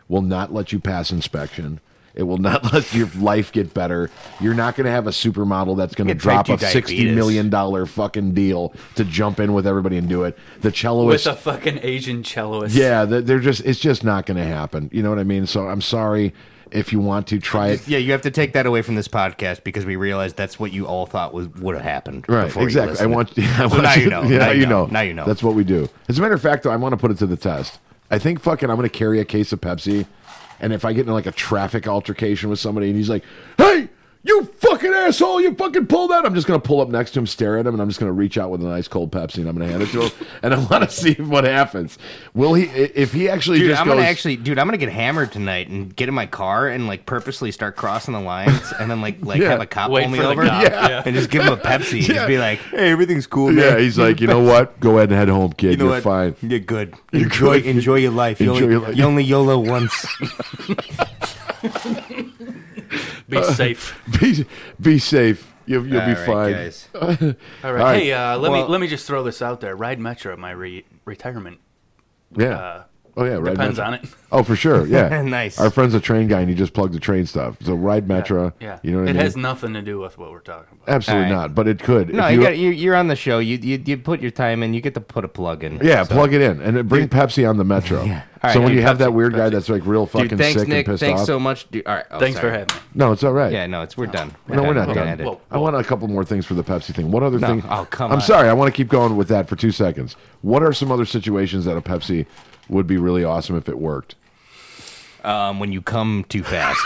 Speaker 2: will not let you pass inspection. It will not let your life get better. You're not going to have a supermodel that's going to
Speaker 3: Get type
Speaker 2: drop
Speaker 3: two
Speaker 2: a sixty
Speaker 3: diabetes.
Speaker 2: million dollar fucking deal to jump in with everybody and do it. The
Speaker 4: With
Speaker 2: celloist,
Speaker 4: a fucking Asian celloist.
Speaker 2: yeah, they're- they're just it's just not going to happen. You know what I mean? So I'm sorry if you want to try it.
Speaker 3: Yeah, you have to take that away from this podcast because we realized that's what you all thought was would have happened.
Speaker 2: Right,
Speaker 3: before you
Speaker 2: exactly. I
Speaker 3: listened.
Speaker 2: want, yeah, I
Speaker 3: So
Speaker 2: want
Speaker 3: now you know.
Speaker 2: Yeah,
Speaker 3: Now you
Speaker 2: you
Speaker 3: know.
Speaker 2: know.
Speaker 3: Now you know.
Speaker 2: That's what we do. As a matter of fact, though, I want to put it to the test. I think fucking I'm going to carry a case of Pepsi, and if I get into like a traffic altercation with somebody, and he's like, "Hey, you fucking asshole, you fucking pulled out," I'm just going to pull up next to him, stare at him, and I'm just going to reach out with an ice cold Pepsi, and I'm going to hand it to him, and I want to see what happens. Will he? i- If he actually
Speaker 3: Dude,
Speaker 2: just
Speaker 3: I'm
Speaker 2: goes,
Speaker 3: gonna actually, dude, I'm gonna get hammered tonight and get in my car and like purposely start crossing the lines and then like like
Speaker 2: Yeah.
Speaker 3: have a cop
Speaker 4: Wait
Speaker 3: pull me
Speaker 4: for the
Speaker 3: over
Speaker 4: cop, Yeah. yeah.
Speaker 3: and just give him a Pepsi and
Speaker 2: Yeah.
Speaker 3: just be like, hey, everything's cool.
Speaker 2: yeah,
Speaker 3: man.
Speaker 2: he's like, you know what? Go ahead and head home, kid.
Speaker 3: You know
Speaker 2: You're
Speaker 3: what?
Speaker 2: fine.
Speaker 3: You're good.
Speaker 2: You're
Speaker 3: enjoy,
Speaker 2: good.
Speaker 3: enjoy your life. You,
Speaker 2: Enjoy
Speaker 3: only,
Speaker 2: your life.
Speaker 3: you only YOLO once.
Speaker 4: Be safe.
Speaker 2: Be be safe. You'll, you'll be fine.
Speaker 4: All right.
Speaker 2: All right.
Speaker 4: Hey, uh, let
Speaker 3: Well-
Speaker 4: me let me just throw this out there. Ride Metro, my re- retirement
Speaker 2: Yeah.
Speaker 4: uh,
Speaker 2: oh yeah. Right.
Speaker 4: depends
Speaker 2: Metro.
Speaker 4: on it.
Speaker 2: Oh, for sure. Yeah.
Speaker 3: Nice.
Speaker 2: Our friend's a train guy, and he just plugged the train stuff. So ride Metra.
Speaker 4: Yeah.
Speaker 2: You know what
Speaker 4: it
Speaker 2: I mean?
Speaker 4: has nothing to do with what we're talking about.
Speaker 2: Absolutely
Speaker 3: All right.
Speaker 2: not. But it could.
Speaker 3: No,
Speaker 2: If
Speaker 3: you got, you, you're on the show. You, you you put your time in. You get to put a plug in.
Speaker 2: yeah,
Speaker 3: So-
Speaker 2: plug it in and it- bring Pepsi on the Metro.
Speaker 3: Yeah. All
Speaker 2: so
Speaker 3: right,
Speaker 2: when
Speaker 3: dude,
Speaker 2: you have that
Speaker 3: Pepsi,
Speaker 2: weird guy
Speaker 3: Pepsi.
Speaker 2: that's like real
Speaker 3: Dude,
Speaker 2: fucking
Speaker 3: thanks,
Speaker 2: sick
Speaker 3: Nick.
Speaker 2: and pissed
Speaker 3: Thanks
Speaker 2: off.
Speaker 3: so much. Dude. All right. oh,
Speaker 4: Thanks
Speaker 3: sorry.
Speaker 4: for having me.
Speaker 2: No, it's all right.
Speaker 3: Yeah, no, it's we're done.
Speaker 2: No, we're not
Speaker 3: We're
Speaker 2: done.
Speaker 3: gonna end it.
Speaker 4: Whoa.
Speaker 2: I want a couple more things for the Pepsi thing. What other
Speaker 3: No.
Speaker 2: thing?
Speaker 3: Oh, come
Speaker 2: I'm
Speaker 3: on.
Speaker 2: sorry. I want to keep going with that for two seconds. What are some other situations that a Pepsi would be really awesome if it worked?
Speaker 3: Um, when you come too fast.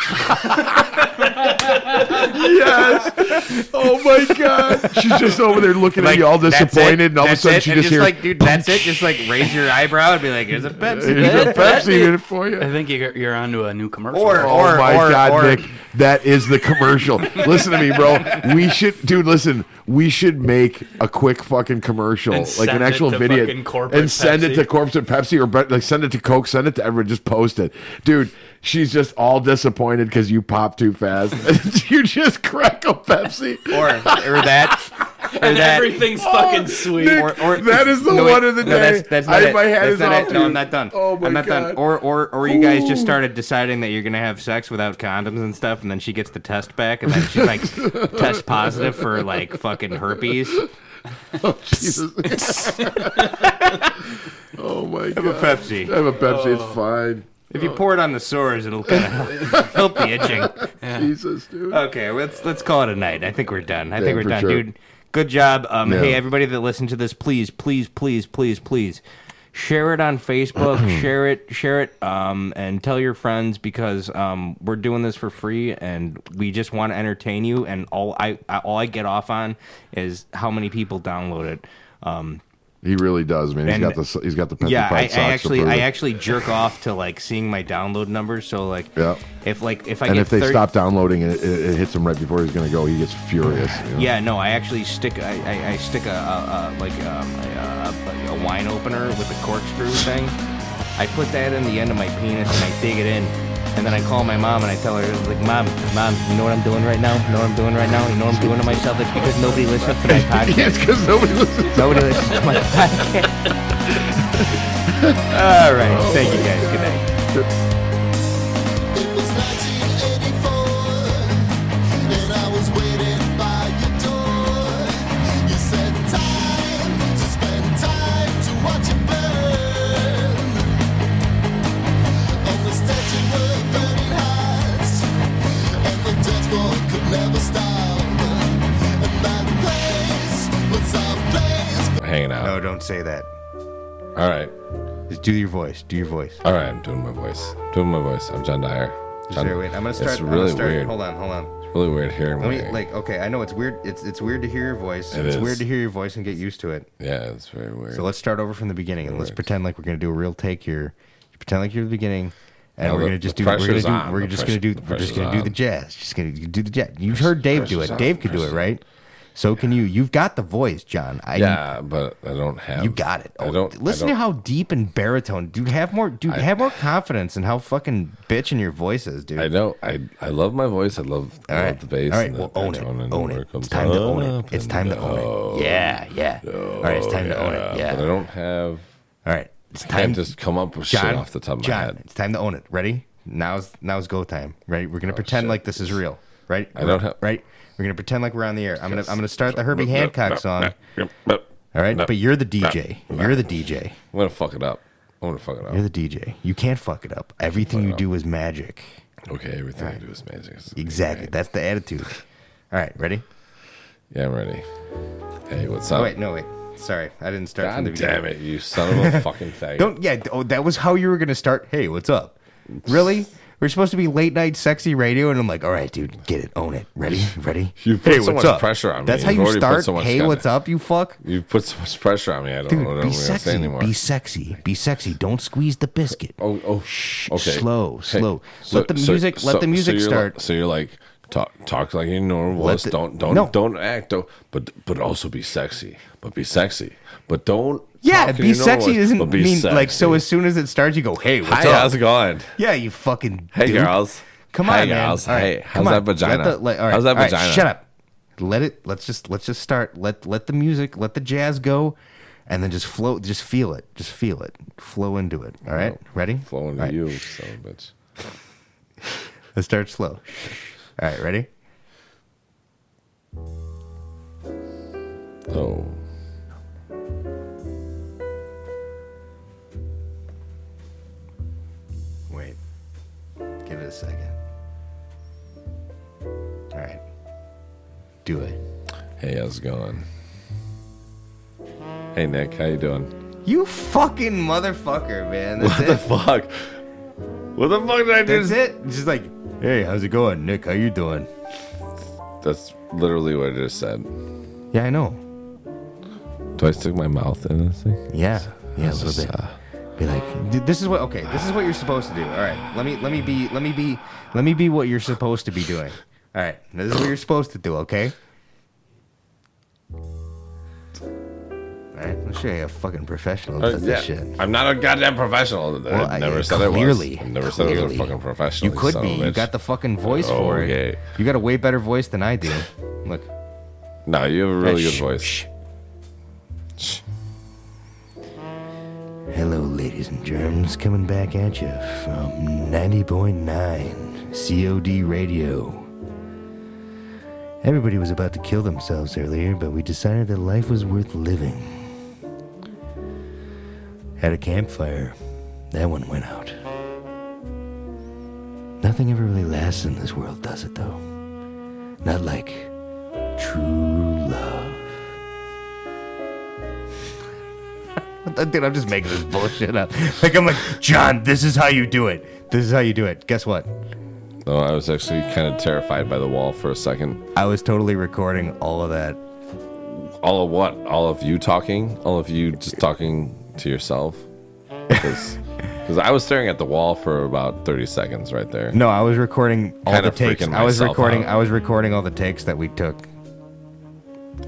Speaker 2: Oh my God! She's just over there looking at
Speaker 3: Like,
Speaker 2: you all
Speaker 3: that's it,
Speaker 2: disappointed, and all of a
Speaker 3: that's
Speaker 2: sudden
Speaker 3: it,
Speaker 2: she
Speaker 3: and
Speaker 2: just hears
Speaker 3: like, dude, that's it. Just like raise your eyebrow and be like, "Here's a Pepsi."
Speaker 2: "Here's a Pepsi in it for you."
Speaker 4: I think you're, you're onto a new commercial.
Speaker 3: Or-
Speaker 2: Oh my
Speaker 3: or-
Speaker 2: god,
Speaker 3: or-
Speaker 2: Nick, that is the commercial. listen to me, bro. We should, dude. Listen, we should make a quick fucking commercial,
Speaker 4: And
Speaker 2: like an
Speaker 4: send it
Speaker 2: actual
Speaker 4: to
Speaker 2: video,
Speaker 4: fucking corporate
Speaker 2: and send it
Speaker 4: Pepsi.
Speaker 2: to corporate Pepsi or but, like send it to Coke, send it to everyone. Just post it, dude. She's just all disappointed because you pop too fast. you just crack a Pepsi.
Speaker 3: Or or that. Or
Speaker 4: and
Speaker 3: that.
Speaker 4: everything's fucking sweet.
Speaker 2: Nick,
Speaker 3: Or, or
Speaker 2: that is the
Speaker 3: no,
Speaker 2: one
Speaker 3: wait,
Speaker 2: of the
Speaker 3: no,
Speaker 2: day.
Speaker 3: That's, that's not
Speaker 2: I-
Speaker 3: it.
Speaker 2: my hat
Speaker 3: that's
Speaker 2: is
Speaker 3: not
Speaker 2: off,
Speaker 3: it. No, I'm
Speaker 2: dude.
Speaker 3: not done.
Speaker 2: Oh my
Speaker 3: I'm not done.
Speaker 2: God.
Speaker 3: Or or or you guys just
Speaker 2: Ooh.
Speaker 3: started deciding that you're gonna have sex without condoms and stuff, and then she gets the test back, and then she's like test positive for like fucking herpes.
Speaker 2: Jesus. oh my
Speaker 3: Have a
Speaker 2: god. I
Speaker 3: Pepsi. Oh.
Speaker 2: have a Pepsi. It's fine.
Speaker 3: If you pour it on the sores, it'll kind of help the itching.
Speaker 2: Jesus, dude.
Speaker 3: Okay, let's let's call it a night. I think we're done. I
Speaker 2: Yeah,
Speaker 3: think we're
Speaker 2: for
Speaker 3: done,
Speaker 2: sure.
Speaker 3: dude. Good job. Um,
Speaker 2: Yeah.
Speaker 3: Hey, everybody that listened to this, please, please, please, please, please share it on Facebook. share it, share it, um, and tell your friends because um, we're doing this for free and we just want to entertain you. And all I, I all I get off on is how many people download it. Um,
Speaker 2: He really does, man. He's
Speaker 3: And-
Speaker 2: got the he's got the Pepsi
Speaker 3: yeah, I, I
Speaker 2: Fried Socks
Speaker 3: actually
Speaker 2: to prove
Speaker 3: I
Speaker 2: it.
Speaker 3: actually jerk off to like seeing my download numbers. So like,
Speaker 2: Yeah.
Speaker 3: if like if I
Speaker 2: and
Speaker 3: get
Speaker 2: if they
Speaker 3: 30
Speaker 2: stop downloading and it, it, it hits him right before he's gonna go, he gets furious. you know?
Speaker 3: Yeah, no, I actually stick. I, I, I stick a, a, a like um, a, a, a wine opener with a corkscrew thing. I put that in the end of my penis and I dig it in. And then I call my mom and I tell her, I was like, Mom, Mom, you know what I'm doing right now? You know what I'm doing right now? You know what I'm doing to myself? It's because nobody listens to my podcast.
Speaker 2: Yes, because nobody listens.
Speaker 3: Nobody listens to my podcast. All right. Thank you guys. Good night.
Speaker 1: We're hanging out.
Speaker 3: don't say that.
Speaker 1: All right.
Speaker 3: Just do your voice. Do your voice.
Speaker 1: All right. I'm doing my voice. Doing my voice. I'm John Dyer. John,
Speaker 3: Sorry, wait. I'm gonna start.
Speaker 1: It's
Speaker 3: I'm
Speaker 1: really
Speaker 3: gonna start.
Speaker 1: weird.
Speaker 3: Hold on, hold on.
Speaker 1: It's really weird hearing
Speaker 3: Let
Speaker 1: me.
Speaker 3: me like. Okay, I know it's weird. It's it's weird to hear your voice.
Speaker 1: It
Speaker 3: it's
Speaker 1: is.
Speaker 3: weird to hear your voice and get used to it.
Speaker 1: yeah, it's very weird.
Speaker 3: So let's start over from the beginning and let's
Speaker 1: Works.
Speaker 3: pretend like we're gonna do a real take here. You pretend like you're the beginning, and
Speaker 1: No,
Speaker 3: we're
Speaker 1: the-
Speaker 3: gonna just
Speaker 1: the
Speaker 3: do. We're gonna
Speaker 1: pressure's
Speaker 3: do.
Speaker 1: on.
Speaker 3: We're
Speaker 1: The
Speaker 3: just
Speaker 1: pressure-
Speaker 3: gonna
Speaker 1: the
Speaker 3: do. We're just
Speaker 1: pressure's
Speaker 3: gonna do the
Speaker 1: on.
Speaker 3: jazz. Just gonna do the jazz. You've heard Dave do
Speaker 1: pressure's
Speaker 3: it.
Speaker 1: on,
Speaker 3: Dave could do it,
Speaker 1: pressure's
Speaker 3: right? So can you? You've got the voice, John. I,
Speaker 1: yeah, but I don't have.
Speaker 3: You got it. Oh,
Speaker 1: I don't.
Speaker 3: listen
Speaker 1: I
Speaker 3: to
Speaker 1: don't,
Speaker 3: how deep and baritone, dude. Have more, dude. have more confidence in how fucking bitching your voice is, dude.
Speaker 1: I know. I I love my voice. I love, I
Speaker 3: All
Speaker 1: love
Speaker 3: right.
Speaker 1: the bass.
Speaker 3: All right.
Speaker 1: and the
Speaker 3: Well, own it.
Speaker 1: baritone and
Speaker 3: Own
Speaker 1: where
Speaker 3: it.
Speaker 1: comes
Speaker 3: It's time to own
Speaker 1: up
Speaker 3: it. It's
Speaker 1: and
Speaker 3: time to own
Speaker 1: down.
Speaker 3: it. Yeah. Yeah. All right. It's time to own it.
Speaker 1: But I
Speaker 3: Yeah.
Speaker 1: don't have.
Speaker 3: All right. It's
Speaker 1: I
Speaker 3: time
Speaker 1: can't just come up with shit off the top of my
Speaker 3: John,
Speaker 1: head.
Speaker 3: It's time to own it. Ready? Now's now's go time. Right? We're gonna
Speaker 1: Oh,
Speaker 3: pretend
Speaker 1: shit.
Speaker 3: like this is real. Right?
Speaker 1: I don't have-
Speaker 3: Right? We're gonna pretend like we're on the air. I'm gonna I'm gonna start the Herbie Hancock song. All right. But you're the DJ. You're the DJ.
Speaker 1: I'm gonna fuck it up. I'm gonna fuck it up.
Speaker 3: You're the DJ. You can't fuck it up. Everything you do is magic.
Speaker 1: Okay, everything I do is amazing. It's
Speaker 3: Exactly.
Speaker 1: great.
Speaker 3: That's the attitude. All right. Ready?
Speaker 1: Yeah, I'm ready. Hey, what's
Speaker 3: Oh,
Speaker 1: up?
Speaker 3: wait. No. Wait. Sorry. I didn't start from the
Speaker 1: God
Speaker 3: beginning.
Speaker 1: damn it, you son of a fucking faggot.
Speaker 3: Don't yeah. Oh, that was how you were gonna start. Hey, what's up? Really? We're supposed to be late night sexy radio, and I'm like, all right, dude, get it, own it. Ready, ready.
Speaker 1: You put
Speaker 3: hey,
Speaker 1: so
Speaker 3: what's
Speaker 1: much
Speaker 3: up?
Speaker 1: pressure on me.
Speaker 3: That's how
Speaker 1: You've
Speaker 3: you
Speaker 1: already put
Speaker 3: start.
Speaker 1: so much
Speaker 3: hey,
Speaker 1: goddamn-
Speaker 3: what's up? You fuck,
Speaker 1: You've put so much pressure on me. I don't know
Speaker 3: dude.
Speaker 1: what I'm
Speaker 3: Be
Speaker 1: gonna say
Speaker 3: sexy.
Speaker 1: anymore.
Speaker 3: Be sexy. Be sexy. Don't squeeze the biscuit.
Speaker 1: Oh, oh,
Speaker 3: Shh,
Speaker 1: okay.
Speaker 3: slow,
Speaker 1: Hey,
Speaker 3: slow. Let the music- let the music
Speaker 1: you're
Speaker 3: start.
Speaker 1: li- so you're like talk, talk like your normal
Speaker 3: Let
Speaker 1: voice.
Speaker 3: the-
Speaker 1: don't, don't,
Speaker 3: no.
Speaker 1: don't act. Don't, but, but also be sexy. But be sexy. But don't.
Speaker 3: Yeah,
Speaker 1: talk in
Speaker 3: be
Speaker 1: your normal
Speaker 3: sexy
Speaker 1: voice,
Speaker 3: doesn't
Speaker 1: but be
Speaker 3: mean like so.
Speaker 1: sexy.
Speaker 3: As soon as it starts, you go, hey, what's
Speaker 1: Hi,
Speaker 3: up?
Speaker 1: how's it going?
Speaker 3: Yeah, you fucking.
Speaker 1: Hey,
Speaker 3: dude.
Speaker 1: girls.
Speaker 3: Come on,
Speaker 1: hey,
Speaker 3: man.
Speaker 1: Girls.
Speaker 3: All right,
Speaker 1: Hey, how's
Speaker 3: come on.
Speaker 1: that vagina?
Speaker 3: Let the- let- all right,
Speaker 1: how's that
Speaker 3: all right,
Speaker 1: vagina?
Speaker 3: shut up. Let it. Let's just let's just start. Let let the music, let the jazz go, and then just flow. Just feel it. Just feel it. Flow into it. All right. Ready?
Speaker 1: Oh, Flowing
Speaker 3: All
Speaker 1: to
Speaker 3: right,
Speaker 1: you, son of a bitch.
Speaker 3: Let's start slow. All right. Ready?
Speaker 1: Oh.
Speaker 3: Wait. Give it a second. All right. Do it.
Speaker 1: Hey, how's it going? Hey, Nick, how you doing?
Speaker 3: You fucking motherfucker, man. That's
Speaker 1: What
Speaker 3: it.
Speaker 1: the fuck? What the fuck did I do?
Speaker 3: That's it. Just like, hey, how's it going, Nick? How you doing?
Speaker 1: That's literally what I just said.
Speaker 3: Yeah, I know.
Speaker 1: Do I stick my mouth in this thing?
Speaker 3: Yeah, yeah, a
Speaker 1: This
Speaker 3: little
Speaker 1: is,
Speaker 3: bit.
Speaker 1: uh,
Speaker 3: Be like, "Dude, this is what. Okay, this is what you're supposed to do. All right, let me let me be let me be let me be what you're supposed to be doing. All right, now this is what you're supposed to do. Okay. All right, I'm sure you're a fucking professional.
Speaker 1: uh, yeah.
Speaker 3: at this shit.
Speaker 1: I'm not a goddamn professional.
Speaker 3: Well,
Speaker 1: I
Speaker 3: I-
Speaker 1: never said
Speaker 3: clearly,
Speaker 1: I was. I never said I was
Speaker 3: clearly.
Speaker 1: a fucking professional.
Speaker 3: You could
Speaker 1: son
Speaker 3: be.
Speaker 1: of a
Speaker 3: You
Speaker 1: bitch.
Speaker 3: got the fucking voice for
Speaker 1: Okay.
Speaker 3: it. You got a way better voice than I do. Look.
Speaker 1: No, you have a really
Speaker 3: Hey,
Speaker 1: good
Speaker 3: shh,
Speaker 1: voice.
Speaker 3: shh. Hello, ladies and germs, coming back at you from 90.9 COD Radio. Everybody was about to kill themselves earlier, but we decided that life was worth living. Had a campfire. That one went out. Nothing ever really lasts in this world, does it, though? Not like true love. Dude, I'm just making this bullshit up. Like, I'm like, John, this is how you do it. This is how you do it. Guess what?
Speaker 1: No, I was actually kind of terrified by the wall for a second.
Speaker 3: I was totally recording all of that.
Speaker 1: All of what? All of you talking? All of you just talking to yourself? Because I was staring at the wall for about 30 seconds right there.
Speaker 3: No, I was recording all
Speaker 1: Kinda
Speaker 3: the takes.
Speaker 1: freaking
Speaker 3: I was
Speaker 1: myself
Speaker 3: recording.
Speaker 1: out.
Speaker 3: I was recording all the takes that we took.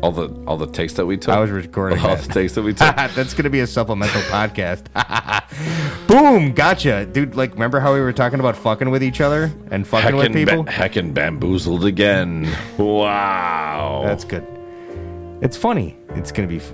Speaker 1: All the all the takes that we took.
Speaker 3: I was recording
Speaker 1: All
Speaker 3: that.
Speaker 1: the takes that we took.
Speaker 3: That's gonna be a supplemental podcast. Boom, gotcha, dude. Like, remember how we were talking about fucking with each other and fucking with
Speaker 1: Heckin,
Speaker 3: people?
Speaker 1: ba- heckin' bamboozled again. Wow.
Speaker 3: That's good. It's funny. It's gonna be. f-